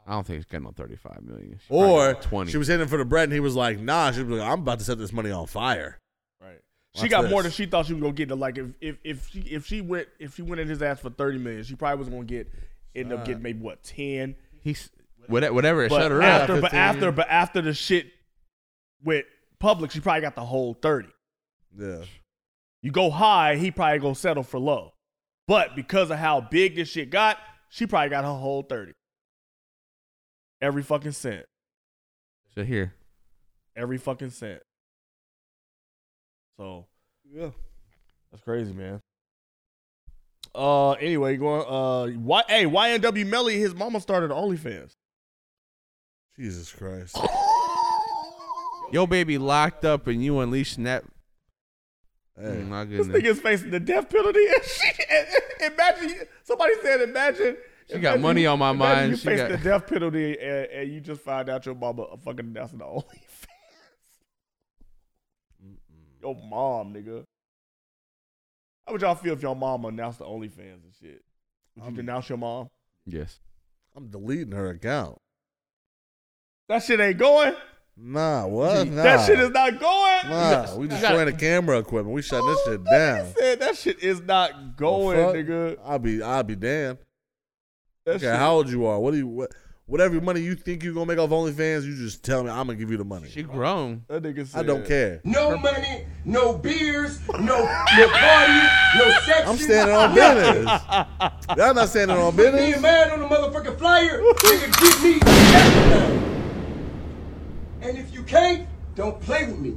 Speaker 7: I don't think it's getting on thirty-five million. She probably
Speaker 5: Or
Speaker 7: got twenty.
Speaker 5: she was hitting for the bread, and he was like, "Nah." She was like, "I'm about to set this money on fire."
Speaker 3: Right. She
Speaker 5: Watch
Speaker 3: got
Speaker 5: this.
Speaker 3: more than she thought she was gonna get. though. Like if if if she if she went if she went in his ass for thirty million, she probably was gonna get end up
Speaker 7: Shot.
Speaker 3: getting maybe what ten.
Speaker 7: He's whatever. Whatever. It
Speaker 3: but
Speaker 7: shut her
Speaker 3: after,
Speaker 7: up.
Speaker 3: But after but after the shit went public, she probably got the whole thirty.
Speaker 5: Yeah.
Speaker 3: You go high, he probably gonna settle for low. But because of how big this shit got, she probably got her whole thirty. Every fucking cent.
Speaker 7: So here.
Speaker 3: Every fucking cent. So yeah, that's crazy, man. Uh, anyway, going uh, why? Hey, YNW Melly, his mama started OnlyFans.
Speaker 5: Jesus
Speaker 7: [laughs]
Speaker 5: Christ.
Speaker 7: Yo, baby locked up and you unleashing that. Mm, my
Speaker 3: This
Speaker 7: goodness.
Speaker 3: nigga's facing the death penalty, and she and- and imagine somebody said, imagine.
Speaker 7: She got
Speaker 3: imagine-
Speaker 7: money on my
Speaker 3: imagine
Speaker 7: mind,
Speaker 3: You
Speaker 7: she
Speaker 3: face
Speaker 7: got-
Speaker 3: the death penalty, and, and you just find out your mama a fucking that's the only. Your mom, nigga. How would y'all feel if your mom announced the OnlyFans and shit? Would you denounce your mom?
Speaker 7: Yes.
Speaker 5: I'm deleting her account.
Speaker 3: That shit ain't going.
Speaker 5: Nah, what? Nah.
Speaker 3: That shit is not going.
Speaker 5: Nah, we
Speaker 3: You
Speaker 5: destroying the
Speaker 3: got-
Speaker 5: camera equipment. We shutting this shit down.
Speaker 3: said that shit is not going,
Speaker 5: Fuck.
Speaker 3: nigga.
Speaker 5: I'll be, I'll be damned.
Speaker 3: That
Speaker 5: Okay,
Speaker 3: shit-
Speaker 5: how old you are? What do you, what, whatever money you think you're gonna make off OnlyFans, you just tell me. I'm gonna give you the money.
Speaker 7: She grown.
Speaker 3: That nigga
Speaker 5: I don't care.
Speaker 10: No money, no beers, no no party, no sex.
Speaker 5: I'm standing on business. Y'all not standing on
Speaker 10: Put me a
Speaker 5: business.
Speaker 10: man on the motherfucking flyer. Nigga, give me everything. And if you can't, don't play with me.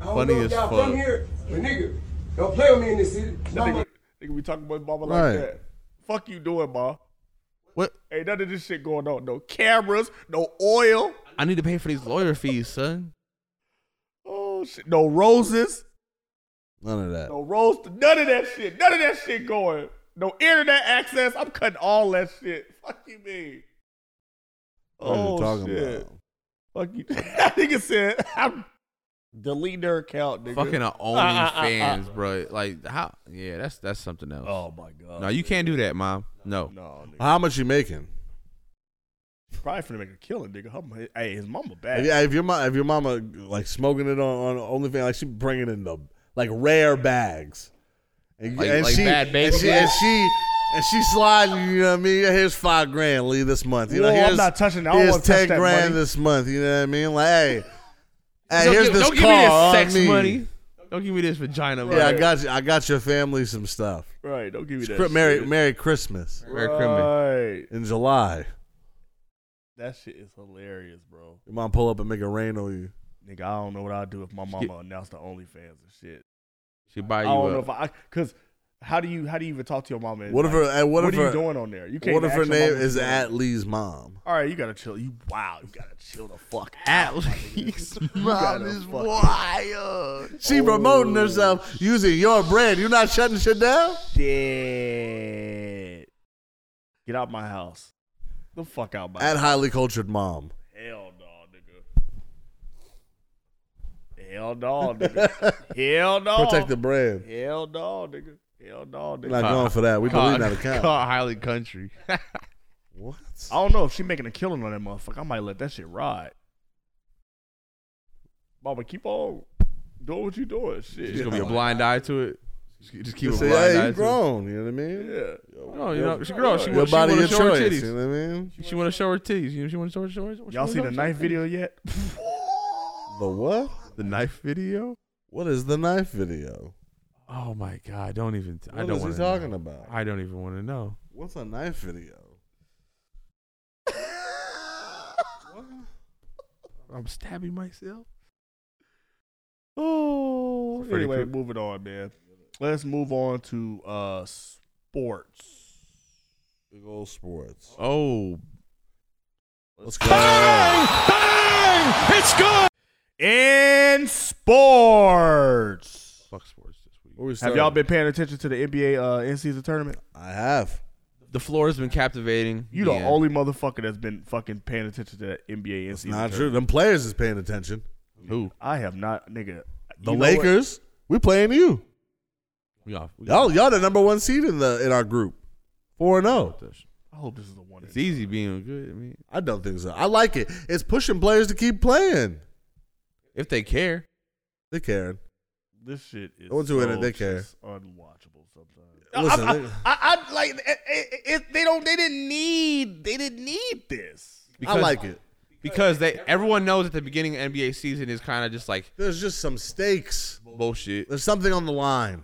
Speaker 10: I don't
Speaker 7: Funny
Speaker 10: know if
Speaker 7: as
Speaker 10: y'all
Speaker 7: fuck.
Speaker 10: from here, but nigga, don't play with me in this city.
Speaker 3: That nigga, nigga be talking about mama
Speaker 5: Right.
Speaker 3: like that. Fuck you doing, ma.
Speaker 7: What?
Speaker 3: Ain't none of this shit going on. No cameras, no oil,
Speaker 7: I need to pay for these lawyer fees, son.
Speaker 3: oh shit, no roses,
Speaker 5: None of that.
Speaker 3: no rose, none of that shit, none of that shit going. No internet access. I'm cutting all that shit. Fuck you, mean.
Speaker 5: What are you
Speaker 3: Oh
Speaker 5: talking
Speaker 3: shit.
Speaker 5: about?
Speaker 3: Fuck you. [laughs] that nigga said I'm deleting her account, nigga.
Speaker 7: Fucking a
Speaker 3: Uh, uh, uh, uh.
Speaker 7: OnlyFans, bro. Like how? Yeah, that's that's something else.
Speaker 3: Oh my god.
Speaker 7: no, you can't do that, mom. No.
Speaker 3: No, nigga.
Speaker 5: How much you making?
Speaker 3: Probably finna make a killing, nigga. Her- Hey, his mama bad.
Speaker 5: If, if your mom, if your mama like smoking it on, on OnlyFans, like she bringing in the like rare bags, and,
Speaker 7: Like-
Speaker 5: and
Speaker 7: like
Speaker 5: she,
Speaker 7: bad baby
Speaker 5: and she, and
Speaker 7: bags?
Speaker 5: she, and she sliding. You know what I mean? Here's five grand. Leave this month. You know,
Speaker 3: Whoa, I'm
Speaker 5: here's,
Speaker 3: not touching that. I don't
Speaker 5: here's
Speaker 3: wanna touch that
Speaker 5: grand
Speaker 3: money.
Speaker 5: this month. You know what I mean? Like,
Speaker 7: [laughs]
Speaker 5: hey, hey,
Speaker 7: Don't
Speaker 5: here's
Speaker 7: give-
Speaker 5: this
Speaker 7: don't
Speaker 5: car on
Speaker 7: give me this sex
Speaker 5: me.
Speaker 7: money. Don't give me this vagina money.
Speaker 5: Yeah, I got you. I got your family some stuff.
Speaker 3: Right, don't give me that.
Speaker 5: Cri- Merry,
Speaker 3: shit.
Speaker 5: Merry Christmas
Speaker 7: Merry
Speaker 3: Uh, Right.
Speaker 5: in July.
Speaker 3: That shit is hilarious, bro.
Speaker 5: Your mom pull up and make it rain on you.
Speaker 3: Nigga, I don't know what I'd do if my mama announced the OnlyFans and shit.
Speaker 7: She buy
Speaker 3: I
Speaker 7: you
Speaker 3: don't know
Speaker 7: a
Speaker 3: if I, cause how do you how do you even talk to your mom? and,
Speaker 5: What if her?
Speaker 3: like,
Speaker 5: and what,
Speaker 3: what
Speaker 5: if
Speaker 3: are you
Speaker 5: her-
Speaker 3: doing on there? You can't.
Speaker 5: What if
Speaker 3: ask
Speaker 5: her
Speaker 3: your mom
Speaker 5: name
Speaker 3: what
Speaker 5: is
Speaker 3: you're doing.
Speaker 5: at Lee's mom?
Speaker 3: All right, you gotta chill. You wow, you gotta chill the fuck
Speaker 5: At
Speaker 3: out. [laughs] Lee's
Speaker 5: mom is wild. She promoting herself using your brand. You're not shutting shit down.
Speaker 3: Dead. Get out my house. The fuck out my
Speaker 5: At
Speaker 3: house.
Speaker 5: highly cultured mom.
Speaker 3: Hell no, nigga. Hell no,
Speaker 5: [laughs]
Speaker 3: nigga. Hell no.
Speaker 5: Protect the brand.
Speaker 3: Hell no, nigga. Hell no, nigga.
Speaker 5: We're not going for that. We believe
Speaker 7: Call-
Speaker 5: that account.
Speaker 7: call highly country.
Speaker 5: What?
Speaker 3: I don't know if she making a killing on that motherfucker. I might let that shit ride. Mama, keep on doing what you doing. Shit.
Speaker 7: She's gonna be a blind eye to it. Just just keep a
Speaker 5: Just
Speaker 7: blind
Speaker 5: say, hey,
Speaker 7: eye
Speaker 5: you
Speaker 7: to it.
Speaker 5: grown. You know what I mean?
Speaker 3: Yeah.
Speaker 7: No, you know, she grown. She
Speaker 5: Your
Speaker 7: wanna- she
Speaker 5: body,
Speaker 7: wanna
Speaker 5: your
Speaker 7: show her
Speaker 5: choice.
Speaker 7: titties.
Speaker 5: You know what I mean?
Speaker 7: She want to show her titties. You know, she want to show her. Show her
Speaker 3: Y'all see the knife video yet?
Speaker 5: The what?
Speaker 7: The knife video?
Speaker 5: What is the knife video?
Speaker 7: Oh my god! Don't even. I
Speaker 5: What
Speaker 7: don't
Speaker 5: is he
Speaker 7: want
Speaker 5: talking about?
Speaker 7: I don't even want to know.
Speaker 5: What's a knife video?
Speaker 7: I'm stabbing myself.
Speaker 3: [laughs] Oh,
Speaker 7: Freddy
Speaker 3: anyway,
Speaker 7: Krueger.
Speaker 3: moving on, man. Let's move on to uh sports.
Speaker 5: Big old sports.
Speaker 7: Oh,
Speaker 5: let's go.
Speaker 3: Bang! It's good. In sports.
Speaker 7: Fuck sports this week.
Speaker 3: Have y'all been paying attention to the NBA uh, in season tournament?
Speaker 5: I have.
Speaker 7: The floor has been captivating.
Speaker 3: You the only motherfucker that's been fucking paying attention to that NBA in season.
Speaker 5: Not true.
Speaker 3: tournament.
Speaker 5: Them players is paying attention.
Speaker 7: Who?
Speaker 3: I have not, nigga.
Speaker 5: The
Speaker 3: You know what?
Speaker 5: Lakers. We playing you.
Speaker 7: We off. We
Speaker 5: Y'all, y'all the number one seed in the in our group. Four and zero.
Speaker 3: I hope this is the one.
Speaker 7: It's easy being good. I mean,
Speaker 5: I don't think so. I like it. It's pushing players to keep playing.
Speaker 7: if they care,
Speaker 5: They caring.
Speaker 3: This shit is.
Speaker 5: I went to
Speaker 3: so
Speaker 5: it and they care.
Speaker 3: just Unwatchable sometimes.
Speaker 5: Listen,
Speaker 3: I, I,
Speaker 5: they-
Speaker 3: I, I- like it, it, it- they don't. They didn't need. They didn't need this.
Speaker 5: I like it.
Speaker 7: because they everyone knows at the beginning of NBA season is kind of just like
Speaker 5: There's just some stakes.
Speaker 7: bullshit.
Speaker 5: There's something on the line.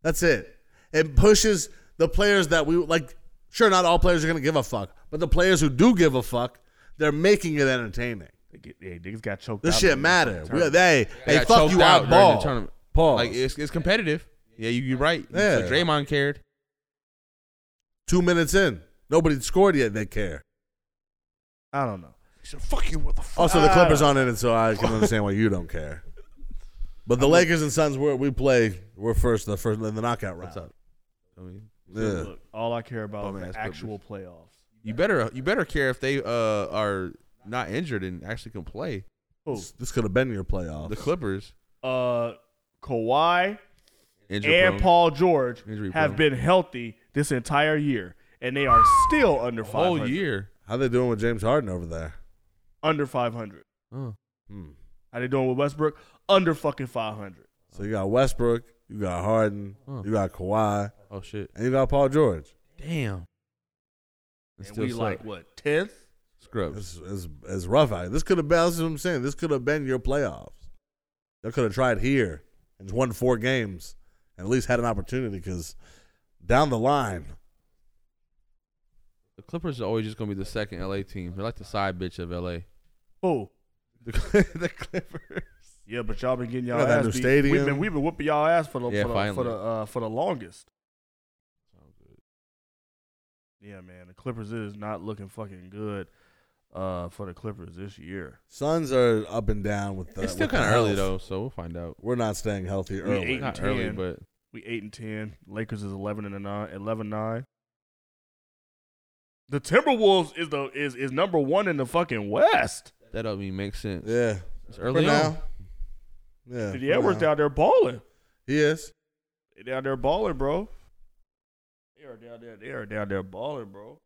Speaker 5: That's it. It pushes the players that we like. Sure, not all players are gonna give a fuck, but the players who do give a fuck, they're making it entertaining.
Speaker 3: They get, hey, niggas got choked.
Speaker 5: This
Speaker 3: out
Speaker 5: shit
Speaker 3: in the
Speaker 5: matter.
Speaker 3: fucking
Speaker 5: We,
Speaker 3: tournament.
Speaker 5: they
Speaker 7: They
Speaker 5: they
Speaker 7: got
Speaker 5: fuck
Speaker 7: choked
Speaker 5: you out
Speaker 7: during the
Speaker 5: ball.
Speaker 7: tournament.
Speaker 5: Pause.
Speaker 7: Like it's, it's competitive. Yeah, you you're right.
Speaker 5: Yeah.
Speaker 7: So Draymond cared.
Speaker 5: Two minutes in, nobody scored yet. They care.
Speaker 3: I don't know.
Speaker 7: So fuck you. What the fuck?
Speaker 5: Also, the Clippers aren't in it, so I can understand why you don't care. But the Lakers and Suns, we're, we play. We're first. The first in the knockout round.
Speaker 7: What's up? I mean,
Speaker 5: Yeah.
Speaker 3: Look, all I care about
Speaker 7: Bum
Speaker 3: is
Speaker 7: ass
Speaker 3: the actual playoffs.
Speaker 7: you better you better care if they uh are not injured and actually can play.
Speaker 3: Who?
Speaker 5: This, could have been your playoff.
Speaker 7: The Clippers
Speaker 3: Uh, Kawhi
Speaker 7: injured
Speaker 3: and Paul George
Speaker 7: Injury
Speaker 3: have
Speaker 7: prone.
Speaker 3: been healthy this entire year, and they are still under five
Speaker 7: whole
Speaker 3: hundred.
Speaker 7: year.
Speaker 5: How they doing with James Harden over there?
Speaker 3: Under five hundred.
Speaker 7: Oh.
Speaker 5: Hmm.
Speaker 3: How they doing with Westbrook? Under fucking five hundred.
Speaker 5: So you got Westbrook, you got Harden,
Speaker 7: Huh.
Speaker 5: you got Kawhi,
Speaker 7: Oh shit!
Speaker 5: and you got Paul George.
Speaker 7: Damn. It
Speaker 3: And
Speaker 7: still
Speaker 3: we
Speaker 7: suck.
Speaker 3: like what tenth?
Speaker 7: scrubs.
Speaker 5: It's, it's, it's rough out. here. This could have been. This is what I'm saying. This could have been your playoffs. They could have tried here and won four games, and at least had an opportunity. Because down the line,
Speaker 7: The Clippers are always just gonna be the second LA team. They're like the side bitch of LA.
Speaker 3: Oh.
Speaker 7: The, Cl- [laughs] the Clippers.
Speaker 3: Yeah, but y'all been getting y'all
Speaker 5: Got
Speaker 3: ass
Speaker 5: that new
Speaker 3: beat. We've
Speaker 5: stadium.
Speaker 3: been we've been whooping y'all ass for the
Speaker 7: Yeah,
Speaker 3: for, the, for
Speaker 7: finally.
Speaker 3: the uh, for the longest. Yeah, man, the Clippers is not looking fucking good uh, for the Clippers this year.
Speaker 5: Suns are up and down with the.
Speaker 7: it's still
Speaker 5: with the
Speaker 7: kind of early
Speaker 5: health.
Speaker 7: though, so we'll find out.
Speaker 5: We're not staying healthy
Speaker 3: We
Speaker 5: early.
Speaker 3: eight and
Speaker 7: Not early,
Speaker 3: 10.
Speaker 7: but
Speaker 3: We eight and ten. Lakers is eleven and a nine. Eleven nine. The Timberwolves is the is is number one in the fucking West.
Speaker 7: that don't mean makes sense.
Speaker 5: Yeah.
Speaker 7: It's
Speaker 5: For
Speaker 7: early on.
Speaker 5: now. Yeah.
Speaker 3: The
Speaker 5: for
Speaker 3: Edwards
Speaker 5: now.
Speaker 3: down there balling.
Speaker 5: He is.
Speaker 3: They down there balling, bro. They are down there. They are down there balling, bro.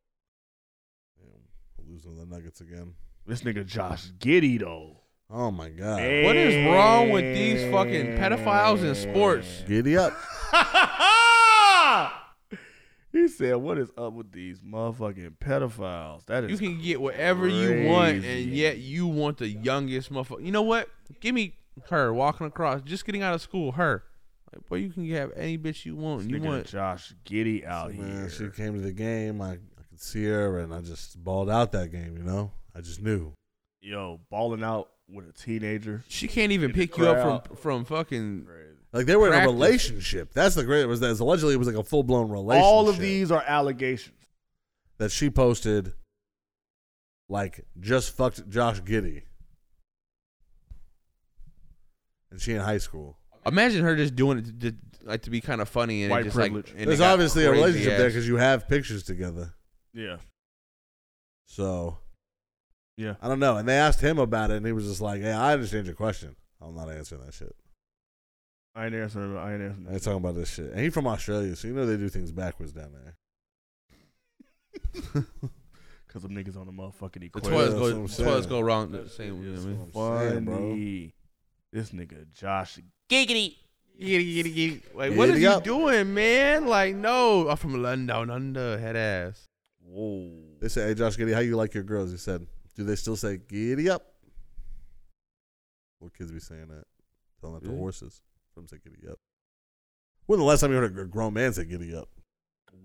Speaker 5: Damn, we're losing to the Nuggets again.
Speaker 3: This nigga Josh Giddy though.
Speaker 5: Oh my God.
Speaker 7: What is wrong with these fucking pedophiles in sports?
Speaker 5: Giddy up.
Speaker 3: [laughs] he said, "What is up with these motherfucking pedophiles?" That is
Speaker 7: You can get whatever you want, and
Speaker 3: crazy.
Speaker 7: yet you want the youngest motherfucker. You know what? Give me her walking across, just getting out of school. Her, like, boy, you can have any bitch you want.
Speaker 3: This
Speaker 7: You
Speaker 3: nigga
Speaker 7: want
Speaker 3: Josh Giddy out
Speaker 5: Man, she
Speaker 3: here.
Speaker 5: came to the game. I, I could see her, and I just balled out that game. You know, I just knew.
Speaker 3: Yo, balling out with a teenager.
Speaker 7: She can't even
Speaker 3: In the
Speaker 7: pick you up
Speaker 3: crowd.
Speaker 7: from from fucking
Speaker 3: Crazy.
Speaker 5: Like they were
Speaker 3: Practice.
Speaker 5: in a relationship. That's the great. It was that allegedly it was like a full blown relationship
Speaker 3: All of these are allegations.
Speaker 5: that she posted. Like just fucked Josh Giddy, and she in high school.
Speaker 7: Imagine her just doing it to, to- like to be kind of funny and it
Speaker 5: White
Speaker 7: just
Speaker 5: privilege.
Speaker 7: like. and it
Speaker 5: There's
Speaker 7: got
Speaker 5: obviously a
Speaker 7: crazy
Speaker 5: relationship there
Speaker 7: ass.
Speaker 5: because you have pictures together.
Speaker 3: Yeah.
Speaker 5: So,
Speaker 3: Yeah.
Speaker 5: I don't know. And they asked him about it, and he was just like, "Yeah, I understand your question. I'm not answering that shit.
Speaker 3: I ain't answering. I ain't answering.
Speaker 5: I ain't talking about this shit." And he from Australia, so you know they do things backwards down there.
Speaker 3: Because them niggas on the motherfucking
Speaker 7: The
Speaker 3: equator.
Speaker 7: toilets
Speaker 5: That's what
Speaker 7: go.
Speaker 5: I'm
Speaker 7: The
Speaker 5: saying.
Speaker 7: toilets go wrong. The same. You know what I mean?
Speaker 5: saying, bro.
Speaker 3: Funny. This nigga Josh.
Speaker 7: Giggity. Giggity, giggity, giggity. Like, what
Speaker 3: Giggity
Speaker 7: are you
Speaker 3: up.
Speaker 7: doing, man? Like, no. I'm from London, under head ass.
Speaker 3: Whoa.
Speaker 5: They said, "Hey, Josh Giddy, how you like your girls?" He said, "Do they still say giddy up?" What kids be saying that? Telling that to
Speaker 3: Really?
Speaker 5: horses. Some say giddy up. When the last time you heard a grown man say giddy up?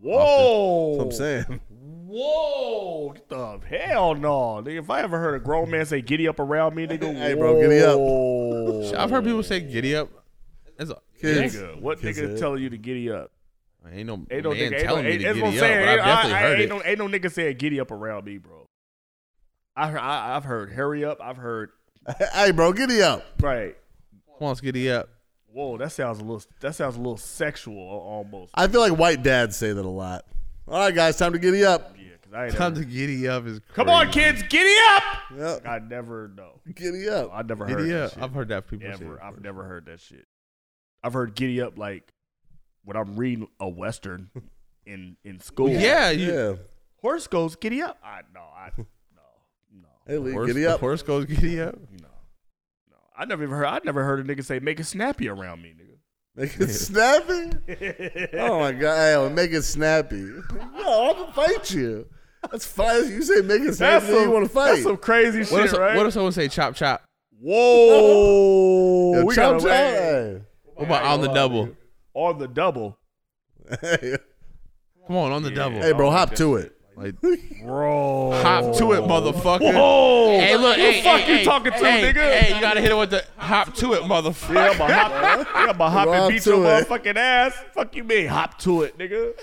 Speaker 3: Whoa.
Speaker 7: Oh.
Speaker 5: That's what I'm saying. [laughs]
Speaker 3: Whoa. Get the hell no. Nigga, if I ever heard a grown man say giddy up around me, nigga.
Speaker 5: Hey, bro, giddy up.
Speaker 7: [laughs] Shit, I've heard people say giddy up. That's a
Speaker 5: Kids.
Speaker 3: Nigga, what
Speaker 7: Kids
Speaker 3: nigga
Speaker 7: it.
Speaker 3: telling you to giddy up?
Speaker 7: Ain't no
Speaker 3: Ain't no
Speaker 7: man
Speaker 3: nigga. Ain't no,
Speaker 7: telling
Speaker 3: ain't,
Speaker 7: me to
Speaker 3: that's what I'm
Speaker 7: giddy up.
Speaker 3: saying.
Speaker 7: but
Speaker 3: Ain't-
Speaker 7: I've
Speaker 3: I,
Speaker 7: definitely
Speaker 3: I-
Speaker 7: heard
Speaker 3: ain't
Speaker 7: it.
Speaker 3: No, ain't no nigga saying giddy up around me, bro. I, heard- I I've heard hurry up. I've heard
Speaker 5: hey, bro, giddy up.
Speaker 3: Right.
Speaker 7: Wants giddy up.
Speaker 3: Whoa, that sounds a little. That sounds a little sexual al- almost.
Speaker 5: I feel like white dads say that a lot. All right, guys, time to giddy up.
Speaker 3: Yeah, 'cause I ain't
Speaker 7: Time
Speaker 3: ever-
Speaker 7: to giddy up is
Speaker 3: Come on, kids, giddy up. I never know.
Speaker 5: Giddy up.
Speaker 3: I never heard.
Speaker 7: Giddy
Speaker 3: that
Speaker 7: up.
Speaker 3: shit.
Speaker 7: I've heard that people say
Speaker 3: Ever. I've never heard that shit. I've heard giddy up like when I'm reading a
Speaker 7: [laughs]
Speaker 3: western in in school.
Speaker 7: Yeah, you-
Speaker 5: Yeah.
Speaker 3: Horse goes giddy up. I no.
Speaker 7: [laughs]
Speaker 3: I
Speaker 5: Hey, Lee,
Speaker 7: Horse-
Speaker 5: giddy up.
Speaker 7: Horse goes giddy up.
Speaker 3: I never even heard. I never heard a nigga say make it snappy around me, nigga.
Speaker 5: Make
Speaker 7: [laughs]
Speaker 5: it snappy. oh my god, hey, well, make it snappy. [laughs] No, I'm gonna fight you. That's fine. You say make it snappy. then you want to fight?
Speaker 7: what if, so- What if someone say chop chop?
Speaker 3: Whoa,
Speaker 5: Yo,
Speaker 7: [laughs]
Speaker 3: we
Speaker 5: chop,
Speaker 3: got
Speaker 5: chop,
Speaker 3: away.
Speaker 5: hey.
Speaker 7: What about on the double?
Speaker 3: On the double,
Speaker 7: Come on, on the double.
Speaker 5: Hey, bro, hop to it.
Speaker 7: Like,
Speaker 3: bro.
Speaker 7: Hop to it, motherfucker.
Speaker 3: Whoa.
Speaker 7: Hey, look,
Speaker 3: Who
Speaker 7: hey,
Speaker 3: fuck
Speaker 7: hey,
Speaker 3: you
Speaker 7: hey,
Speaker 3: talking to,
Speaker 7: hey,
Speaker 3: nigga?
Speaker 7: Hey, you gotta hit it with the hop to it, motherfucker.
Speaker 3: Yeah, I'm gonna hop, yeah, I'ma hop
Speaker 7: Hop
Speaker 3: and beat
Speaker 7: to
Speaker 3: your
Speaker 7: it.
Speaker 3: motherfucking ass. Fuck you, mean hop to it, nigga.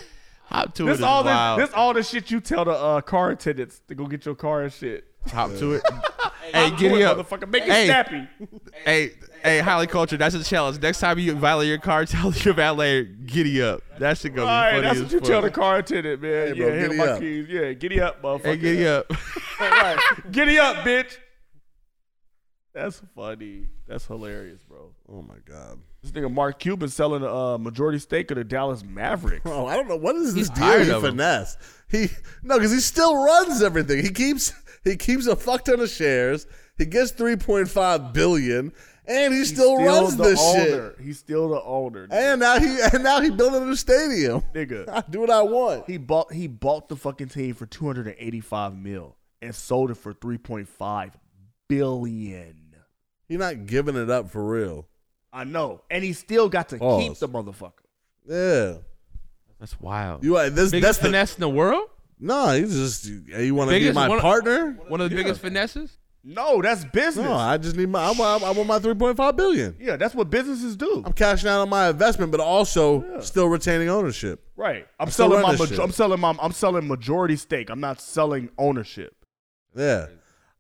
Speaker 7: Hop to
Speaker 3: this
Speaker 7: it
Speaker 3: all
Speaker 7: is wild.
Speaker 3: this, this all the shit you tell the uh, car attendants to go get your car and shit.
Speaker 7: Hop to it.
Speaker 3: Hey,
Speaker 7: hey,
Speaker 3: hop
Speaker 7: giddy
Speaker 3: to it,
Speaker 7: up.
Speaker 3: motherfucker. Make it
Speaker 7: hey,
Speaker 3: snappy.
Speaker 7: Hey, hey, highly culture. That's a challenge. Next time you valet your car, [laughs] tell your valet giddy up. That should go.
Speaker 3: all right,
Speaker 7: funny
Speaker 3: that's
Speaker 7: as
Speaker 3: what you
Speaker 7: fuck.
Speaker 3: tell the car attendant, man.
Speaker 7: Hey, bro,
Speaker 3: yeah, here
Speaker 7: giddy
Speaker 3: my
Speaker 7: up.
Speaker 3: keys. Yeah, giddy up, motherfucker.
Speaker 7: Hey, giddy up.
Speaker 3: [laughs] All right, giddy up, bitch. That's funny. That's hilarious, bro.
Speaker 5: Oh my god.
Speaker 3: This nigga Mark Cuban selling a uh, majority stake of the Dallas Mavericks.
Speaker 5: [laughs] Bro, I don't know what is this
Speaker 3: He's
Speaker 5: deal
Speaker 3: tired
Speaker 5: he
Speaker 3: of him.
Speaker 5: finesse. He no, because he still runs everything. He keeps he keeps a fuck ton of shares. He gets three point five billion, and he, still, runs
Speaker 3: the
Speaker 5: this shit.
Speaker 3: owner. He's still the owner.
Speaker 5: And now he and now he building a
Speaker 3: [laughs]
Speaker 5: new stadium.
Speaker 3: nigga.
Speaker 5: I do what I want.
Speaker 3: He bought he bought the fucking team for 285 mil and sold it for 3.5 billion.
Speaker 5: He's not giving it up for real.
Speaker 3: I know. And he still got to keep
Speaker 5: Pause.
Speaker 3: the motherfucker.
Speaker 5: Yeah,
Speaker 7: that's wild.
Speaker 5: You are this
Speaker 7: Biggest
Speaker 5: that's the,
Speaker 7: finesse in the world.
Speaker 5: no. He's just you, hey, you want to be
Speaker 7: Biggest-
Speaker 5: my
Speaker 7: one of-
Speaker 5: partner?
Speaker 7: One of the biggest finesses.
Speaker 3: No, that's business.
Speaker 5: No, I just need my. I want, I want my three point five billion.
Speaker 3: Yeah, that's what businesses do.
Speaker 5: I'm cashing out on my investment, but also still retaining ownership.
Speaker 3: Right. I'm
Speaker 5: I still
Speaker 3: selling
Speaker 5: run
Speaker 3: my
Speaker 5: this
Speaker 3: maj-
Speaker 5: shit.
Speaker 3: I'm selling my I'm selling majority stake. I'm not selling ownership.
Speaker 5: Yeah,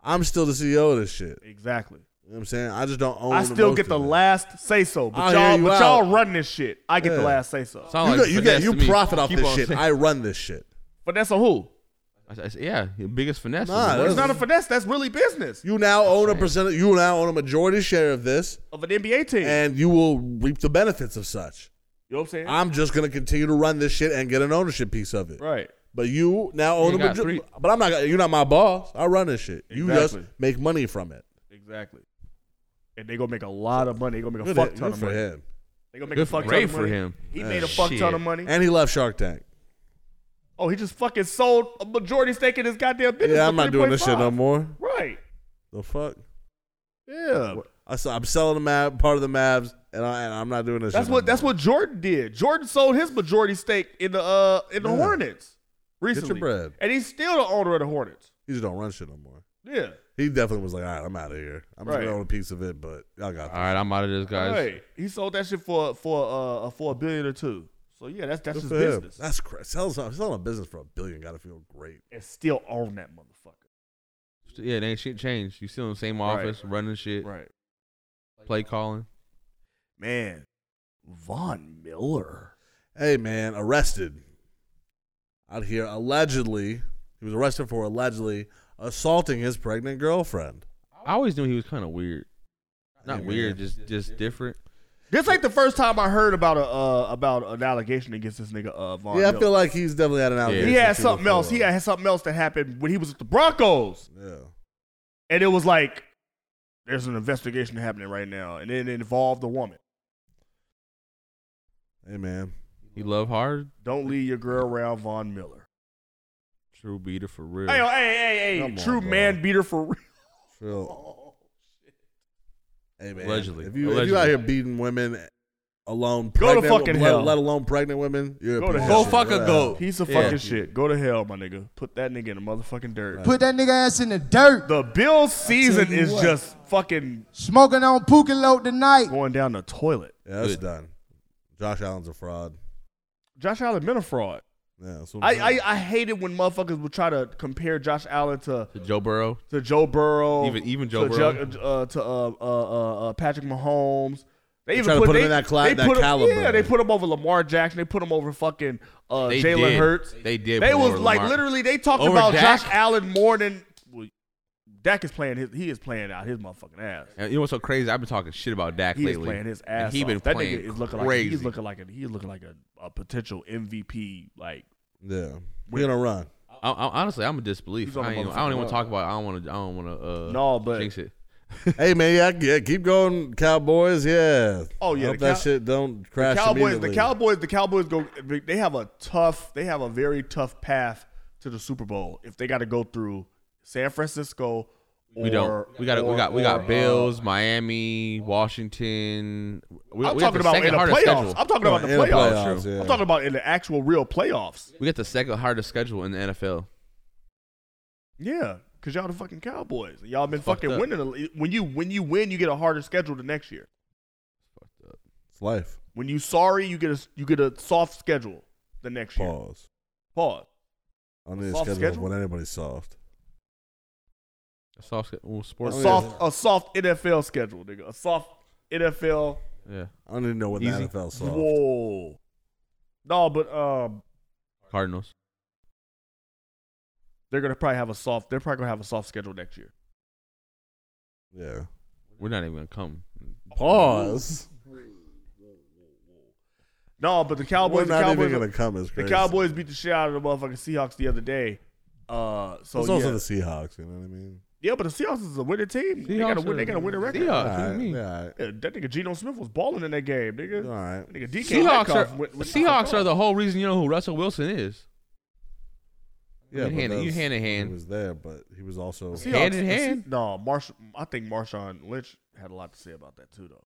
Speaker 5: I'm still the CEO of this shit.
Speaker 3: Exactly.
Speaker 5: You know what I'm saying I just don't own.
Speaker 3: I
Speaker 5: the
Speaker 3: still
Speaker 5: most
Speaker 3: get the
Speaker 5: of it.
Speaker 3: last say so, but
Speaker 5: I'll hear
Speaker 3: y'all
Speaker 5: you
Speaker 3: but
Speaker 5: out.
Speaker 3: y'all run this shit. I get the
Speaker 5: Yeah.
Speaker 3: last say so.
Speaker 5: You, get, you, get, you profit off this shit. I run this shit.
Speaker 3: But that's a who?
Speaker 7: I- I- yeah, your biggest finesse. in the
Speaker 5: Nah,
Speaker 7: world.
Speaker 3: It's not a finesse, that's really business
Speaker 5: You now own a percent. You now own a majority share of this,
Speaker 3: of an NBA team.
Speaker 5: and you will reap the benefits of such.
Speaker 3: you know what I'm saying?
Speaker 5: I'm just gonna continue to run this shit and get an ownership piece of it.
Speaker 3: right.
Speaker 5: But you now own
Speaker 3: You
Speaker 5: a
Speaker 3: got
Speaker 5: majority.
Speaker 3: three.
Speaker 5: But I'm not. You're not my boss. I run this shit. You just
Speaker 3: Exactly.
Speaker 5: make money from it.
Speaker 3: Exactly. And they gonna make a lot of money. They gonna make a
Speaker 5: Good
Speaker 3: fuck
Speaker 5: hit-
Speaker 3: ton
Speaker 5: good
Speaker 3: of
Speaker 5: for
Speaker 3: money.
Speaker 5: him.
Speaker 3: They gonna make
Speaker 7: Good
Speaker 3: a fuck
Speaker 7: for-
Speaker 3: ton
Speaker 7: great
Speaker 3: of
Speaker 7: for
Speaker 3: money.
Speaker 7: him.
Speaker 3: He
Speaker 7: Yeah.
Speaker 3: made a fuck ton
Speaker 7: Shit.
Speaker 3: of money.
Speaker 5: And he left Shark Tank.
Speaker 3: oh, he just fucking sold a majority stake in his goddamn business.
Speaker 5: Yeah,
Speaker 3: for
Speaker 5: I'm not doing this shit
Speaker 3: 3.5.
Speaker 5: no more.
Speaker 3: Right.
Speaker 5: The fuck?
Speaker 3: Yeah.
Speaker 5: I saw, I'm selling the Mav, part of the Mavs, and, I, and I'm not doing this.
Speaker 3: That's
Speaker 5: shit
Speaker 3: what that's what Jordan did. Jordan sold his majority stake in the uh in the
Speaker 5: Yeah.
Speaker 3: Hornets
Speaker 5: your
Speaker 3: recently.
Speaker 5: bread.
Speaker 3: And he's still the owner of the Hornets.
Speaker 5: You just don't run shit no more.
Speaker 3: Yeah.
Speaker 5: He definitely was like, all right, I'm out of here. I'm
Speaker 3: Right.
Speaker 5: just gonna own a piece of it, but I got.
Speaker 7: All right, I'm out of this, guys.
Speaker 3: Right. He sold that shit for for uh for a billion or two. So yeah, that's that's
Speaker 5: Good
Speaker 3: his
Speaker 5: for him.
Speaker 3: business.
Speaker 5: That's crazy. Selling, selling a business for a billion got to feel great.
Speaker 3: And still own that motherfucker.
Speaker 7: Yeah, they ain't shit changed. You still in the same office, running shit.
Speaker 3: Right.
Speaker 7: Play calling.
Speaker 3: Man. Von Miller.
Speaker 5: Hey man, arrested. Out here allegedly, he was arrested for allegedly assaulting his pregnant girlfriend.
Speaker 7: I always knew he was kind of weird. Not
Speaker 5: Hey,
Speaker 7: weird,
Speaker 5: man.
Speaker 7: just just different.
Speaker 3: This ain't the first time I heard about a uh, about an allegation against this nigga uh, Von.
Speaker 5: yeah, I
Speaker 3: Miller.
Speaker 5: feel like he's definitely had an allegation.
Speaker 3: he had
Speaker 5: too
Speaker 3: something
Speaker 5: before.
Speaker 3: else. He had something else that happened when he was with the Broncos,
Speaker 5: uh, Yeah.
Speaker 3: and it was like there's an investigation happening right now, and it involved a woman.
Speaker 5: Hey man,
Speaker 7: He love hard.
Speaker 3: Don't leave your girl around Von Miller.
Speaker 7: True beater for real.
Speaker 3: Hey, yo, hey, hey, hey,
Speaker 5: Come on,
Speaker 3: true
Speaker 5: bro.
Speaker 3: man beater for real. [laughs]
Speaker 5: Phil.
Speaker 3: Oh,
Speaker 5: Hey man,
Speaker 7: Allegedly.
Speaker 5: if you if you
Speaker 7: Allegedly.
Speaker 5: out here beating women alone,
Speaker 3: Go to
Speaker 5: pregnant-
Speaker 3: fucking
Speaker 5: let,
Speaker 3: hell.
Speaker 5: let alone pregnant women, you're
Speaker 3: Go
Speaker 5: a
Speaker 3: to
Speaker 5: piece
Speaker 3: hell.
Speaker 5: of shit.
Speaker 7: fuck a
Speaker 5: Go to
Speaker 7: goat.
Speaker 5: hell.
Speaker 3: Piece of
Speaker 7: Yeah.
Speaker 3: fucking shit. Go to hell, my nigga. Put that nigga in the motherfucking dirt.
Speaker 2: Put that nigga ass in the dirt.
Speaker 3: the Bill season
Speaker 2: you
Speaker 3: is
Speaker 2: what.
Speaker 3: just fucking
Speaker 2: Smoking on Puka Load tonight.
Speaker 3: going down the toilet.
Speaker 5: Yeah, that's
Speaker 7: Good.
Speaker 5: done. Josh Allen's a fraud.
Speaker 3: Josh Allen been a fraud.
Speaker 5: Yeah, that's what I'm
Speaker 3: I, I,
Speaker 5: saying.
Speaker 3: I hated when motherfuckers would try to compare Josh Allen to
Speaker 7: To Joe Burrow.
Speaker 3: to Joe Burrow,
Speaker 7: Even- even Joe
Speaker 3: to
Speaker 7: Burrow.
Speaker 3: Ju- uh, to uh, uh, uh, uh, Patrick Mahomes. They
Speaker 5: try to put him in that cla- that
Speaker 3: put him-
Speaker 5: caliber.
Speaker 3: yeah, they put him over Lamar Jackson. They put him over fucking uh,
Speaker 7: They
Speaker 3: Jalen
Speaker 7: did.
Speaker 3: Hurts.
Speaker 7: They did
Speaker 3: They
Speaker 7: put him
Speaker 3: was
Speaker 7: over
Speaker 3: like
Speaker 7: Lamar.
Speaker 3: literally. They talked
Speaker 7: Over
Speaker 3: about
Speaker 7: Dak?
Speaker 3: Josh Allen more than well, Dak is playing his. He is playing out his motherfucking ass.
Speaker 7: And you know what's so crazy? I've been talking shit about Dak
Speaker 3: He is
Speaker 7: lately.
Speaker 3: playing his
Speaker 7: and
Speaker 3: ass.
Speaker 7: He been
Speaker 3: off. That
Speaker 7: playing
Speaker 3: nigga is looking like
Speaker 7: crazy.
Speaker 3: he's looking like a he's looking like a, a potential MVP. Like
Speaker 5: yeah, we're
Speaker 3: [laughs]
Speaker 5: gonna run.
Speaker 7: I, I, honestly, I'm in disbelief.
Speaker 3: He's on
Speaker 7: I,
Speaker 3: the
Speaker 7: ain't, I don't even want
Speaker 3: motherfucking
Speaker 7: to talk about. It. I don't want to. I don't want to. Uh,
Speaker 3: No, but-
Speaker 7: jinx it.
Speaker 5: hey man, yeah, yeah, keep going, Cowboys. Yeah.
Speaker 3: Oh, yeah,
Speaker 5: Hope
Speaker 3: the
Speaker 5: that
Speaker 3: Cow-
Speaker 5: shit don't crash.
Speaker 3: Cowboys, the
Speaker 5: immediately.
Speaker 3: Cowboys, the Cowboys go. They have a tough. They have a very tough path to the Super Bowl if they got to go through San Francisco. Or,
Speaker 7: we don't. We got.
Speaker 3: or-
Speaker 7: We got. We
Speaker 3: or,
Speaker 7: got
Speaker 3: uh,
Speaker 7: Bills, Miami, Washington. We,
Speaker 3: uh, I'm
Speaker 7: we have
Speaker 3: talking
Speaker 7: the
Speaker 3: about
Speaker 7: second
Speaker 3: in the
Speaker 7: hardest
Speaker 3: playoffs.
Speaker 7: schedule.
Speaker 3: I'm talking about the
Speaker 5: In the
Speaker 3: playoffs.
Speaker 5: playoffs, yeah.
Speaker 3: I'm talking about in the actual real playoffs.
Speaker 7: we got the second hardest schedule in the NFL.
Speaker 3: Yeah, because y'all the fucking Cowboys. Y'all been
Speaker 7: Fucked
Speaker 3: fucking
Speaker 7: up.
Speaker 3: winning. the- When you when you win, you get a harder schedule the next year.
Speaker 5: It's life.
Speaker 3: When you sorry, you get a you get a soft schedule the next year.
Speaker 5: Pause.
Speaker 3: Pause.
Speaker 5: On this
Speaker 3: Soft
Speaker 5: schedule,
Speaker 3: schedule?
Speaker 5: when anybody's soft.
Speaker 7: A soft sch- ooh,
Speaker 3: A
Speaker 7: sports.
Speaker 5: Oh, yeah.
Speaker 3: soft a soft NFL schedule, nigga. A soft NFL
Speaker 7: yeah.
Speaker 5: I don't even know what the
Speaker 7: Easy.
Speaker 5: NFL soft.
Speaker 3: Whoa. No, but um,
Speaker 7: Cardinals.
Speaker 3: they're gonna probably have a soft. They're probably gonna have a soft schedule next year.
Speaker 5: Yeah.
Speaker 7: We're not even gonna come.
Speaker 5: Pause.
Speaker 3: No, but the
Speaker 5: We're
Speaker 3: Cowboys. The
Speaker 5: not
Speaker 3: Cowboys,
Speaker 5: even gonna come. It's
Speaker 3: the
Speaker 5: crazy.
Speaker 3: Cowboys beat the shit out of the motherfucking Seahawks the other day. Uh, so
Speaker 5: it's
Speaker 3: yeah.
Speaker 5: also the Seahawks. You know what I mean?
Speaker 3: yeah, but the Seahawks is a winning team. they got a win. They got a winning record.
Speaker 7: Seahawks.
Speaker 5: All
Speaker 7: what do you
Speaker 5: right,
Speaker 7: mean?
Speaker 5: yeah, all right.
Speaker 3: Yeah, that nigga Geno Smith was balling in that game, nigga.
Speaker 5: All right.
Speaker 3: Nigga DK
Speaker 7: Seahawks
Speaker 3: Metcalf
Speaker 7: are
Speaker 3: went- went-
Speaker 7: Seahawks are the whole reason you know who Russell Wilson is.
Speaker 5: Yeah,
Speaker 7: You
Speaker 5: but
Speaker 7: hand-
Speaker 5: that
Speaker 7: you
Speaker 5: was-
Speaker 7: hand in hand.
Speaker 5: He was there, but he was also.
Speaker 3: Seahawks-
Speaker 7: hand in
Speaker 3: the Se-
Speaker 7: hand.
Speaker 3: No, Marsh. I think Marshawn Lynch had a lot to say about that too, though.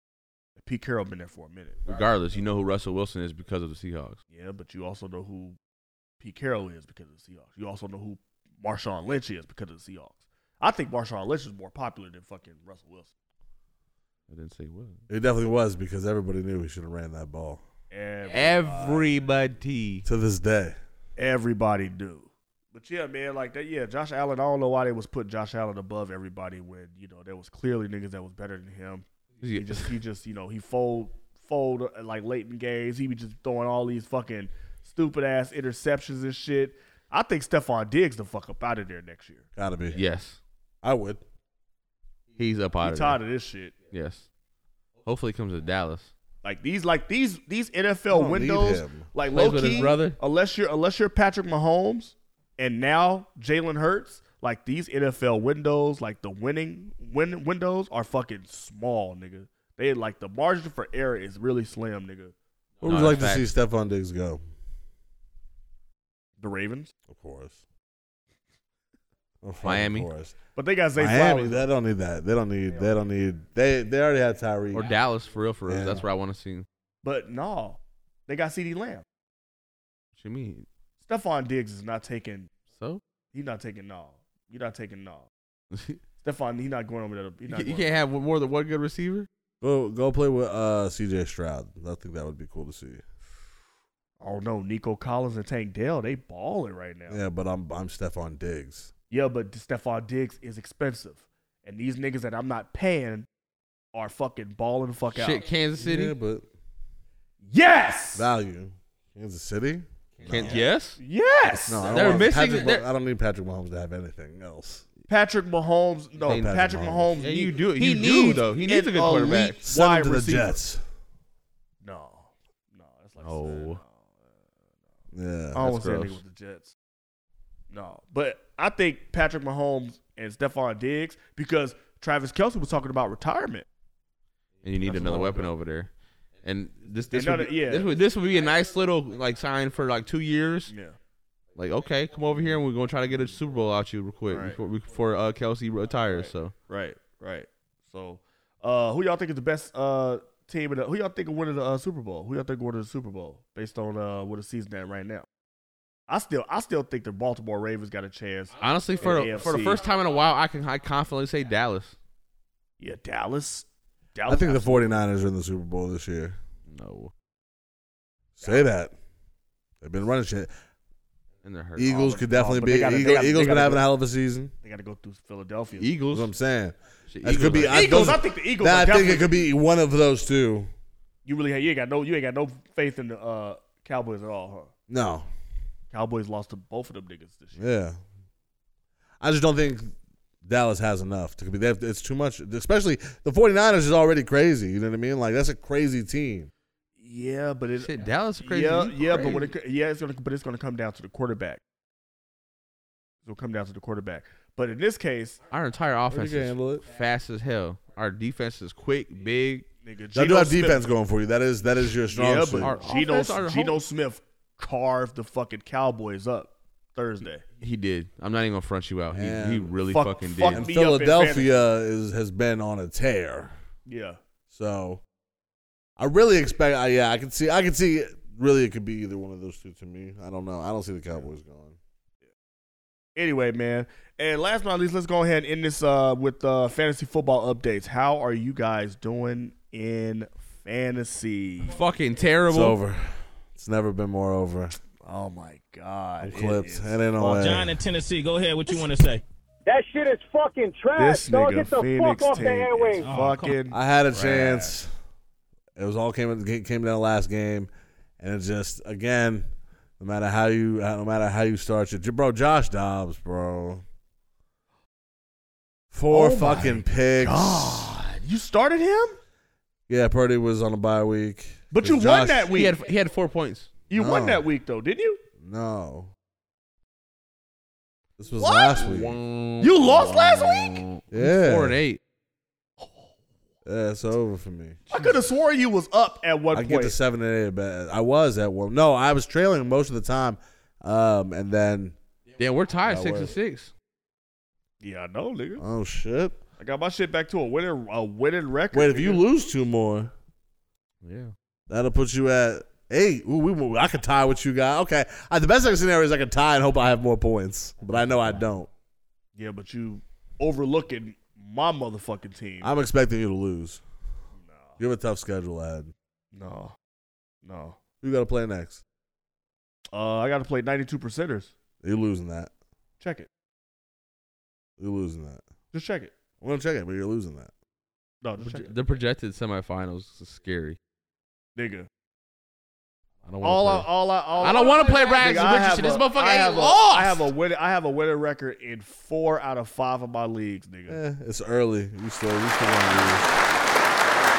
Speaker 3: Pete Carroll been there for a minute.
Speaker 7: Regardless, you know who Russell Wilson is because of the Seahawks.
Speaker 3: Yeah, but you also know who Pete Carroll is because of the Seahawks. You also know who Marshawn Lynch is because of the Seahawks. I think Marshawn Lynch is more popular than fucking Russell Wilson.
Speaker 7: I didn't say what.
Speaker 5: It definitely was because everybody knew he should have ran that ball.
Speaker 3: Every,
Speaker 7: Everybody.
Speaker 5: To this day,
Speaker 3: everybody do. But yeah, man, like that. Yeah, Josh Allen. I don't know why they was putting Josh Allen above everybody when you know there was clearly niggas that was better than him. He just, he just, you know, he fold, fold uh, like late in games. He be just throwing all these fucking stupid ass interceptions and shit. I think Stephon Diggs the fuck up out of there next year.
Speaker 5: gotta be.
Speaker 7: [laughs] Yes.
Speaker 5: I would.
Speaker 7: He's up
Speaker 3: He
Speaker 7: out of
Speaker 3: tired
Speaker 7: there.
Speaker 3: of this shit.
Speaker 7: Yes. Hopefully he comes to Dallas.
Speaker 3: Like these, like these, these
Speaker 5: You
Speaker 3: NFL
Speaker 5: don't need
Speaker 3: windows,
Speaker 5: him.
Speaker 3: like
Speaker 7: Plays
Speaker 3: low
Speaker 7: with his
Speaker 3: key,
Speaker 7: brother.
Speaker 3: unless you're unless you're Patrick Mahomes and now Jalen Hurts, like these NFL windows, like the winning win windows are fucking small, nigga. They like the margin for error is really slim, nigga.
Speaker 5: What
Speaker 7: No,
Speaker 5: would you like
Speaker 7: that's
Speaker 5: to see Stephon Diggs go?
Speaker 3: The Ravens,
Speaker 5: Of course. Of fucking
Speaker 7: Miami.
Speaker 5: course.
Speaker 3: but they got Zay
Speaker 5: Miami,
Speaker 3: Flowers.
Speaker 5: they don't need that. They don't need. They don't need. They they already had Tyree.
Speaker 7: Or Dallas for real, for real.
Speaker 5: Yeah.
Speaker 7: That's where I want to see. What
Speaker 3: But no, they got Ceedee Lamb.
Speaker 7: you mean?
Speaker 3: Stephon Diggs is not taking.
Speaker 7: So? [laughs]
Speaker 3: He's not taking no. You're not taking no. Stephon, he's not going over there. He's
Speaker 7: You,
Speaker 3: not
Speaker 7: can,
Speaker 3: going
Speaker 7: not have more than one good receiver.
Speaker 5: Go go play with uh, C.J. Stroud. I think that would be cool to see.
Speaker 3: Oh no, Nico Collins and Tank Dell, they balling right now.
Speaker 5: Yeah, but I'm I'm Stephon Diggs.
Speaker 3: Yeah, but Stephon Diggs is expensive, and these niggas that I'm not paying are fucking balling the fuck out.
Speaker 7: Shit, Kansas City?
Speaker 5: Yeah, but
Speaker 3: yes,
Speaker 5: value. Kansas City.
Speaker 7: Can- Yes?
Speaker 3: Yes!
Speaker 5: No, I don't
Speaker 3: They're
Speaker 5: want
Speaker 3: missing-
Speaker 5: Patrick Mah-
Speaker 3: they're-
Speaker 5: I don't need Patrick Mahomes to have anything else.
Speaker 3: Patrick Mahomes. No,
Speaker 5: They-
Speaker 3: Patrick,
Speaker 5: Patrick
Speaker 3: Mahomes.
Speaker 5: Mahomes.
Speaker 3: need-
Speaker 5: Yeah, you do-
Speaker 3: he
Speaker 7: you do,
Speaker 3: needs
Speaker 7: though. He needs
Speaker 3: an
Speaker 7: a good quarterback.
Speaker 3: elite
Speaker 5: Send him
Speaker 3: wide
Speaker 5: to the
Speaker 3: receiver.
Speaker 5: Jets.
Speaker 3: No, no, that's like
Speaker 7: Oh.
Speaker 5: Yeah,
Speaker 3: I almost said nigga with the Jets. No, but I think Patrick Mahomes and Stephon Diggs because Travis Kelsey was talking about retirement.
Speaker 7: and you need
Speaker 3: That's
Speaker 7: another
Speaker 3: all
Speaker 7: weapon over there. And this this
Speaker 3: Another-
Speaker 7: would be,
Speaker 3: yeah.
Speaker 7: this would this would be a nice little like sign for like two years.
Speaker 3: Yeah.
Speaker 7: Like okay, come over here and we're gonna try to get a Super Bowl out you real quick
Speaker 3: Right.
Speaker 7: before, before uh, Kelsey retires. So
Speaker 3: Right, right. So, uh, who y'all think is the best uh team? In the, who y'all think will win the uh, Super Bowl? Who y'all think will win the Super Bowl based on uh what the season at right now? I still, I still think the Baltimore Ravens got a chance.
Speaker 7: honestly, for
Speaker 3: in
Speaker 7: the, for the
Speaker 3: AFC.
Speaker 7: first time in a while, I can I confidently say Dallas.
Speaker 3: yeah, Dallas, Dallas.
Speaker 5: I think the 49ers are in the Super Bowl this year.
Speaker 7: No,
Speaker 5: Say that. They've been running shit.
Speaker 7: and they're hurt.
Speaker 5: Eagles
Speaker 3: Oh,
Speaker 5: could
Speaker 3: but-
Speaker 5: definitely
Speaker 3: but
Speaker 5: be.
Speaker 3: they gotta- they
Speaker 5: Eagle,
Speaker 3: gotta-
Speaker 5: Eagles
Speaker 3: they
Speaker 5: been
Speaker 3: gotta
Speaker 5: having
Speaker 3: go-
Speaker 5: a hell of a season.
Speaker 3: They got to go through Philadelphia.
Speaker 7: Eagles.
Speaker 5: That's what I'm saying.
Speaker 7: Shit,
Speaker 5: That could
Speaker 7: Eagles
Speaker 5: be.
Speaker 7: are-
Speaker 5: I,
Speaker 3: Eagles,
Speaker 5: those-
Speaker 3: I think the Eagles
Speaker 5: Nah,
Speaker 3: are
Speaker 5: I think
Speaker 3: definitely-
Speaker 5: it could be one of those two.
Speaker 3: You really, you ain't got no, you ain't got no faith in the uh, Cowboys at all, huh?
Speaker 5: No.
Speaker 3: Cowboys lost to both of them niggas this year.
Speaker 5: Yeah. I just don't think Dallas has enough to be. they have- It's too much. Especially the 49ers is already crazy. You know what I mean? Like that's a crazy team.
Speaker 3: Yeah, but it,
Speaker 7: Shit, Dallas is crazy.
Speaker 3: Yeah,
Speaker 7: You
Speaker 3: yeah, but when
Speaker 7: crazy.
Speaker 3: it co- yeah, it's gonna but it's gonna come down to the quarterback. It'll come down to the quarterback. But in this case,
Speaker 7: our entire offense
Speaker 5: can
Speaker 7: is
Speaker 5: handle it.
Speaker 7: fast as hell. Our defense is quick, big.
Speaker 3: nigga,
Speaker 5: Y'all do
Speaker 3: Geno
Speaker 5: have
Speaker 3: Smith-
Speaker 5: defense going for you. That is that is your strong
Speaker 3: Yeah,
Speaker 5: suit.
Speaker 3: but
Speaker 7: Our
Speaker 3: Geno,
Speaker 7: offense, our
Speaker 3: Geno
Speaker 7: whole-
Speaker 3: Smith carved the fucking Cowboys up Thursday.
Speaker 7: He did. I'm not even gonna front you out. He,
Speaker 5: Man.
Speaker 7: he really
Speaker 3: Fuck-
Speaker 7: fucking
Speaker 3: fuck
Speaker 7: did.
Speaker 5: and
Speaker 3: me up in
Speaker 5: Philadelphia is has been on a tear.
Speaker 3: Yeah.
Speaker 5: So I really expect. I yeah, I can see. I can see. Really, it could be either one of those two to me. I don't know. I don't see the Cowboys going.
Speaker 3: Anyway, man. And last but not least, let's go ahead and end this uh, with uh, fantasy football updates. How are you guys doing in fantasy?
Speaker 7: Fucking
Speaker 5: It's
Speaker 7: terrible.
Speaker 5: over. It's never been more over.
Speaker 3: Oh my god!
Speaker 5: I'm
Speaker 3: It
Speaker 5: clipped.
Speaker 3: is-
Speaker 5: It ain't no
Speaker 19: Well,
Speaker 5: way.
Speaker 19: John in Tennessee, go ahead. What you want to say?
Speaker 20: That shit is fucking trash.
Speaker 3: This
Speaker 20: dog,
Speaker 3: nigga
Speaker 20: get the
Speaker 3: Phoenix
Speaker 20: fuck off
Speaker 3: team
Speaker 20: the airwaves.
Speaker 3: is fucking.
Speaker 5: I had a
Speaker 3: trash.
Speaker 5: chance. It was all came came down last game, and it just again, no matter how you uh, no matter how you start your bro Josh Dobbs, bro. Four
Speaker 3: Oh my
Speaker 5: fucking picks.
Speaker 3: God, you started him,
Speaker 5: Yeah, Purdy was on a bye week.
Speaker 3: but you
Speaker 5: Josh-
Speaker 3: won that week.
Speaker 7: He had he had four points.
Speaker 3: you won
Speaker 5: No.
Speaker 3: that week though, didn't you?
Speaker 5: No. This was
Speaker 3: What?
Speaker 5: last week.
Speaker 3: You lost last week?
Speaker 5: Yeah.
Speaker 7: Four and eight.
Speaker 5: Yeah, it's over for me.
Speaker 3: I could have swore you was up at one
Speaker 5: I
Speaker 3: point.
Speaker 5: get to seven and eight, but I was at one. No, I was trailing most of the time, um, and then
Speaker 7: Yeah, we're tied
Speaker 5: That
Speaker 7: six
Speaker 5: was-
Speaker 7: and six.
Speaker 3: yeah, I know, nigga.
Speaker 5: oh shit!
Speaker 3: I got my shit back to a winning a winning record.
Speaker 5: Wait, if you
Speaker 3: nigga.
Speaker 5: lose two more,
Speaker 7: Yeah.
Speaker 5: that'll put you at eight. Ooh, we, I could tie with you guys. Okay, uh, the best case scenario is I could tie and hope I have more points, but I know I don't.
Speaker 3: yeah, but you overlooking my motherfucking team.
Speaker 5: I'm expecting you to lose. You have a tough schedule ahead.
Speaker 3: no, no.
Speaker 5: Who got to play next?
Speaker 3: Uh, I got to play ninety two percenters.
Speaker 5: You're losing that.
Speaker 3: Check it.
Speaker 5: You're losing that.
Speaker 3: Just check it.
Speaker 5: I'm gonna check it, but you're losing that.
Speaker 3: No, just check it.
Speaker 7: The projected semifinals is scary.
Speaker 3: nigga.
Speaker 7: I don't
Speaker 3: All I,
Speaker 7: want to.
Speaker 3: all I, all
Speaker 7: I don't wanna play Rags
Speaker 3: Nigga,
Speaker 7: and
Speaker 3: I
Speaker 7: Richardson.
Speaker 3: have
Speaker 7: This
Speaker 3: a-
Speaker 7: motherfucker
Speaker 3: I
Speaker 7: ain't
Speaker 3: have a-
Speaker 7: lost.
Speaker 3: I have a win. I have a winning record in four out of five of my leagues, nigga.
Speaker 5: Eh, it's early. You still, you still want to lose.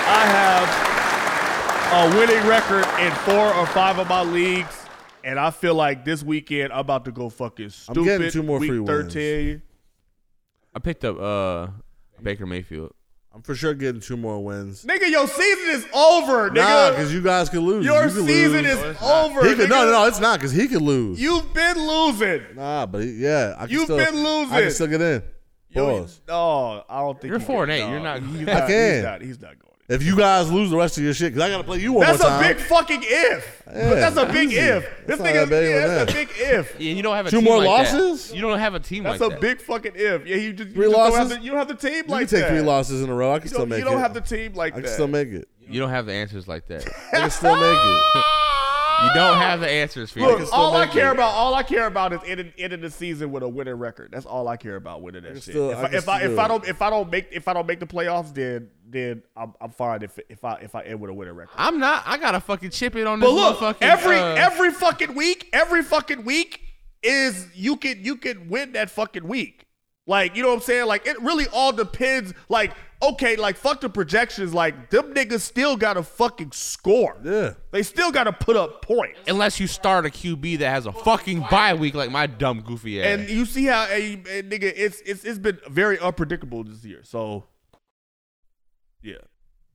Speaker 3: I have a winning record in four or five of my leagues, and I feel like this weekend I'm about to go fucking stupid.
Speaker 5: I'm getting two more
Speaker 3: Week
Speaker 5: free wins.
Speaker 3: Thirteen.
Speaker 7: I picked up uh Baker Mayfield.
Speaker 5: I'm for sure getting two more wins.
Speaker 3: Nigga, your season is over, nigga.
Speaker 5: Nah, because you guys could lose.
Speaker 3: your
Speaker 5: You could
Speaker 3: season
Speaker 5: lose.
Speaker 3: is over.
Speaker 5: He could, no,
Speaker 3: nigga.
Speaker 5: no, no, it's not because he could lose.
Speaker 3: You've been losing.
Speaker 5: nah, but he, yeah, I can
Speaker 3: You've
Speaker 5: still,
Speaker 3: been losing.
Speaker 5: I can still get in. Pause.
Speaker 3: No, oh, I don't think
Speaker 7: You're
Speaker 3: he
Speaker 7: four
Speaker 3: can-
Speaker 7: and eight. You're
Speaker 3: no,
Speaker 7: not-
Speaker 3: he's
Speaker 7: I
Speaker 3: not-
Speaker 5: can.
Speaker 3: He's not, he's not going
Speaker 5: If you guys lose the rest of your shit, because I got to play you one
Speaker 3: That's
Speaker 5: more
Speaker 3: a
Speaker 5: time.
Speaker 3: big fucking if. But that's a big
Speaker 5: easy.
Speaker 3: if. This
Speaker 5: That's not
Speaker 3: nigga,
Speaker 5: that big
Speaker 3: yeah,
Speaker 5: of a
Speaker 3: that's a
Speaker 5: if.
Speaker 3: big if.
Speaker 7: [laughs] Yeah, you don't have a
Speaker 5: Two
Speaker 7: team
Speaker 5: more
Speaker 7: like that.
Speaker 5: losses?
Speaker 7: You don't have a team
Speaker 3: That's
Speaker 7: like
Speaker 3: a
Speaker 7: that.
Speaker 3: big fucking if. Yeah, you just, you
Speaker 5: Three
Speaker 3: just Don't have
Speaker 5: losses?
Speaker 3: the, you don't have the team
Speaker 5: You
Speaker 3: like
Speaker 5: can take
Speaker 3: that.
Speaker 5: three losses in a row. I can
Speaker 3: You
Speaker 5: still
Speaker 3: don't,
Speaker 5: make
Speaker 3: you don't
Speaker 5: it.
Speaker 3: have the team like
Speaker 5: I can
Speaker 3: that.
Speaker 5: still make it.
Speaker 7: You don't have the answers like that.
Speaker 3: [laughs]
Speaker 5: I can still make it.
Speaker 7: you don't have the answers for
Speaker 3: Look,
Speaker 7: you.
Speaker 3: all I care about, all I care about is ending, ending the season with a winning record. That's all I care about winning that shit.
Speaker 5: still-
Speaker 3: if
Speaker 5: I
Speaker 3: I,
Speaker 5: can
Speaker 3: if, I,
Speaker 5: still
Speaker 3: if
Speaker 5: do
Speaker 3: I
Speaker 5: it.
Speaker 3: don't if I don't make if I don't make the playoffs, then then I'm, I'm fine. If if I if I end with a winning record.
Speaker 7: I'm not. I gotta fucking chip it on this
Speaker 3: But look,
Speaker 7: motherfucking.
Speaker 3: every
Speaker 7: uh,
Speaker 3: every fucking week, every fucking week is you can you can win that fucking week. Like you know what I'm saying? Like it really all depends. Like okay, like fuck the projections. Like them niggas still gotta fucking score.
Speaker 5: Yeah,
Speaker 3: they still gotta put up points.
Speaker 7: unless you start a QB that has a fucking bye week like my dumb goofy ass.
Speaker 3: And you see how a nigga, it's it's it's been very unpredictable this year. So yeah.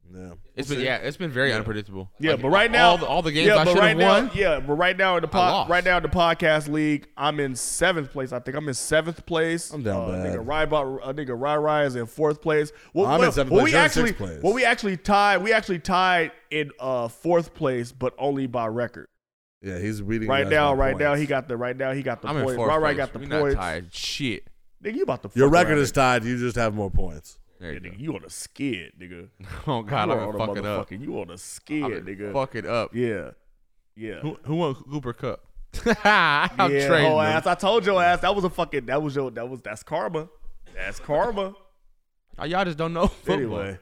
Speaker 5: Yeah.
Speaker 7: it's been yeah, it's been very unpredictable.
Speaker 3: Yeah,
Speaker 7: Like,
Speaker 3: but right now,
Speaker 7: all the, all the games
Speaker 3: yeah,
Speaker 7: I
Speaker 3: but
Speaker 7: should
Speaker 3: right
Speaker 7: have won.
Speaker 3: Now, yeah, but right now in the
Speaker 7: I
Speaker 3: pod,
Speaker 7: lost.
Speaker 3: right now in the podcast league, I'm in seventh place. I think I'm in seventh place. I'm
Speaker 5: down
Speaker 3: uh,
Speaker 5: bad.
Speaker 3: Nigga Rai, Bo- uh, nigga Rai Rai is in fourth place. Well,
Speaker 5: I'm in
Speaker 3: well,
Speaker 5: seventh
Speaker 3: well,
Speaker 5: place.
Speaker 3: We
Speaker 5: You're in
Speaker 3: actually,
Speaker 5: sixth place.
Speaker 3: well, we actually tied. We actually tied in uh, fourth place, but only by record.
Speaker 5: Yeah, he's beating
Speaker 3: Right
Speaker 5: guys
Speaker 3: now,
Speaker 5: by
Speaker 3: right now
Speaker 5: points.
Speaker 3: he got the. Right now he got the
Speaker 7: I'm in
Speaker 3: points.
Speaker 7: fourth
Speaker 3: Rai Rai
Speaker 7: place.
Speaker 3: got the
Speaker 7: we
Speaker 3: points.
Speaker 7: not tied shit.
Speaker 3: Nigga, you about to
Speaker 5: Your
Speaker 3: fuck
Speaker 5: record
Speaker 3: around
Speaker 5: is tied. You just have more points.
Speaker 7: There you
Speaker 3: and
Speaker 7: go.
Speaker 3: nigga, you on a skid, nigga.
Speaker 7: [laughs] Oh god,
Speaker 3: you
Speaker 7: I'm
Speaker 3: on
Speaker 7: gonna
Speaker 3: a
Speaker 7: fuck it up.
Speaker 3: motherfucking- You on a skid,
Speaker 7: I'm gonna
Speaker 3: nigga.
Speaker 7: Fuck it up.
Speaker 3: Yeah, yeah.
Speaker 7: Who, who won Cooper Cup? [laughs] I'm
Speaker 3: yeah,
Speaker 7: trading.
Speaker 3: whole
Speaker 7: them.
Speaker 3: ass. I told your ass that was a fucking that was your that was that's karma. That's karma.
Speaker 7: Oh, Y'all just don't know. Football.
Speaker 3: Anyway,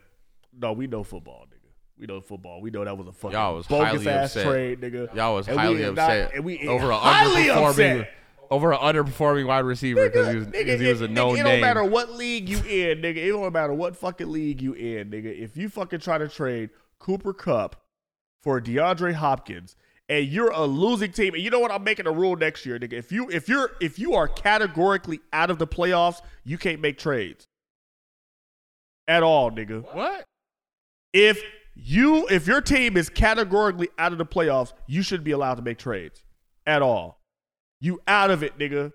Speaker 3: no, we know football, nigga. We know football. We know that was a fucking
Speaker 7: Y'all was
Speaker 3: bogus
Speaker 7: highly
Speaker 3: ass
Speaker 7: upset.
Speaker 3: trade, nigga.
Speaker 7: Y'all was
Speaker 3: And we
Speaker 7: highly
Speaker 3: is not-
Speaker 7: upset
Speaker 3: and we is
Speaker 7: over a
Speaker 3: highly
Speaker 7: underperforming
Speaker 3: upset.
Speaker 7: over an underperforming wide receiver because he was because
Speaker 3: Nigga,
Speaker 7: he was a
Speaker 3: it,
Speaker 7: no
Speaker 3: nigga, it
Speaker 7: name.
Speaker 3: don't matter what league you in, nigga. It don't matter what fucking league you in, nigga. If you fucking try to trade Cooper Cup for DeAndre Hopkins and you're a losing team, and you know what? I'm making a rule next year, nigga. If you if you're if you are categorically out of the playoffs, you can't make trades at all, nigga.
Speaker 7: What?
Speaker 3: If you if your team is categorically out of the playoffs, you shouldn't be allowed to make trades at all. You out of it, nigga.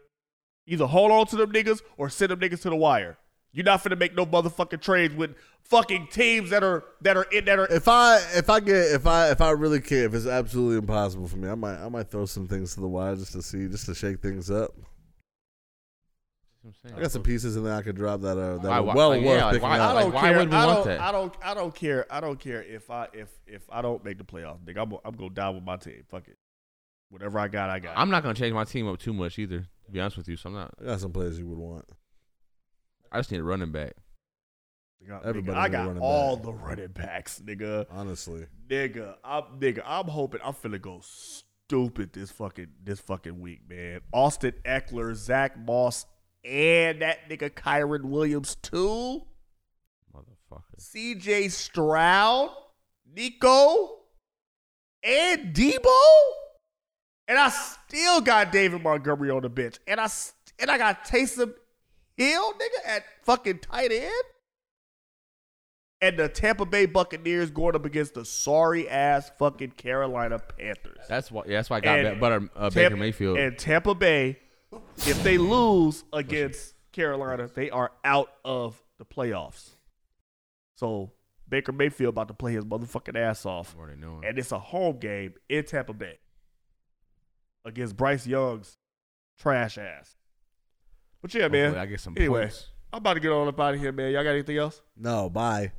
Speaker 3: Either hold on to them niggas or send them niggas to the wire. You're not finna make no motherfucking trades with fucking teams that are that are in that are
Speaker 5: If I if I get if I if I really care if it's absolutely impossible for me, I might I might throw some things to the wire just to see just to shake things up. I got some pieces in there I could drop that are that
Speaker 7: Why-
Speaker 5: are
Speaker 7: why-
Speaker 5: well
Speaker 7: like, yeah,
Speaker 5: worth
Speaker 7: like,
Speaker 5: picking
Speaker 7: why-
Speaker 5: up.
Speaker 7: like, why would we
Speaker 3: I
Speaker 7: want
Speaker 3: don't,
Speaker 7: that?
Speaker 3: I don't I don't care. I don't care if I if if I don't make the playoffs, nigga. I'm I'm gonna die with my team. Fuck it. Whatever I got, I got.
Speaker 7: I'm not gonna change my team up too much either. To be honest with you, so I'm not.
Speaker 5: I got some players you would want.
Speaker 7: I just need a running back.
Speaker 3: Nigga,
Speaker 5: Everybody
Speaker 3: I
Speaker 5: need a
Speaker 3: got
Speaker 5: running
Speaker 3: all
Speaker 5: back.
Speaker 3: the running backs, nigga.
Speaker 5: Honestly,
Speaker 3: Nigga, I'm nigga, I'm hoping I'm finna go stupid this fucking this fucking week, man. Austin Eckler, Zach Moss, and that nigga Kyron Williams too.
Speaker 7: Motherfucker.
Speaker 3: CJ Stroud, Nico, and Debo. And I still got David Montgomery on the bench. And I s- and I got Taysom Hill, nigga, at fucking tight end. And the Tampa Bay Buccaneers going up against the sorry ass fucking Carolina Panthers.
Speaker 7: That's why. Yeah, that's why I got
Speaker 3: And
Speaker 7: that butter uh,
Speaker 3: Tampa-
Speaker 7: Baker Mayfield.
Speaker 3: And Tampa Bay, if they lose against Carolina, they are out of the playoffs. So Baker Mayfield about to play his motherfucking ass off.
Speaker 7: Already knowing.
Speaker 3: And it's a home game in Tampa Bay against Bryce Young's trash ass. But yeah, man.
Speaker 7: Hopefully I get some
Speaker 3: anyway,
Speaker 7: points.
Speaker 3: I'm about to get on up out of here, man. Y'all got anything else?
Speaker 5: no, bye.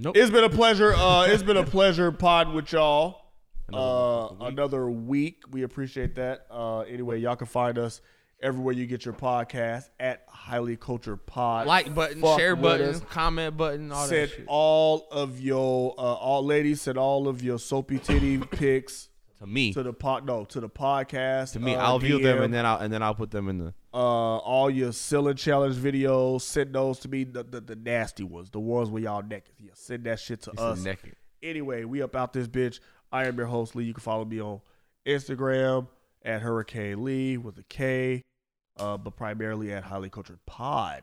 Speaker 7: Nope.
Speaker 3: It's been a pleasure. Uh, it's been a pleasure pod with y'all. Uh, another week. We appreciate that. Uh, anyway, y'all can find us everywhere you get your podcast at Highly Cultured Pod.
Speaker 7: like button,
Speaker 3: Fuck
Speaker 7: share
Speaker 3: with
Speaker 7: button,
Speaker 3: us.
Speaker 7: comment button, all
Speaker 3: Send
Speaker 7: that shit.
Speaker 3: all of your uh, all ladies. Send all of your soapy titty
Speaker 7: [coughs]
Speaker 3: pics
Speaker 7: to me.
Speaker 3: to the pod. No, to the podcast.
Speaker 7: To me,
Speaker 3: uh,
Speaker 7: I'll view them
Speaker 3: DM.
Speaker 7: and then I'll and then I'll put them in the.
Speaker 3: uh, all your ceiling challenge videos. Send those to me, the, the, the nasty ones, the ones where y'all naked. Yeah, send that shit to
Speaker 7: He said
Speaker 3: us.
Speaker 7: naked.
Speaker 3: Anyway, we up out this bitch. I am your host Lee. You can follow me on Instagram at Hurricane Lee with a K, uh, but primarily at Highly Cultured Pod.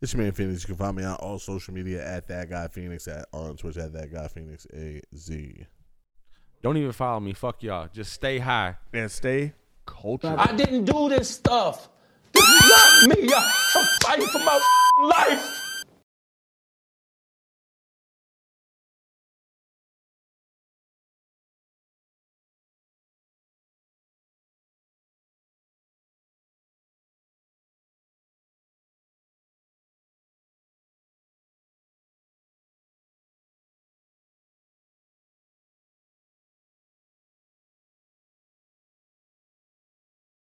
Speaker 5: It's your man Phoenix. You can find me on all social media at that guy Phoenix at on Twitch at that guy Phoenix A Z.
Speaker 7: Don't even follow me. Fuck y'all. Just stay high.
Speaker 3: And stay cultured.
Speaker 21: I didn't do this stuff. This is not me. I'm fighting for my life.